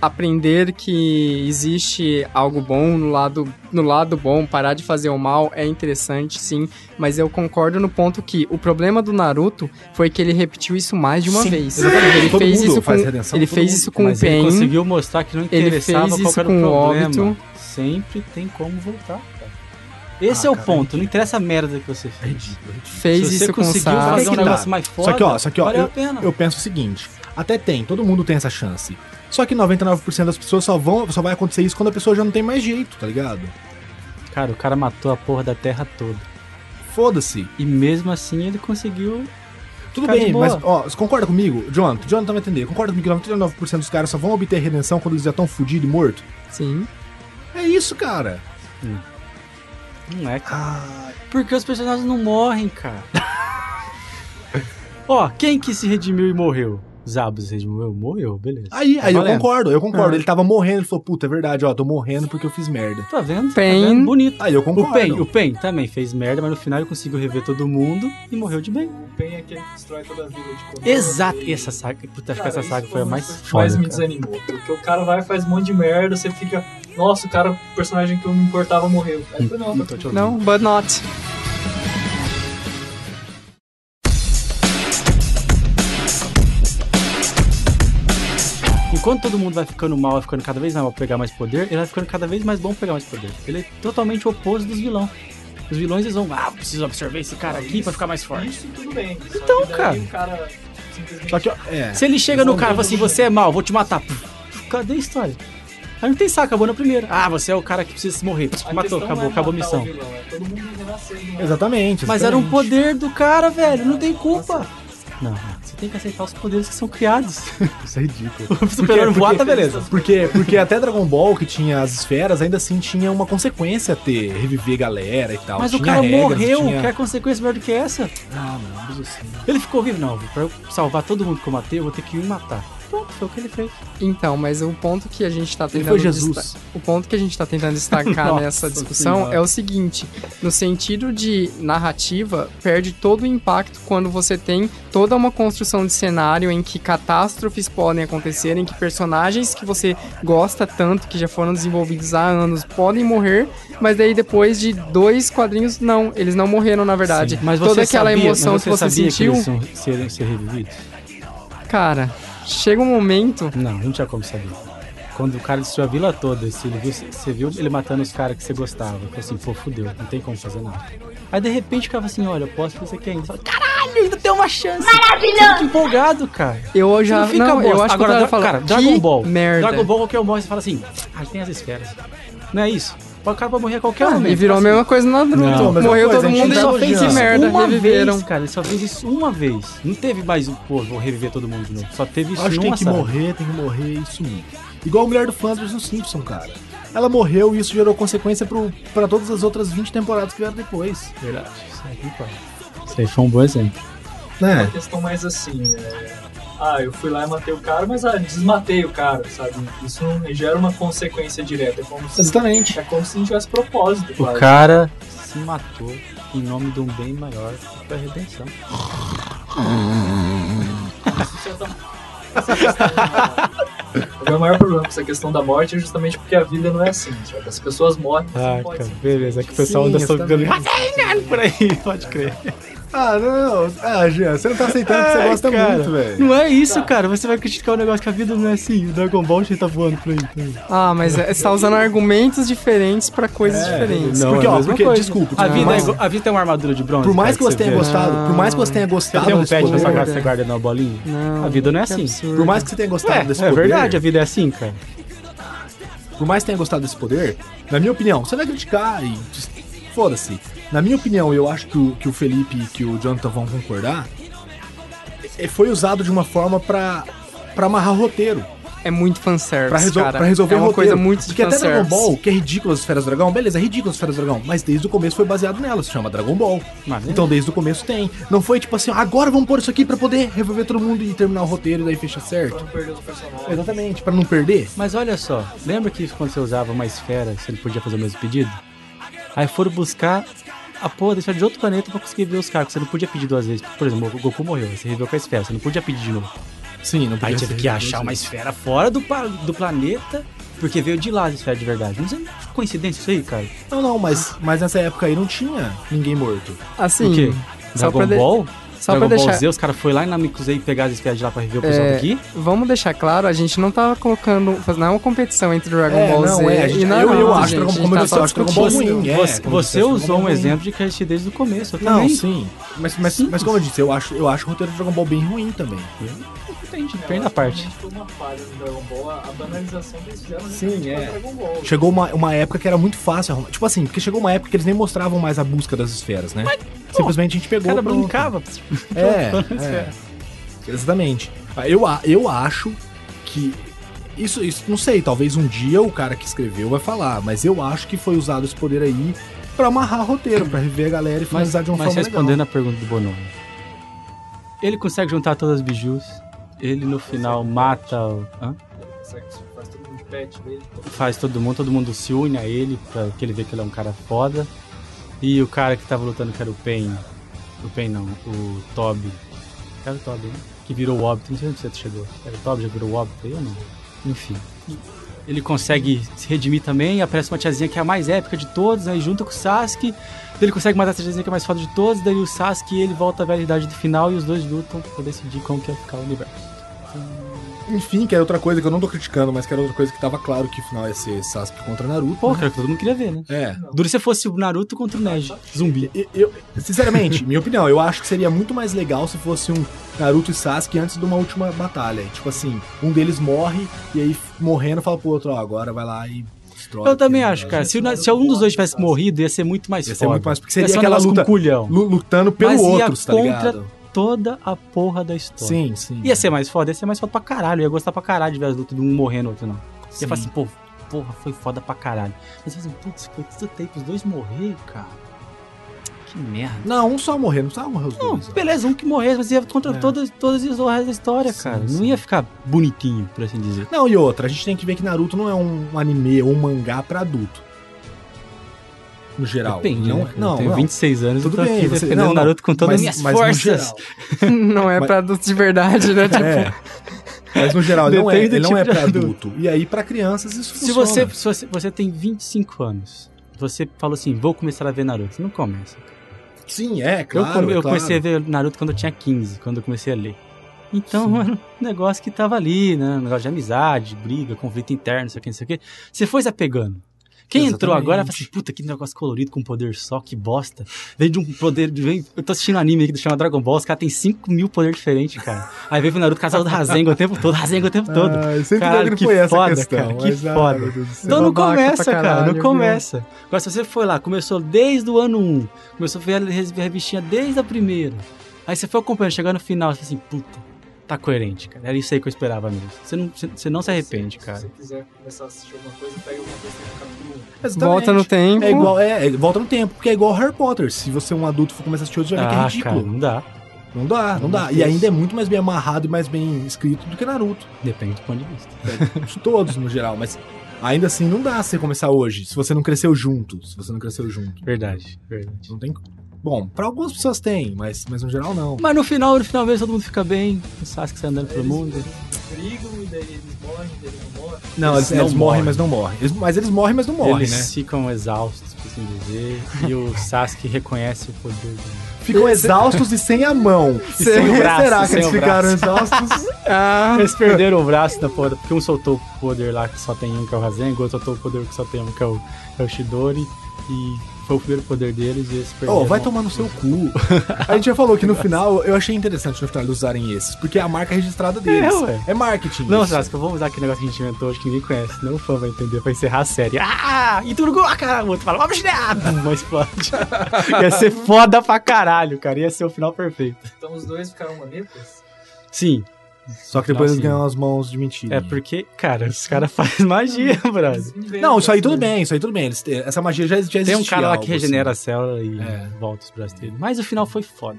[SPEAKER 2] aprender que existe algo bom no lado, no lado bom, parar de fazer o mal é interessante, sim, mas eu concordo no ponto que o problema do Naruto foi que ele repetiu isso mais de uma
[SPEAKER 5] Sim,
[SPEAKER 2] vez.
[SPEAKER 5] exatamente.
[SPEAKER 2] Ele
[SPEAKER 5] Todo
[SPEAKER 2] fez
[SPEAKER 5] mundo
[SPEAKER 2] isso com,
[SPEAKER 5] faz redenção,
[SPEAKER 2] ele
[SPEAKER 5] todo
[SPEAKER 2] fez
[SPEAKER 5] mundo. é
[SPEAKER 2] isso com o
[SPEAKER 4] Mas ele
[SPEAKER 2] Pain.
[SPEAKER 4] conseguiu mostrar que não
[SPEAKER 2] fez
[SPEAKER 4] interessava qual
[SPEAKER 2] isso
[SPEAKER 4] era
[SPEAKER 2] com
[SPEAKER 4] o
[SPEAKER 2] o
[SPEAKER 4] problema.
[SPEAKER 2] Obito.
[SPEAKER 4] Sempre tem como voltar, cara. Esse é
[SPEAKER 5] Ah,
[SPEAKER 4] o
[SPEAKER 5] cara,
[SPEAKER 4] ponto, não interessa a merda que você fez.
[SPEAKER 2] fez
[SPEAKER 4] Se você
[SPEAKER 2] isso com o
[SPEAKER 4] conseguiu
[SPEAKER 2] Sasuke.
[SPEAKER 4] fazer um
[SPEAKER 5] Sasuke,
[SPEAKER 4] negócio
[SPEAKER 5] tá.
[SPEAKER 4] mais foda,
[SPEAKER 5] Só que, ó, só que, ó,
[SPEAKER 4] valeu
[SPEAKER 5] eu,
[SPEAKER 4] a pena.
[SPEAKER 5] eu penso o seguinte: até tem, todo mundo tem essa chance. Só que 99% das pessoas só vão, só vai acontecer isso quando a pessoa já não tem mais jeito, tá ligado?
[SPEAKER 4] Cara, o cara matou a porra da terra toda.
[SPEAKER 5] Foda-se.
[SPEAKER 4] E mesmo assim ele conseguiu.
[SPEAKER 5] Tudo
[SPEAKER 4] Ficar de
[SPEAKER 5] bem,
[SPEAKER 4] boa.
[SPEAKER 5] mas, ó, você concorda comigo, Jonathan? Jonathan vai entender. Concorda comigo que 99% dos caras só vão obter redenção quando eles já estão fudidos e mortos?
[SPEAKER 2] Sim.
[SPEAKER 5] É isso, cara.
[SPEAKER 4] Não é, cara. Porque os personagens não morrem, cara. Ó, quem que se redimiu e morreu? Zabos se redimiu, morreu, beleza.
[SPEAKER 5] Aí,
[SPEAKER 4] Tá
[SPEAKER 5] aí eu
[SPEAKER 4] valendo.
[SPEAKER 5] concordo, eu concordo.
[SPEAKER 4] Ah.
[SPEAKER 5] Ele tava morrendo, ele falou, puta, é verdade, ó, tô morrendo porque eu fiz merda.
[SPEAKER 4] Tá vendo?
[SPEAKER 2] Pain.
[SPEAKER 4] Tá vendo? Bonito.
[SPEAKER 5] Aí eu concordo.
[SPEAKER 4] O Pen, o Pen também fez merda, mas no final ele conseguiu rever todo mundo e morreu de bem.
[SPEAKER 1] Bem é aquele que destrói toda a vida de Konoha.
[SPEAKER 4] Exato.
[SPEAKER 1] E-
[SPEAKER 4] E essa saga, puta, acho que
[SPEAKER 1] Cara,
[SPEAKER 4] essa
[SPEAKER 1] isso
[SPEAKER 4] saga foi a mais
[SPEAKER 1] que mais
[SPEAKER 4] foda,
[SPEAKER 1] me
[SPEAKER 4] cara.
[SPEAKER 1] desanimou. Porque o cara vai faz um monte de merda, você fica. Nossa, o cara, o personagem que eu me importava morreu. Aí foi não, tá tudo
[SPEAKER 2] Não, but not.
[SPEAKER 4] Enquanto todo mundo vai ficando mal, vai ficando cada vez mais mal pra pegar mais poder, ele vai ficando cada vez mais bom pra pegar mais poder. Ele é totalmente o oposto dos vilões. Os vilões eles vão, ah, preciso absorver esse cara aqui pra ficar mais forte.
[SPEAKER 1] Isso tudo bem.
[SPEAKER 4] Então,
[SPEAKER 1] só que
[SPEAKER 4] cara.
[SPEAKER 1] daí O cara simplesmente
[SPEAKER 5] Só que, ó, é.
[SPEAKER 4] Se ele chega no cara e fala assim, você é mal, vou te matar. Pff, Cadê a história? Aí não tem saco, acabou na primeira. Ah, você é o cara que precisa se morrer. Pff,
[SPEAKER 1] A
[SPEAKER 4] Matou,
[SPEAKER 1] questão
[SPEAKER 4] acabou,
[SPEAKER 1] não é
[SPEAKER 4] acabou a
[SPEAKER 1] matar o
[SPEAKER 4] missão.
[SPEAKER 1] vilão, é todo mundo renascer de uma-
[SPEAKER 5] Exatamente.
[SPEAKER 4] Mas
[SPEAKER 5] exatamente.
[SPEAKER 4] era um poder do cara, velho, não tem culpa. Não, você tem que aceitar os poderes que são criados.
[SPEAKER 5] Isso é ridículo.
[SPEAKER 4] O super-herói voar, tá beleza.
[SPEAKER 5] Porque, porque até Dragon Ball, que tinha as esferas, ainda assim tinha uma consequência ter reviver galera e tal.
[SPEAKER 4] Mas o
[SPEAKER 5] Tinha
[SPEAKER 4] cara
[SPEAKER 5] regras,
[SPEAKER 4] morreu,
[SPEAKER 5] tinha-
[SPEAKER 4] quer consequência maior do que essa?
[SPEAKER 2] Ah,
[SPEAKER 4] Ele ficou vivo, não. Pra eu salvar todo mundo que eu matei, eu vou ter que me matar. Pronto, foi o que ele fez.
[SPEAKER 2] Então, mas o ponto que a gente tá tentando
[SPEAKER 5] foi Jesus.
[SPEAKER 2] desta- O ponto que a gente tá tentando destacar
[SPEAKER 4] Nossa
[SPEAKER 2] nessa discussão
[SPEAKER 4] Senhora.
[SPEAKER 2] é o seguinte, no sentido de narrativa, perde todo o impacto quando você tem toda uma construção de cenário em que catástrofes podem acontecer, em que personagens que você gosta tanto, que já foram desenvolvidos há anos, podem morrer, mas daí depois de dois quadrinhos, não, eles não morreram na verdade.
[SPEAKER 4] Sim, mas você
[SPEAKER 2] toda aquela
[SPEAKER 4] sabia-
[SPEAKER 2] emoção
[SPEAKER 4] mas
[SPEAKER 2] que você
[SPEAKER 4] sabia
[SPEAKER 2] sentiu,
[SPEAKER 4] Que eles são- seriam ser revividos?
[SPEAKER 2] cara, chega um momento
[SPEAKER 4] Não, não tinha como saber. Quando o cara destruiu a vila toda, se ele viu- você viu ele matando os caras que você gostava. Falei assim, pô, fudeu, não tem como fazer nada. Aí de repente ficava assim, olha, eu posso fazer isso aqui ainda. Você fala, Caralho, ainda tem uma chance. Maravilhoso! Você fica empolgado, cara.
[SPEAKER 2] Eu já
[SPEAKER 4] Você não fica
[SPEAKER 2] não, eu
[SPEAKER 4] bosta.
[SPEAKER 2] acho
[SPEAKER 4] Agora,
[SPEAKER 2] que eu
[SPEAKER 4] Dra-
[SPEAKER 2] falo,
[SPEAKER 4] cara,
[SPEAKER 2] que
[SPEAKER 4] Dragon Ball.
[SPEAKER 2] Merda.
[SPEAKER 4] Dragon Ball, qualquer um morre, você fala assim, ah, tem as esferas. Não é isso? O cara pode morrer a qualquer
[SPEAKER 2] Ah,
[SPEAKER 4] momento.
[SPEAKER 2] e virou a
[SPEAKER 4] Fala assim,
[SPEAKER 2] mesma coisa na Naruto.
[SPEAKER 4] Não,
[SPEAKER 5] mas
[SPEAKER 2] Morreu
[SPEAKER 5] uma coisa,
[SPEAKER 2] todo
[SPEAKER 5] a gente
[SPEAKER 2] mundo e
[SPEAKER 5] tá
[SPEAKER 2] só fez
[SPEAKER 5] elogiando.
[SPEAKER 2] isso merda.
[SPEAKER 4] uma
[SPEAKER 2] reviveram.
[SPEAKER 4] vez, cara. Ele só fez isso uma vez. Não teve mais, um, pô, vou reviver todo mundo de novo. Só teve isso
[SPEAKER 5] Acho que tem
[SPEAKER 4] numa
[SPEAKER 5] que
[SPEAKER 4] saga.
[SPEAKER 5] morrer, tem que morrer, isso mesmo. Igual a mulher do Flanders no Simpson, cara. Ela morreu e isso gerou consequência pro, pra todas as outras 20 temporadas que vieram depois.
[SPEAKER 4] Verdade. Isso aí, cara. Isso aí foi um bom exemplo.
[SPEAKER 1] uma
[SPEAKER 5] Né?
[SPEAKER 1] questão mais assim. é, Ah, eu fui lá e matei o cara, mas ah, desmatei o cara, sabe? Isso não gera uma consequência direta. É como se,
[SPEAKER 5] Exatamente.
[SPEAKER 1] é como se não tivesse propósito,
[SPEAKER 4] O
[SPEAKER 1] quase.
[SPEAKER 4] cara se matou em nome de um bem maior que foi a redenção.
[SPEAKER 1] O meu maior problema com essa questão da morte é justamente porque a vida não é assim, sabe? As pessoas morrem,
[SPEAKER 4] Assim
[SPEAKER 1] mas não pode ser.
[SPEAKER 4] Ah, beleza. É que o
[SPEAKER 5] pessoal Sim, anda isso soltando- também.
[SPEAKER 4] assim, Ah, por aí, pode crer.
[SPEAKER 5] Ah, não, não. Ah, Jean, você não tá aceitando que você
[SPEAKER 4] Ai,
[SPEAKER 5] gosta
[SPEAKER 4] cara.
[SPEAKER 5] muito, velho.
[SPEAKER 4] Não é isso, cara. Você vai criticar o negócio que a vida não é assim. O Dragon Ball já tá voando por aí. por aí.
[SPEAKER 2] Ah, mas é, você tá usando argumentos diferentes pra coisas diferentes.
[SPEAKER 5] Não,
[SPEAKER 4] Porque,
[SPEAKER 5] é a
[SPEAKER 4] ó,
[SPEAKER 5] mesma
[SPEAKER 4] porque,
[SPEAKER 5] coisa.
[SPEAKER 4] desculpa. A
[SPEAKER 5] Não,
[SPEAKER 4] vida, é
[SPEAKER 5] mas-
[SPEAKER 4] igual- a vida tem uma armadura de bronze.
[SPEAKER 5] Por
[SPEAKER 4] cara,
[SPEAKER 5] mais que você tenha
[SPEAKER 4] vê.
[SPEAKER 5] gostado, por mais que você tenha gostado
[SPEAKER 4] Você tem um
[SPEAKER 5] desse
[SPEAKER 4] pad na sua
[SPEAKER 5] poder,
[SPEAKER 4] casa que você guarda na bolinha?
[SPEAKER 2] Não,
[SPEAKER 4] a vida não é
[SPEAKER 2] que
[SPEAKER 4] assim.
[SPEAKER 2] absurdo.
[SPEAKER 5] por mais que você tenha gostado
[SPEAKER 4] Ué,
[SPEAKER 5] desse
[SPEAKER 4] é
[SPEAKER 5] poder,
[SPEAKER 4] verdade, a vida é assim, cara.
[SPEAKER 5] por mais que tenha gostado desse poder, na minha opinião, você vai criticar e des- foda-se. Na minha opinião, eu acho que o, que o Felipe e que o Jonathan vão concordar, é- foi usado de uma forma pra pra amarrar roteiro,
[SPEAKER 2] É muito fanservice,
[SPEAKER 5] pra, resol-
[SPEAKER 2] cara.
[SPEAKER 5] pra resolver
[SPEAKER 2] É uma
[SPEAKER 5] roteiro.
[SPEAKER 2] coisa muito de
[SPEAKER 5] Porque até Dragon
[SPEAKER 2] fanservice.
[SPEAKER 5] Ball, que é ridículo as esferas do dragão, beleza, é ridículo as esferas do dragão, mas desde o começo foi baseado nela, se chama Dragon Ball.
[SPEAKER 4] Maravilha.
[SPEAKER 5] Então desde o começo tem. Não foi tipo assim, agora vamos pôr isso aqui pra poder revolver todo mundo e terminar o roteiro, daí fecha certo.
[SPEAKER 1] Pra não perder os personagens.
[SPEAKER 5] Exatamente, pra não perder.
[SPEAKER 4] Mas olha só, lembra que quando você usava uma esfera, você não podia fazer o mesmo pedido? Aí foram buscar a porra da esfera de outro planeta pra conseguir ver os caras, que você não podia pedir duas vezes. Por exemplo, o Goku morreu, aí você reviveu com a esfera, você não podia pedir de novo.
[SPEAKER 5] Sim, não
[SPEAKER 4] Aí
[SPEAKER 5] podia
[SPEAKER 4] teve
[SPEAKER 5] ser
[SPEAKER 4] que achar
[SPEAKER 5] resolvido.
[SPEAKER 4] uma esfera fora do, pa- do planeta, porque veio de lá a esfera de verdade. Não sei, coincidência isso aí, cara?
[SPEAKER 5] Não, não, mas, mas nessa época aí não tinha ninguém morto.
[SPEAKER 4] O
[SPEAKER 2] Assim,
[SPEAKER 4] quê?
[SPEAKER 2] só
[SPEAKER 4] Dragon
[SPEAKER 2] pra de-
[SPEAKER 4] Ball?
[SPEAKER 2] só
[SPEAKER 4] Dragon
[SPEAKER 2] pra
[SPEAKER 4] Ball
[SPEAKER 2] deixar-
[SPEAKER 4] Z, os caras foram lá em Namekusei pegar as esferas de lá pra rever o pessoal
[SPEAKER 2] É,
[SPEAKER 4] daqui?
[SPEAKER 2] vamos deixar claro, a gente não tá colocando... faz- Não é uma competição entre Dragon
[SPEAKER 5] É,
[SPEAKER 2] Ball
[SPEAKER 5] não,
[SPEAKER 2] Z
[SPEAKER 5] é, a gente-
[SPEAKER 2] e
[SPEAKER 5] eu-
[SPEAKER 2] Naruto,
[SPEAKER 5] eu acho
[SPEAKER 2] gente.
[SPEAKER 5] Dragon
[SPEAKER 2] a gente
[SPEAKER 5] Ball
[SPEAKER 2] tá
[SPEAKER 5] melhor,
[SPEAKER 2] só
[SPEAKER 5] eu acho Dragon Ball
[SPEAKER 2] discutindo.
[SPEAKER 5] ruim.
[SPEAKER 4] Você,
[SPEAKER 5] é,
[SPEAKER 4] você
[SPEAKER 5] como se fosse
[SPEAKER 4] usou
[SPEAKER 5] Dragon
[SPEAKER 4] um
[SPEAKER 5] Ball
[SPEAKER 4] exemplo de que desde o começo, eu
[SPEAKER 5] Não,
[SPEAKER 4] também.
[SPEAKER 5] sim. Mas, mas, mas como eu disse, eu acho, eu acho o roteiro de Dragon Ball bem ruim também.
[SPEAKER 1] Entende, né?
[SPEAKER 4] Pena
[SPEAKER 1] Eu acho que
[SPEAKER 4] parte.
[SPEAKER 1] realmente Foi uma falha no Dragon Ball, a a banalização que eles fizeram
[SPEAKER 5] Sim,
[SPEAKER 1] justamente pra
[SPEAKER 5] é.
[SPEAKER 1] Dragon Ball.
[SPEAKER 5] Chegou uma, uma época que era muito fácil arrumar. Tipo assim, porque chegou uma época que eles nem mostravam mais a busca das esferas, né? Simplesmente a gente
[SPEAKER 4] O
[SPEAKER 5] pegou.
[SPEAKER 4] cara
[SPEAKER 5] pronto.
[SPEAKER 4] brincava.
[SPEAKER 5] É, é. Exatamente. Ah, Eu, a- eu acho que. Isso, isso, não sei, talvez um dia o cara que escreveu vai falar, mas eu acho que foi usado esse poder aí pra amarrar roteiro, pra rever a galera e
[SPEAKER 4] Mas,
[SPEAKER 5] finalizar de uma
[SPEAKER 4] mas
[SPEAKER 5] forma legal.
[SPEAKER 4] respondendo a pergunta do Bonomi. Ele consegue juntar todas as bijus. Ele no final mata. o- hã?
[SPEAKER 1] Sexo, Faz todo mundo de pet dele.
[SPEAKER 4] Faz todo mundo, todo mundo se une a ele, pra que ele vê que ele é um cara foda. E o cara que tava lutando, que era o Pain. O Pain não, o Toby. Era o Toby, né? Que virou o óbito. Não sei onde você chegou. Era o Toby, já virou o óbito aí ou não? Enfim. Ele consegue se redimir também, aparece uma tiazinha que é a mais épica de todos, aí junta com o Sasuke. Daí Ele consegue matar essa tiazinha que é a mais foda de todos, daí o Sasuke ele volta à realidade do final e os dois lutam pra decidir como que vai ficar o universo.
[SPEAKER 5] Enfim, que era outra coisa que eu não tô criticando, mas que era outra coisa que tava claro que o final ia ser Sasuke contra Naruto.
[SPEAKER 4] Pô,
[SPEAKER 5] né?
[SPEAKER 4] cara, que todo mundo queria ver, né?
[SPEAKER 5] É.
[SPEAKER 4] Duro se fosse o Naruto contra o Neji, zumbi.
[SPEAKER 5] E- Eu, sinceramente, minha opinião, eu acho que seria muito mais legal se fosse um Naruto e Sasuke antes de uma última batalha. E, Tipo assim, um deles morre e aí morrendo fala pro outro, ó, agora vai lá e destrói.
[SPEAKER 4] Eu também
[SPEAKER 5] aquele
[SPEAKER 4] acho,
[SPEAKER 5] negócio.
[SPEAKER 4] cara. Se, o Na- se algum dos dois tivesse morrido, ia ser muito mais
[SPEAKER 5] Ia ser
[SPEAKER 4] foda.
[SPEAKER 5] muito mais- porque seria
[SPEAKER 4] Ia ser um
[SPEAKER 5] aquela
[SPEAKER 4] negócio
[SPEAKER 5] luta-
[SPEAKER 4] com culhão.
[SPEAKER 5] Lu- Lutando pelo
[SPEAKER 4] Mas ia
[SPEAKER 5] outro, tá
[SPEAKER 4] contra-
[SPEAKER 5] ligado?
[SPEAKER 4] Toda a porra da história.
[SPEAKER 5] Sim, sim.
[SPEAKER 4] Ia ser mais foda, ia ser mais foda pra caralho. Eu ia gostar pra caralho de ver as lutas de um morrendo, outro não.
[SPEAKER 5] sim.
[SPEAKER 4] Ia falar assim, pô, porra, foi foda pra caralho. Mas eu falei assim, putz, foi tanto tempo, os dois morreram, cara. Que merda.
[SPEAKER 5] Não, um só morrer, não precisava morrer os
[SPEAKER 4] Não,
[SPEAKER 5] dois. ó.
[SPEAKER 4] beleza, um que morresse, mas ia contra
[SPEAKER 5] É.
[SPEAKER 4] todas, todas as horas da história,
[SPEAKER 5] Sim,
[SPEAKER 4] cara. Não
[SPEAKER 5] sim.
[SPEAKER 4] ia ficar bonitinho, por assim dizer.
[SPEAKER 5] Não, e outra, a gente tem que ver que Naruto não é um anime ou um mangá pra adulto. No geral.
[SPEAKER 4] Depende,
[SPEAKER 5] não,
[SPEAKER 4] né,
[SPEAKER 5] é-
[SPEAKER 4] cara?
[SPEAKER 5] não,
[SPEAKER 4] eu tenho
[SPEAKER 5] não.
[SPEAKER 4] 26 anos,
[SPEAKER 5] Tudo
[SPEAKER 4] eu tô
[SPEAKER 5] bem,
[SPEAKER 4] aqui
[SPEAKER 5] você-
[SPEAKER 4] defendendo
[SPEAKER 5] não, não,
[SPEAKER 4] Naruto com todas as
[SPEAKER 5] mas-
[SPEAKER 4] minhas
[SPEAKER 5] mas no
[SPEAKER 4] forças.
[SPEAKER 5] geral.
[SPEAKER 2] Não é
[SPEAKER 5] Mas-
[SPEAKER 2] pra adulto de verdade, né? Tipo,
[SPEAKER 5] É. Mas no geral, ele não é,
[SPEAKER 4] Depende do
[SPEAKER 5] ele não é
[SPEAKER 4] tipo de
[SPEAKER 5] pra adulto. E aí, pra crianças, isso
[SPEAKER 4] Se
[SPEAKER 5] funciona.
[SPEAKER 4] você, se você, você tem 25 anos, você falou assim, vou começar a ver Naruto. Você Não começa.
[SPEAKER 5] Sim, é,
[SPEAKER 4] Eu,
[SPEAKER 5] claro.
[SPEAKER 4] come- eu
[SPEAKER 5] claro.
[SPEAKER 4] comecei a ver Naruto quando eu tinha 15, quando eu comecei a ler. Então
[SPEAKER 5] Sim.
[SPEAKER 4] era um negócio que tava ali, né? Um negócio de amizade, briga, conflito interno, não sei o que, não sei o que. Você foi se apegando. Quem entrou
[SPEAKER 5] Exatamente.
[SPEAKER 4] agora fala assim, puta, que negócio colorido com poder só, que bosta. Vem de um poder. Vem, eu tô assistindo um anime aqui que chama Dragon Ball, os caras têm 5 mil poderes diferentes, cara. Aí vem o Naruto casal do Rasengan o tempo todo, Rasengan o tempo todo.
[SPEAKER 5] Ah, eu sempre
[SPEAKER 4] Caralho,
[SPEAKER 5] lembro
[SPEAKER 4] que
[SPEAKER 5] foi essa
[SPEAKER 4] foda,
[SPEAKER 5] questão.
[SPEAKER 4] cara, que
[SPEAKER 5] mas, ai,
[SPEAKER 4] foda.
[SPEAKER 5] meu Deus do céu.
[SPEAKER 4] Então não
[SPEAKER 2] babaca
[SPEAKER 4] começa,
[SPEAKER 2] pra
[SPEAKER 4] cara,
[SPEAKER 2] caralho,
[SPEAKER 4] não
[SPEAKER 2] viu?
[SPEAKER 4] começa. Agora, se você foi lá, começou desde o ano 1, começou a ver a ver a revistinha desde a primeira. Aí você foi acompanhando, chegando no final, você fala assim, puta, tá coerente, cara. Era isso aí que eu esperava mesmo. Você não, você, você não se arrepende,
[SPEAKER 1] se,
[SPEAKER 4] cara.
[SPEAKER 1] Se você quiser começar a assistir alguma coisa, pega alguma coisa do capítulo
[SPEAKER 2] volta no tempo.
[SPEAKER 5] É igual, é, é, volta no tempo, porque é igual Harry Potter. Se você é um adulto e for começar a assistir hoje, já vê que é
[SPEAKER 4] Ah, cara,
[SPEAKER 5] ridículo.
[SPEAKER 4] não dá.
[SPEAKER 5] Não dá, não
[SPEAKER 4] Meu
[SPEAKER 5] dá. E
[SPEAKER 4] Deus.
[SPEAKER 5] ainda é muito mais bem amarrado e mais bem escrito do que Naruto.
[SPEAKER 4] Depende do ponto de vista.
[SPEAKER 5] De Todos, no geral, mas ainda assim não dá você começar hoje, se você não cresceu junto. Se você não cresceu junto.
[SPEAKER 4] Verdade, verdade.
[SPEAKER 5] Não tem. Bom, pra algumas pessoas tem, mas, mas no geral não.
[SPEAKER 4] Mas no final, no final mesmo, todo mundo fica bem. O Sasuke sai andando pelo
[SPEAKER 1] Eles-
[SPEAKER 4] mundo.
[SPEAKER 1] eles brigam e daí eles morrem, daí eles não morrem.
[SPEAKER 5] Não, eles,
[SPEAKER 4] não
[SPEAKER 5] eles morrem,
[SPEAKER 4] morrem.
[SPEAKER 5] mas não morrem. Eles- mas eles morrem, mas não morrem,
[SPEAKER 4] Eles
[SPEAKER 5] né?
[SPEAKER 4] ficam exaustos, por assim dizer. e o Sasuke reconhece o poder dele.
[SPEAKER 5] Ficam exaustos e né? sem a mão. E
[SPEAKER 2] Sem
[SPEAKER 5] por
[SPEAKER 4] o
[SPEAKER 5] que
[SPEAKER 4] braço,
[SPEAKER 5] será que
[SPEAKER 4] sem
[SPEAKER 5] eles
[SPEAKER 4] o
[SPEAKER 5] ficaram exaustos?
[SPEAKER 2] Ah,
[SPEAKER 4] Eles perderam o braço da porra, porque um soltou o poder lá que só tem um, que é o Rasengan, outro soltou o poder que só tem um, que é o, é o Shidori, e foi o primeiro poder deles e eles perderam.
[SPEAKER 5] Ô, vai tomar no seu cu. A gente já falou que no final, eu achei interessante no final eles usarem esses, porque é a marca registrada deles.
[SPEAKER 4] É, ué.
[SPEAKER 5] É, marketing.
[SPEAKER 4] Não,
[SPEAKER 5] isso.
[SPEAKER 4] Sasuke, vamos usar aquele negócio que a gente inventou hoje que ninguém conhece, não o fã vai entender, pra encerrar a série. Ah! E Turgo, ah, cara! O outro fala, vamos girar! Bum, Mas explode. Ia ser foda pra caralho, cara. Ia ser o final perfeito.
[SPEAKER 1] Então os dois ficaram manetas.
[SPEAKER 4] Sim,
[SPEAKER 5] Só que depois
[SPEAKER 4] Não,
[SPEAKER 5] eles
[SPEAKER 4] sim.
[SPEAKER 5] ganham as mãos de mentira.
[SPEAKER 4] é porque, cara, os caras fazem magia, brother.
[SPEAKER 5] Não, isso aí tudo bem, isso aí tudo bem. Eles- essa magia já, já existia.
[SPEAKER 4] Tem um cara lá que
[SPEAKER 5] algo assim.
[SPEAKER 4] regenera a célula e
[SPEAKER 5] É.
[SPEAKER 4] volta os braços dele. Mas o final foi foda.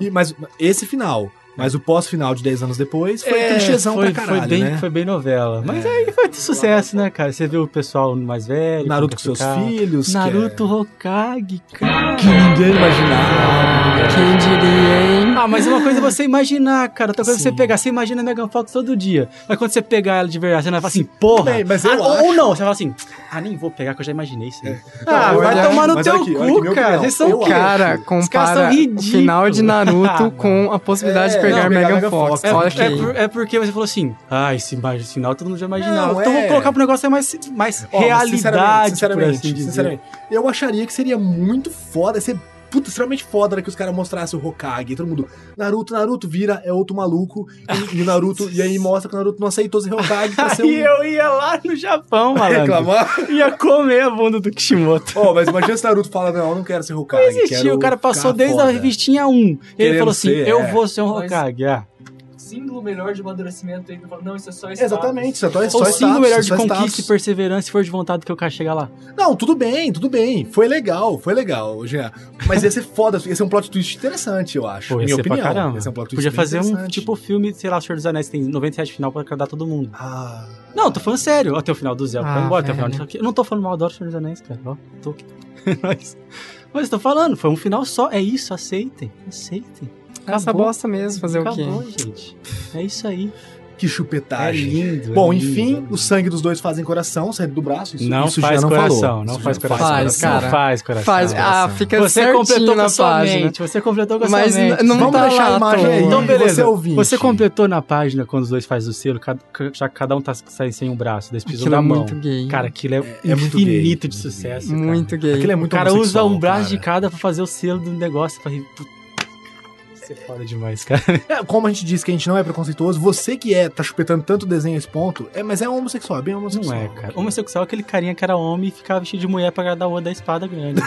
[SPEAKER 5] E, mas esse final, mas o pós-final de 10 anos depois, foi
[SPEAKER 4] É,
[SPEAKER 5] clichêzão
[SPEAKER 4] foi,
[SPEAKER 5] pra caralho,
[SPEAKER 4] foi bem,
[SPEAKER 5] né?
[SPEAKER 4] foi bem novela. Mas aí foi de sucesso, né, cara? Você viu o pessoal mais velho.
[SPEAKER 5] Naruto com
[SPEAKER 4] como
[SPEAKER 5] seus
[SPEAKER 4] vai ficar.
[SPEAKER 5] filhos. que é-
[SPEAKER 4] Naruto Hokage, cara.
[SPEAKER 5] Que ninguém imaginava.
[SPEAKER 2] quem diria, hein?
[SPEAKER 4] Ah, mas uma coisa é você imaginar, cara. Outra coisa é você
[SPEAKER 5] Sim.
[SPEAKER 4] pegar. Você imagina a Megan Fox todo dia. Mas quando você pegar ela de verdade, você não vai falar assim, porra.
[SPEAKER 5] Bem, mas eu
[SPEAKER 4] ah, ou-
[SPEAKER 5] acho-
[SPEAKER 4] ou não, você vai falar assim, ah, nem vou pegar, que eu já imaginei isso aí. Ah,
[SPEAKER 5] Não,
[SPEAKER 4] vai
[SPEAKER 5] olha-
[SPEAKER 4] tomar no
[SPEAKER 5] mas
[SPEAKER 4] teu
[SPEAKER 5] olha aqui, olha aqui,
[SPEAKER 4] cu,
[SPEAKER 5] minha
[SPEAKER 4] cara.
[SPEAKER 5] opinião.
[SPEAKER 4] Vocês são
[SPEAKER 5] Eu
[SPEAKER 2] Cara,
[SPEAKER 4] Os caras são
[SPEAKER 2] compara o
[SPEAKER 4] ridículos.
[SPEAKER 2] final de
[SPEAKER 4] Ah,
[SPEAKER 2] Naruto com a possibilidade
[SPEAKER 5] É,
[SPEAKER 2] de pegar
[SPEAKER 5] não, pegar
[SPEAKER 2] Megan
[SPEAKER 5] Megan
[SPEAKER 2] Fox.
[SPEAKER 5] Fox,
[SPEAKER 2] Olha
[SPEAKER 5] é.
[SPEAKER 2] que
[SPEAKER 4] É, por- é porque você falou assim, ah, esse imagem- esse final todo mundo já imaginava.
[SPEAKER 5] Não,
[SPEAKER 4] então
[SPEAKER 5] é.
[SPEAKER 4] vou colocar pro negócio mais, mais
[SPEAKER 5] Ó, mas
[SPEAKER 4] realidade,
[SPEAKER 5] sinceramente,
[SPEAKER 4] por assim
[SPEAKER 5] sinceramente,
[SPEAKER 4] dizer.
[SPEAKER 5] sinceramente, eu acharia que seria muito foda ser puta, extremamente foda era que os caras mostrassem o Hokage. Todo mundo, Naruto, Naruto, vira, é outro maluco. E, e Naruto, e aí mostra que o Naruto não aceitou esse Hokage pra ser um...
[SPEAKER 4] E eu ia lá no Japão, malandro.
[SPEAKER 5] Reclamar?
[SPEAKER 4] Ia comer a bunda do Kishimoto.
[SPEAKER 5] Ó, mas imagina se Naruto fala, não, eu não quero ser Hokage.
[SPEAKER 4] Não existia,
[SPEAKER 5] quero
[SPEAKER 4] o cara passou
[SPEAKER 5] ficar
[SPEAKER 4] desde a
[SPEAKER 5] foda."
[SPEAKER 4] revistinha 1. Ele
[SPEAKER 5] Querendo
[SPEAKER 4] falou assim,
[SPEAKER 5] ser,
[SPEAKER 4] eu
[SPEAKER 5] é.
[SPEAKER 4] vou ser um
[SPEAKER 1] Mas-
[SPEAKER 4] Hokage. Ah.
[SPEAKER 1] Símbolo melhor de amadurecimento ainda falando, não, isso é só status.
[SPEAKER 5] Exatamente, isso é só, é
[SPEAKER 4] Ou
[SPEAKER 5] só
[SPEAKER 4] sim,
[SPEAKER 5] status,
[SPEAKER 4] o melhor
[SPEAKER 5] é
[SPEAKER 4] de
[SPEAKER 5] só
[SPEAKER 4] conquista
[SPEAKER 5] status.
[SPEAKER 4] e perseverança e for de vontade que eu quero chegar lá.
[SPEAKER 5] Não, tudo bem, tudo bem. Foi legal, foi legal, Jean. Mas ia ser foda, ia ser um plot twist interessante, eu acho.
[SPEAKER 4] Pô, ia
[SPEAKER 5] minha
[SPEAKER 4] ser
[SPEAKER 5] opinião.
[SPEAKER 4] pra caramba.
[SPEAKER 5] Ia ser um plot twist
[SPEAKER 4] Podia
[SPEAKER 5] bem
[SPEAKER 4] fazer um
[SPEAKER 5] interessante.
[SPEAKER 4] tipo filme, sei lá, Senhor dos Anéis, tem 97 final pra agradar todo mundo.
[SPEAKER 5] Ah,
[SPEAKER 4] Não, tô falando sério. Até o final do Zé.
[SPEAKER 2] Ah,
[SPEAKER 4] Ah, até
[SPEAKER 5] é.
[SPEAKER 4] o final
[SPEAKER 2] velho.
[SPEAKER 4] disso aqui. Eu não tô falando mal, adoro Senhor dos Anéis, cara. Ó, tô... Mas, mas tô falando, foi um final só. É isso, aceitem. Aceitem.
[SPEAKER 2] Essa
[SPEAKER 4] Acabou.
[SPEAKER 2] bosta mesmo, fazer o
[SPEAKER 4] Acabou,
[SPEAKER 2] quê?
[SPEAKER 4] gente. É isso aí.
[SPEAKER 5] que
[SPEAKER 4] É
[SPEAKER 5] chupetagem.
[SPEAKER 4] lindo.
[SPEAKER 5] Bom,
[SPEAKER 4] é lindo, é
[SPEAKER 5] enfim,
[SPEAKER 4] lindo.
[SPEAKER 5] o sangue dos dois fazem coração, saindo do braço. Isso,
[SPEAKER 4] Não
[SPEAKER 5] isso
[SPEAKER 4] faz
[SPEAKER 5] já não
[SPEAKER 4] coração,
[SPEAKER 5] falou.
[SPEAKER 4] não
[SPEAKER 5] Isso
[SPEAKER 4] faz
[SPEAKER 5] já
[SPEAKER 4] coração.
[SPEAKER 2] Faz, cara.
[SPEAKER 4] Não faz coração.
[SPEAKER 2] Faz, ah,
[SPEAKER 5] coração.
[SPEAKER 2] fica
[SPEAKER 4] você completou
[SPEAKER 2] certinho
[SPEAKER 4] com a
[SPEAKER 2] na
[SPEAKER 4] sua
[SPEAKER 2] página.
[SPEAKER 4] mente. Você completou com a
[SPEAKER 2] Mas
[SPEAKER 4] sua mente.
[SPEAKER 2] n- não
[SPEAKER 5] Vamos
[SPEAKER 2] tá
[SPEAKER 5] deixar a
[SPEAKER 2] lá à
[SPEAKER 5] imagem
[SPEAKER 2] toa.
[SPEAKER 5] aí.
[SPEAKER 4] Então, beleza.
[SPEAKER 5] Você ouvinte.
[SPEAKER 4] Você completou na página quando os dois fazem o selo, cada- já que cada um tá sai sem um braço, dois pisam
[SPEAKER 2] Aquilo
[SPEAKER 4] na
[SPEAKER 2] é
[SPEAKER 4] mão.
[SPEAKER 2] muito gay.
[SPEAKER 4] Cara, aquilo é,
[SPEAKER 5] é muito gay,
[SPEAKER 4] infinito
[SPEAKER 5] muito
[SPEAKER 4] de
[SPEAKER 5] gay.
[SPEAKER 4] sucesso. cara.
[SPEAKER 2] muito gay.
[SPEAKER 5] Aquele é muito
[SPEAKER 4] O cara usa
[SPEAKER 5] homossexual,
[SPEAKER 4] um braço
[SPEAKER 5] cara.
[SPEAKER 4] de cada pra fazer o selo do negócio. Pra... Isso é foda demais, cara.
[SPEAKER 5] É, como a gente disse que a gente não é preconceituoso, você que é, tá chupetando tanto desenho a esse ponto, é, mas é homossexual, é bem homossexual.
[SPEAKER 4] Não é, cara. Homossexual é aquele carinha que era homem e ficava vestido de mulher pra agradar o outro da espada grande.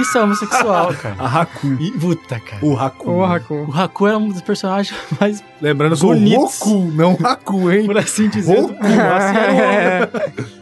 [SPEAKER 4] Isso é homossexual, cara.
[SPEAKER 5] A Haku.
[SPEAKER 4] E, puta, cara.
[SPEAKER 5] O Haku.
[SPEAKER 2] Ô, Raku.
[SPEAKER 4] O Haku era um dos personagens mais,
[SPEAKER 5] Lembrando, eu sou o
[SPEAKER 4] Bonitos.
[SPEAKER 5] Goku, não o Haku, hein?
[SPEAKER 4] por assim dizer,
[SPEAKER 5] Goku. Nossa,
[SPEAKER 4] é
[SPEAKER 5] era um homem.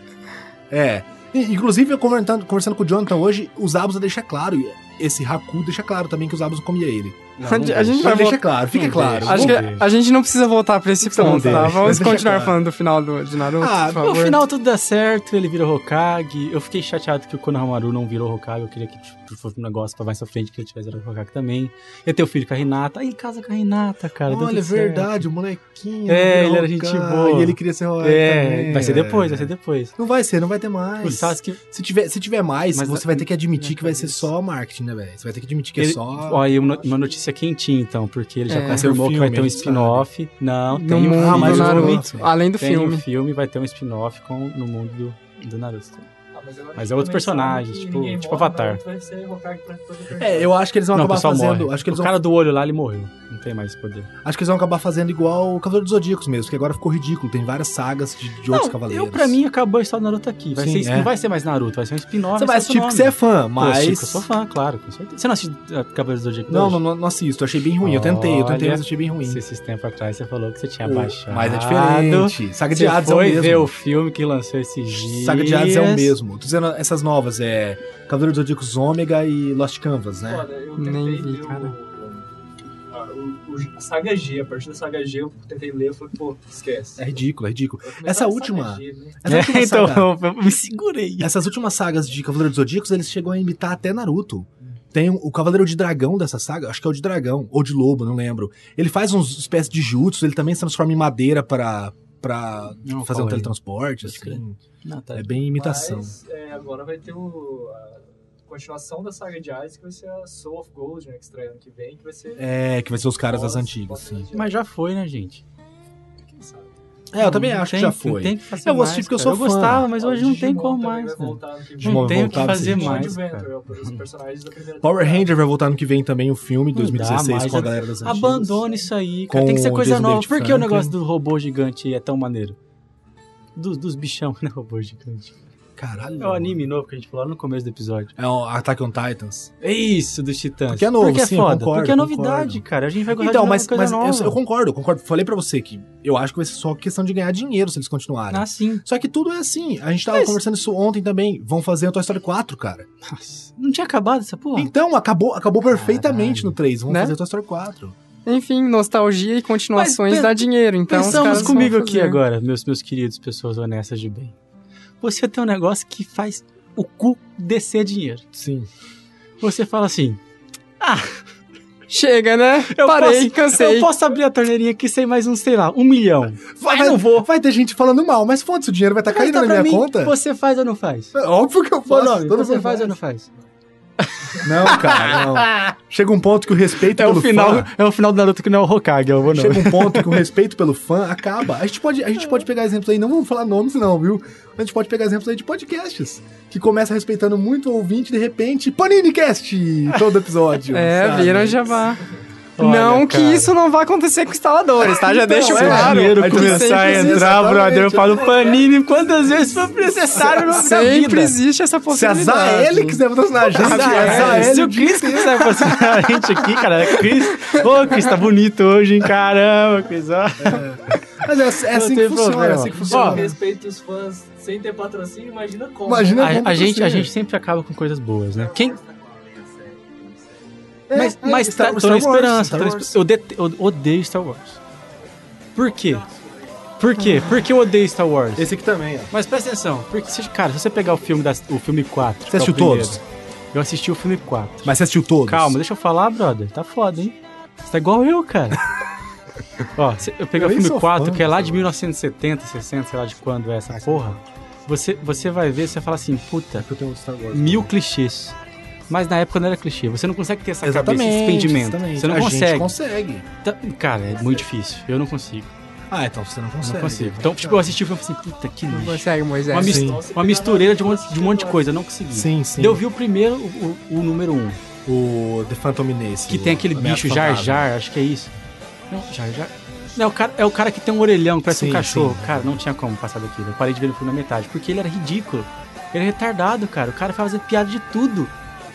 [SPEAKER 5] É. E, Inclusive, eu conversando, conversando com o Jonathan hoje, os Abus deixa claro. e Esse Haku deixa claro também que os Abus comia ele.
[SPEAKER 2] A gente- a gente vai
[SPEAKER 5] Mas deixa
[SPEAKER 2] voltar.
[SPEAKER 5] claro, fica
[SPEAKER 4] Não Hum,
[SPEAKER 5] claro.
[SPEAKER 4] deixa.
[SPEAKER 2] Acho que
[SPEAKER 5] Vamos-
[SPEAKER 4] deixa.
[SPEAKER 2] a gente não precisa voltar pra esse
[SPEAKER 5] Não
[SPEAKER 2] ponto, tá?
[SPEAKER 5] deixa,
[SPEAKER 2] Vamos
[SPEAKER 5] deixa
[SPEAKER 2] continuar
[SPEAKER 5] claro.
[SPEAKER 2] falando do final do, de Naruto,
[SPEAKER 5] Ah,
[SPEAKER 2] por
[SPEAKER 4] No
[SPEAKER 2] favor.
[SPEAKER 4] final tudo dá certo, ele vira Hokage. Eu fiquei chateado que o Konohamaru não virou Hokage. Eu queria que tipo, fosse um negócio pra mais pra frente que ele tivesse virado Hokage também. Ia ter o filho com a Renata. Aí casa com a Renata, cara. deu
[SPEAKER 5] Olha, é
[SPEAKER 4] tudo certo.
[SPEAKER 5] verdade, o molequinho.
[SPEAKER 4] É,
[SPEAKER 5] virou
[SPEAKER 4] ele era gente
[SPEAKER 5] Hokage,
[SPEAKER 4] boa.
[SPEAKER 5] E ele queria ser Hokage
[SPEAKER 4] É,
[SPEAKER 5] também.
[SPEAKER 4] vai ser depois, vai ser depois.
[SPEAKER 5] Não vai ser, não vai ter mais.
[SPEAKER 4] O Sasuke,
[SPEAKER 5] Se tiver, se tiver mais,
[SPEAKER 4] Mas é,
[SPEAKER 5] você
[SPEAKER 4] a-
[SPEAKER 5] vai ter que admitir
[SPEAKER 4] minha
[SPEAKER 5] que vai ser
[SPEAKER 4] cabeça.
[SPEAKER 5] só marketing, né, velho? Você vai ter que admitir que é
[SPEAKER 4] ele,
[SPEAKER 5] só.
[SPEAKER 4] ó, aí uma uma notícia quentinha então, porque ele já
[SPEAKER 2] É.
[SPEAKER 4] confirmou que vai ter um
[SPEAKER 5] Filme,
[SPEAKER 4] spin-off. Não,
[SPEAKER 2] No
[SPEAKER 4] tem um
[SPEAKER 2] mundo
[SPEAKER 5] Ah,
[SPEAKER 4] filme.
[SPEAKER 5] mais
[SPEAKER 2] do
[SPEAKER 5] um
[SPEAKER 2] Naruto,
[SPEAKER 5] outro.
[SPEAKER 2] além do
[SPEAKER 4] Tem um
[SPEAKER 2] filme.
[SPEAKER 4] filme, vai ter um spin-off com- no mundo do, do Naruto.
[SPEAKER 1] Ah,
[SPEAKER 4] Mas
[SPEAKER 1] mas agora a
[SPEAKER 4] é
[SPEAKER 1] gente
[SPEAKER 4] outro
[SPEAKER 1] também
[SPEAKER 4] personagem,
[SPEAKER 1] sabe que
[SPEAKER 4] tipo-
[SPEAKER 1] ninguém
[SPEAKER 4] tipo
[SPEAKER 1] morre,
[SPEAKER 4] Avatar.
[SPEAKER 1] Naruto vai ser Hokage pra toda eternidade.
[SPEAKER 5] É, eu acho que eles vão
[SPEAKER 4] não, o
[SPEAKER 5] acabar
[SPEAKER 4] pessoal
[SPEAKER 5] fazendo.
[SPEAKER 4] morre.
[SPEAKER 5] Acho que, eles
[SPEAKER 4] o
[SPEAKER 5] vão,
[SPEAKER 4] cara do olho lá, ele morreu. Não tem mais esse poder.
[SPEAKER 5] acho que eles vão acabar fazendo igual o Cavaleiro dos Zodíacos mesmo, que agora ficou ridículo. Tem várias sagas de, de
[SPEAKER 4] Não,
[SPEAKER 5] outros cavaleiros.
[SPEAKER 4] Eu, pra mim, acabou a história do Naruto aqui. Vai
[SPEAKER 5] Sim,
[SPEAKER 4] ser,
[SPEAKER 5] é.
[SPEAKER 4] Não vai ser mais Naruto, vai ser um spin-off.
[SPEAKER 5] Você vai assistir porque você é fã,
[SPEAKER 4] Mas...
[SPEAKER 5] mas.
[SPEAKER 4] eu sou fã, claro, com certeza. Você não assiste uh, Cavaleiros do Zodíaco
[SPEAKER 5] Não,
[SPEAKER 4] hoje?
[SPEAKER 5] não, não, não assisto. Eu achei bem ruim. Eu tentei, eu tentei,
[SPEAKER 4] Olha,
[SPEAKER 5] mas achei bem ruim.
[SPEAKER 4] Se Esses tempos atrás você falou que você tinha
[SPEAKER 5] O-
[SPEAKER 4] baixado.
[SPEAKER 5] Mas é diferente. Saga de
[SPEAKER 4] Você
[SPEAKER 5] Hades é o
[SPEAKER 4] foi ver o
[SPEAKER 5] mesmo.
[SPEAKER 4] filme que lançou esses dias.
[SPEAKER 5] Saga de Hades é o mesmo. Tô dizendo essas novas, é Cavaleiro dos Zodíacos Ômega e Lost Canvas, né?
[SPEAKER 1] Olha, eu tentei
[SPEAKER 2] Nem vi,
[SPEAKER 1] ler o-
[SPEAKER 2] cara.
[SPEAKER 1] ah, o- o- a saga G, a partir da saga G eu tentei ler, eu falei, pô, esquece.
[SPEAKER 5] É ridículo, é ridículo.
[SPEAKER 1] Eu comecei
[SPEAKER 5] Essa
[SPEAKER 1] pela
[SPEAKER 5] última-
[SPEAKER 1] saga G, né?
[SPEAKER 5] Essa última
[SPEAKER 4] É, então,
[SPEAKER 5] saga-
[SPEAKER 4] eu me segurei.
[SPEAKER 5] Essas últimas sagas de Cavaleiro dos Zodíacos, eles chegam a imitar até Naruto. Tem o Cavaleiro de Dragão dessa saga, acho que é o de Dragão, ou de Lobo, não lembro. Ele faz uns espécies de jutsu, ele também se transforma em madeira pra, pra
[SPEAKER 4] Não,
[SPEAKER 5] fazer
[SPEAKER 4] fala
[SPEAKER 5] um
[SPEAKER 4] aí.
[SPEAKER 5] teletransporte,
[SPEAKER 4] Pode crer.
[SPEAKER 5] assim.
[SPEAKER 4] Não, tá.
[SPEAKER 5] É bem imitação.
[SPEAKER 1] Mas, é, agora vai ter o, a continuação da saga de Ice, que vai ser a Soul of Gold, né, que estreia ano que vem, que vai ser...
[SPEAKER 5] É, que vai ser os caras das
[SPEAKER 1] Nossa,
[SPEAKER 5] antigas,
[SPEAKER 1] nossa,
[SPEAKER 5] sim.
[SPEAKER 4] Mas já foi, né, gente?
[SPEAKER 1] quem sabe.
[SPEAKER 5] É, eu também
[SPEAKER 4] Não
[SPEAKER 5] acho que
[SPEAKER 4] tem-
[SPEAKER 5] já
[SPEAKER 4] Não
[SPEAKER 5] foi.
[SPEAKER 4] tem o que fazer
[SPEAKER 5] Eu vou assistir
[SPEAKER 4] mais,
[SPEAKER 5] porque eu
[SPEAKER 4] cara.
[SPEAKER 5] sou
[SPEAKER 4] Eu
[SPEAKER 5] fã.
[SPEAKER 4] gostava, mas hoje né?
[SPEAKER 1] Ah, o
[SPEAKER 4] não tem
[SPEAKER 1] Digimon
[SPEAKER 4] como
[SPEAKER 1] também
[SPEAKER 4] mais.
[SPEAKER 1] vai
[SPEAKER 4] cara.
[SPEAKER 1] voltar ano que vem.
[SPEAKER 4] Não
[SPEAKER 5] Digimon
[SPEAKER 4] tem o que
[SPEAKER 5] voltava,
[SPEAKER 4] fazer
[SPEAKER 5] sim.
[SPEAKER 1] Digimon
[SPEAKER 4] mais.
[SPEAKER 1] Adventure,
[SPEAKER 4] cara.
[SPEAKER 1] é os personagens da primeira
[SPEAKER 5] Power
[SPEAKER 1] temporada.
[SPEAKER 5] Ranger vai voltar ano que vem também, o
[SPEAKER 4] Não
[SPEAKER 5] filme,
[SPEAKER 4] dá
[SPEAKER 5] 2016,
[SPEAKER 4] mais,
[SPEAKER 5] com a
[SPEAKER 4] né?
[SPEAKER 5] galera das antigas.
[SPEAKER 4] Abandona isso aí, cara.
[SPEAKER 5] Com
[SPEAKER 4] Tem que ser
[SPEAKER 5] o
[SPEAKER 4] coisa
[SPEAKER 5] Jason
[SPEAKER 4] nova.
[SPEAKER 5] David
[SPEAKER 4] Por que o
[SPEAKER 5] Franklin.
[SPEAKER 4] negócio do robô gigante é tão maneiro? Dos, dos bichão, né? Robô gigante.
[SPEAKER 5] Caralho.
[SPEAKER 4] É o anime novo que a gente falou lá no começo do episódio.
[SPEAKER 5] É o Attack on Titans.
[SPEAKER 4] É isso, dos titãs.
[SPEAKER 5] Porque é novo,
[SPEAKER 4] Porque é
[SPEAKER 5] sim, eu
[SPEAKER 4] foda.
[SPEAKER 5] concordo,
[SPEAKER 4] porque é
[SPEAKER 5] eu
[SPEAKER 4] novidade, cara. A gente vai gostar
[SPEAKER 5] Então,
[SPEAKER 4] de
[SPEAKER 5] mas,
[SPEAKER 4] coisa
[SPEAKER 5] mas eu,
[SPEAKER 4] nova.
[SPEAKER 5] eu concordo, eu concordo. Falei pra você que eu acho que vai ser só questão de ganhar dinheiro se eles continuarem.
[SPEAKER 4] Ah, sim.
[SPEAKER 5] Só que tudo é assim. A gente tava
[SPEAKER 4] Mas-
[SPEAKER 5] conversando isso ontem também. Vão fazer a Toy Story 4, cara.
[SPEAKER 4] Nossa, não tinha acabado essa porra?
[SPEAKER 5] Então, acabou, acabou perfeitamente
[SPEAKER 4] Caralho.
[SPEAKER 5] no 3. Vão
[SPEAKER 2] Né?
[SPEAKER 5] fazer a Toy Story 4.
[SPEAKER 2] Enfim, nostalgia e continuações
[SPEAKER 4] Mas pe-
[SPEAKER 2] dá dinheiro, então os
[SPEAKER 4] Pensamos
[SPEAKER 2] caras vão
[SPEAKER 4] comigo aqui
[SPEAKER 2] fazer.
[SPEAKER 4] agora, meus, meus queridos, pessoas honestas de bem. Você tem um negócio que faz o cu descer dinheiro.
[SPEAKER 5] Sim.
[SPEAKER 4] Você fala assim,
[SPEAKER 2] Chega, né?
[SPEAKER 4] Eu
[SPEAKER 2] Parei,
[SPEAKER 4] posso-
[SPEAKER 2] cansei.
[SPEAKER 4] eu posso abrir a torneirinha aqui sem mais um, sei lá, um milhão.
[SPEAKER 5] Vai,
[SPEAKER 4] eu não
[SPEAKER 5] vou. Vai ter gente falando mal, mas foda-se, o dinheiro vai estar
[SPEAKER 4] Mas
[SPEAKER 5] caindo
[SPEAKER 4] tá
[SPEAKER 5] na
[SPEAKER 4] pra
[SPEAKER 5] minha
[SPEAKER 4] mim,
[SPEAKER 5] conta.
[SPEAKER 4] Você faz ou não faz?
[SPEAKER 5] É Óbvio que eu
[SPEAKER 4] Fala,
[SPEAKER 5] faço.
[SPEAKER 4] Nome,
[SPEAKER 5] todo
[SPEAKER 4] você
[SPEAKER 5] mundo
[SPEAKER 4] faz ou não faz?
[SPEAKER 5] Não, cara, não. Chega um ponto que o respeito
[SPEAKER 4] É
[SPEAKER 5] pelo
[SPEAKER 4] o final,
[SPEAKER 5] fã...
[SPEAKER 4] é o final do Naruto que não é o Hokage, eu vou não. É.
[SPEAKER 5] Chega um ponto que o respeito pelo fã acaba. A gente pode, a gente pode pegar exemplos aí, não vamos falar nomes não, viu? A gente pode pegar exemplos aí de podcasts, que começa respeitando muito o ouvinte, de repente, PaniniCast! Todo episódio.
[SPEAKER 2] É,
[SPEAKER 5] sabe?
[SPEAKER 2] viram já vá.
[SPEAKER 4] Olha,
[SPEAKER 2] não que
[SPEAKER 4] cara. Então,
[SPEAKER 2] isso não vai acontecer com instaladores, tá? Já deixa
[SPEAKER 5] é,
[SPEAKER 2] eu claro.
[SPEAKER 5] dinheiro
[SPEAKER 2] Aí tu
[SPEAKER 4] começar a
[SPEAKER 2] sempre existe-
[SPEAKER 4] entrar,
[SPEAKER 5] exatamente.
[SPEAKER 4] brother. Eu falo Panini quantas vezes for necessário no nome da
[SPEAKER 2] Sempre
[SPEAKER 4] vida.
[SPEAKER 2] existe essa
[SPEAKER 5] Se é a
[SPEAKER 2] possibilidade.
[SPEAKER 5] Zael quiser patrocinar a gente, a
[SPEAKER 2] é
[SPEAKER 5] Zael
[SPEAKER 4] Se é o Cris quiser patrocinar Assim, a gente aqui, cara, é Cris. Ô, Cris, tá bonito hoje, hein? Caramba, Cris, ó.
[SPEAKER 5] Mas é, é
[SPEAKER 4] Não
[SPEAKER 5] assim
[SPEAKER 4] tem
[SPEAKER 5] que funciona, é
[SPEAKER 4] problema.
[SPEAKER 5] assim que
[SPEAKER 1] Se eu
[SPEAKER 5] funciona.
[SPEAKER 1] respeito os fãs sem ter patrocínio, imagina como.
[SPEAKER 5] Imagina como
[SPEAKER 4] A, a gente, a
[SPEAKER 5] patrocina.
[SPEAKER 4] gente sempre acaba com coisas boas, né? Quem,
[SPEAKER 5] É,
[SPEAKER 4] mas
[SPEAKER 5] é,
[SPEAKER 4] mas
[SPEAKER 5] Star-
[SPEAKER 4] tá, tô
[SPEAKER 5] Star
[SPEAKER 4] na
[SPEAKER 5] Wars,
[SPEAKER 4] esperança.
[SPEAKER 5] Star
[SPEAKER 4] tô na
[SPEAKER 5] Wars.
[SPEAKER 4] espe- eu, dete- eu odeio Star Wars. Por quê? Por quê? Por que eu odeio Star Wars?
[SPEAKER 5] Esse aqui também, ó.
[SPEAKER 4] Mas presta atenção, porque, se- cara, se você pegar o filme, das, o filme 4. que é o
[SPEAKER 5] assistiu
[SPEAKER 4] primeiro,
[SPEAKER 5] todos?
[SPEAKER 4] Eu assisti o filme 4.
[SPEAKER 5] Mas você assistiu todos?
[SPEAKER 4] Calma, deixa eu falar, brother. Tá foda, hein? Você tá igual eu, cara. Ó, cê- eu peguei
[SPEAKER 5] Eu
[SPEAKER 4] o
[SPEAKER 5] nem
[SPEAKER 4] filme
[SPEAKER 5] sou
[SPEAKER 4] 4,
[SPEAKER 5] fã,
[SPEAKER 4] que é lá de 1970, 60, sei lá de quando é essa porra. Você, você vai ver, você vai falar assim, puta,
[SPEAKER 5] eu tenho Star Wars.
[SPEAKER 4] mil clichês. Mas na época não era clichê. Você não consegue ter essa
[SPEAKER 5] Exatamente,
[SPEAKER 4] cabeça, esse entendimento.
[SPEAKER 5] exatamente.
[SPEAKER 4] Você não
[SPEAKER 5] a
[SPEAKER 4] consegue.
[SPEAKER 5] Gente consegue.
[SPEAKER 4] Tá- Cara, é muito difícil. Eu não consigo.
[SPEAKER 5] Ah, então você não
[SPEAKER 4] Eu
[SPEAKER 5] consegue.
[SPEAKER 4] não consigo. Então, tipo, eu assisti o filme e falei assim, puta, que
[SPEAKER 2] Não
[SPEAKER 4] lixo.
[SPEAKER 2] consegue, Moisés.
[SPEAKER 4] Uma, mis-
[SPEAKER 5] sim.
[SPEAKER 4] uma mistureira de um, monte, de um monte de coisa, eu não consegui.
[SPEAKER 5] Sim, sim.
[SPEAKER 4] Daí Eu vi o primeiro, o, o- o número um,
[SPEAKER 5] o The Phantom Menace.
[SPEAKER 4] que tem aquele
[SPEAKER 5] o Ameaça
[SPEAKER 4] bicho Jar
[SPEAKER 5] Fantasma.
[SPEAKER 4] Jar, acho que é isso. Não, Jar Jar. Não, é o cara, é o cara que tem um orelhão, que parece
[SPEAKER 5] Sim,
[SPEAKER 4] um cachorro.
[SPEAKER 5] sim.
[SPEAKER 4] Cara, não tinha como passar daquilo. Eu parei de ver o filme na metade, porque ele era ridículo. Ele era retardado, cara. O cara fazia piada de tudo.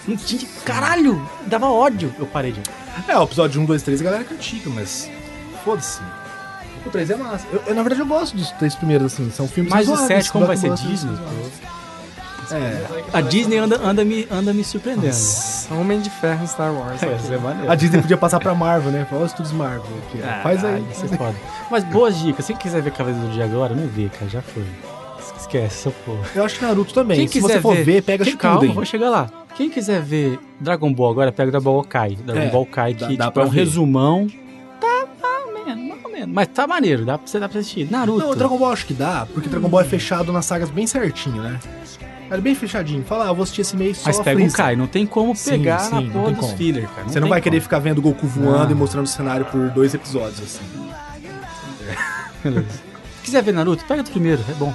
[SPEAKER 4] Não tinha. Caralho! Dava ódio. Eu parei de.
[SPEAKER 5] É, o episódio 1, 2, 3 a galera critica, mas. Foda-se. O 3 é massa. Eu, eu, na verdade, eu gosto dos três primeiros, assim. São filmes
[SPEAKER 4] Mas o
[SPEAKER 5] razoáveis,
[SPEAKER 4] 7, como vai ser
[SPEAKER 5] blockbusters
[SPEAKER 4] Disney?
[SPEAKER 5] razoáveis. É.
[SPEAKER 4] A Disney anda, anda, me, anda me surpreendendo.
[SPEAKER 2] Homem de ferro em Star Wars.
[SPEAKER 4] É, isso é maneiro.
[SPEAKER 5] A Disney podia passar pra Marvel, né? Fala os estudos Marvel. aqui, ó. faz aí.
[SPEAKER 4] Caralho,
[SPEAKER 5] faz
[SPEAKER 4] isso é
[SPEAKER 5] aí.
[SPEAKER 4] foda. Mas boas dicas. Se quiser ver Cavaleiro do Zodíaco agora, não vê, cara. Já foi. Esquece essa porra.
[SPEAKER 5] Eu acho que Naruto também.
[SPEAKER 4] Quem
[SPEAKER 5] Se
[SPEAKER 4] quiser
[SPEAKER 5] você for ver,
[SPEAKER 4] ver-
[SPEAKER 5] pega
[SPEAKER 4] Quem, calma,
[SPEAKER 5] Shippuden.
[SPEAKER 4] vou chegar lá. Quem quiser ver Dragon Ball agora, pega Dragon Ball Kai. Dragon
[SPEAKER 5] É,
[SPEAKER 4] Ball Kai,
[SPEAKER 5] dá-
[SPEAKER 4] que
[SPEAKER 5] dá
[SPEAKER 4] tipo,
[SPEAKER 5] pra
[SPEAKER 4] é um
[SPEAKER 5] ver.
[SPEAKER 4] resumão. Tá, tá, menos, mais ou menos. Mas tá maneiro, dá pra, você dá pra assistir. Naruto.
[SPEAKER 5] Não, o Dragon Ball acho que dá, porque o Dragon Ball é fechado nas sagas bem certinho, né? Era bem fechadinho. Fala, ah, eu vou assistir esse mês só
[SPEAKER 4] Mas pega o
[SPEAKER 5] Freeza.
[SPEAKER 4] Kai, não tem como
[SPEAKER 5] Sim,
[SPEAKER 4] pegar
[SPEAKER 5] sim, não
[SPEAKER 4] na porra
[SPEAKER 5] tem
[SPEAKER 4] dos
[SPEAKER 5] como.
[SPEAKER 4] filler, cara.
[SPEAKER 5] Você não
[SPEAKER 4] tem
[SPEAKER 5] vai querer
[SPEAKER 4] como.
[SPEAKER 5] ficar vendo o Goku voando
[SPEAKER 4] Não.
[SPEAKER 5] e mostrando o cenário por dois episódios, assim.
[SPEAKER 4] Se quiser ver Naruto, pega do primeiro, é bom.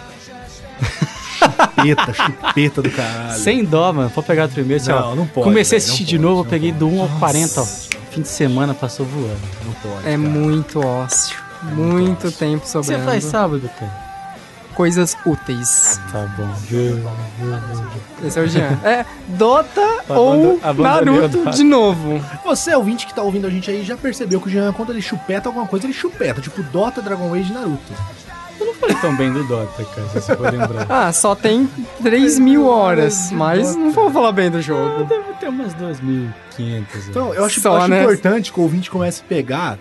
[SPEAKER 5] Peta, chupeta do caralho.
[SPEAKER 4] Sem dó, mano. Pode pegar do primeiro. sei
[SPEAKER 5] Não,
[SPEAKER 4] lá.
[SPEAKER 5] não pode,
[SPEAKER 4] Comecei a
[SPEAKER 5] velho,
[SPEAKER 4] assistir de
[SPEAKER 5] não pode,
[SPEAKER 4] novo, eu
[SPEAKER 5] não
[SPEAKER 4] peguei
[SPEAKER 5] pode.
[SPEAKER 4] do 1 ao 40, ó. Fim de semana passou voando.
[SPEAKER 5] Não pode.
[SPEAKER 2] É
[SPEAKER 5] cara.
[SPEAKER 2] muito ócio. Muito tempo
[SPEAKER 4] O que É você
[SPEAKER 2] sobrando.
[SPEAKER 4] faz sábado, cara?
[SPEAKER 2] Coisas úteis.
[SPEAKER 4] Tá bom.
[SPEAKER 2] Esse é o Jean. É Dota
[SPEAKER 4] Abandon-
[SPEAKER 2] ou
[SPEAKER 4] abandonei o
[SPEAKER 2] Naruto
[SPEAKER 4] Dota.
[SPEAKER 2] de novo.
[SPEAKER 5] Você, ouvinte que tá ouvindo a gente aí, já percebeu que o Jean, quando ele chupeta alguma coisa, ele chupeta. Tipo Dota, Dragon Age e Naruto.
[SPEAKER 4] Eu não falei tão bem do Dota, cara, se você for lembrar.
[SPEAKER 2] Ah, só tem 3 mil horas, mas não vou falar bem do jogo.
[SPEAKER 4] Ah, Deve ter umas 2.500.
[SPEAKER 5] Então, eu acho,
[SPEAKER 2] Só,
[SPEAKER 5] eu acho
[SPEAKER 2] né?
[SPEAKER 5] importante que o ouvinte comece a pegar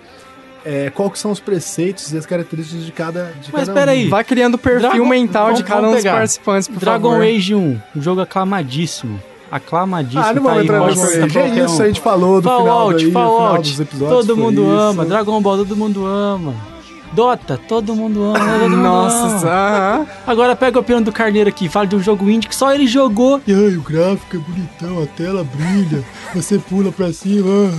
[SPEAKER 5] é, qual que são os preceitos e as características de cada de
[SPEAKER 4] Mas
[SPEAKER 5] cada um.
[SPEAKER 4] peraí.
[SPEAKER 2] Vai criando o perfil
[SPEAKER 4] Dragon-
[SPEAKER 2] mental de
[SPEAKER 4] vamos-
[SPEAKER 2] cada um
[SPEAKER 4] vamos
[SPEAKER 2] dos
[SPEAKER 4] pegar.
[SPEAKER 2] participantes, por
[SPEAKER 4] Dragon
[SPEAKER 2] favor.
[SPEAKER 4] Age 1, um jogo aclamadíssimo. Aclamadíssimo.
[SPEAKER 5] Ah, não vamos entrar
[SPEAKER 4] pode
[SPEAKER 5] no
[SPEAKER 4] ser
[SPEAKER 5] Age. É
[SPEAKER 4] qualquer
[SPEAKER 5] isso,
[SPEAKER 4] um.
[SPEAKER 5] a gente falou do final,
[SPEAKER 4] Fallout,
[SPEAKER 5] daí, final
[SPEAKER 4] Fallout.
[SPEAKER 5] dos episódios.
[SPEAKER 4] Todo
[SPEAKER 5] foi
[SPEAKER 4] mundo
[SPEAKER 5] isso.
[SPEAKER 4] ama. Dragon Ball, todo mundo ama. Dota, todo mundo ama. todo mundo ama.
[SPEAKER 2] Nossa, aham.
[SPEAKER 4] Agora pega a opinião do Carneiro aqui, fala de um jogo indie que só ele jogou.
[SPEAKER 5] E aí, o gráfico é bonitão, a tela brilha, você pula pra cima.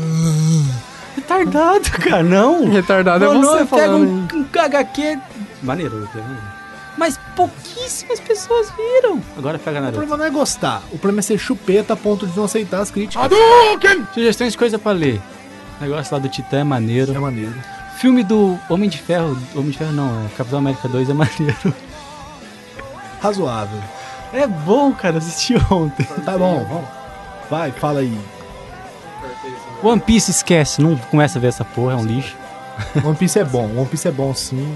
[SPEAKER 4] Retardado, cara, não.
[SPEAKER 2] retardado é
[SPEAKER 4] Não, não,
[SPEAKER 2] você
[SPEAKER 4] pega
[SPEAKER 2] falando.
[SPEAKER 4] um, um HQ. Maneiro,
[SPEAKER 5] né?
[SPEAKER 4] eu pego, maneiro. Mas pouquíssimas pessoas viram. Agora pega
[SPEAKER 5] O
[SPEAKER 4] Naruto.
[SPEAKER 5] problema não é gostar, o problema é ser chupeta a ponto de não aceitar as críticas.
[SPEAKER 4] Sugestões de coisa pra ler. Negócio lá do Titã é maneiro.
[SPEAKER 5] É maneiro.
[SPEAKER 4] Filme do Homem de Ferro. Homem de Ferro não, é Capitão América 2 é maneiro.
[SPEAKER 5] Razoável.
[SPEAKER 4] É bom, cara, assisti ontem.
[SPEAKER 5] Tá bom, vamos. Vai, fala aí.
[SPEAKER 4] One Piece esquece, não começa a ver essa porra, é um lixo.
[SPEAKER 5] One Piece é bom, One Piece é bom sim.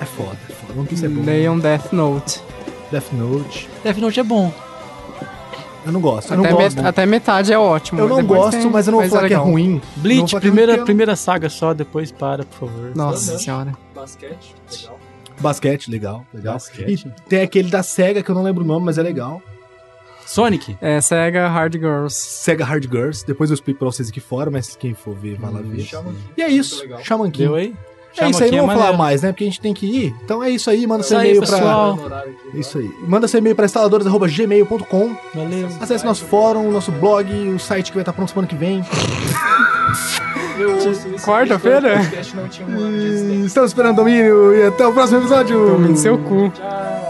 [SPEAKER 5] É foda, é foda. One Piece é bom.
[SPEAKER 2] Leiam Death Note.
[SPEAKER 5] Death Note.
[SPEAKER 4] Death Note é bom.
[SPEAKER 5] Eu não gosto, eu não
[SPEAKER 2] Até,
[SPEAKER 5] gosto.
[SPEAKER 2] met- até metade é ótimo.
[SPEAKER 5] Eu não
[SPEAKER 2] depois
[SPEAKER 5] gosto,
[SPEAKER 2] tem-
[SPEAKER 5] mas eu não vou falar que é
[SPEAKER 2] legal.
[SPEAKER 5] ruim. Não vou
[SPEAKER 4] Bleach,
[SPEAKER 5] falar que eu não
[SPEAKER 4] primeira,
[SPEAKER 5] entendo.
[SPEAKER 4] primeira saga só, depois para, por favor.
[SPEAKER 2] Nossa senhora.
[SPEAKER 1] Basquete, legal.
[SPEAKER 5] Basquete, legal, legal.
[SPEAKER 4] Basquete.
[SPEAKER 5] E tem aquele da SEGA que eu não lembro o nome, mas é legal.
[SPEAKER 4] Sonic.
[SPEAKER 2] É Sega Hard Girls.
[SPEAKER 5] SEGA Hard Girls. Depois eu explico pra vocês aqui fora, mas quem for ver, vai lá ver.
[SPEAKER 1] Chama de
[SPEAKER 5] E é isso.
[SPEAKER 1] Muito legal.
[SPEAKER 5] Shaman King.
[SPEAKER 4] Deu aí?
[SPEAKER 5] É
[SPEAKER 4] Chama
[SPEAKER 5] isso aí,
[SPEAKER 4] aqui,
[SPEAKER 5] não vou
[SPEAKER 4] maneiro.
[SPEAKER 5] falar mais, né? Porque a gente tem que ir. Então é isso aí, manda
[SPEAKER 4] Isso
[SPEAKER 5] seu
[SPEAKER 4] aí,
[SPEAKER 5] e-mail
[SPEAKER 4] pessoal.
[SPEAKER 1] Tá
[SPEAKER 5] pra. Isso aí. Manda seu e-mail pra instaladoras.gmail.com. Valeu. Acesse nosso fórum, nosso blog, o site que vai estar pronto semana que vem.
[SPEAKER 1] Eu ouço isso.
[SPEAKER 2] Quarta-feira?
[SPEAKER 1] desde quando o podcast não tinha um ano de existência.
[SPEAKER 5] E Estamos esperando o domínio e até o próximo episódio.
[SPEAKER 2] Tome no seu cu.
[SPEAKER 1] Tchau.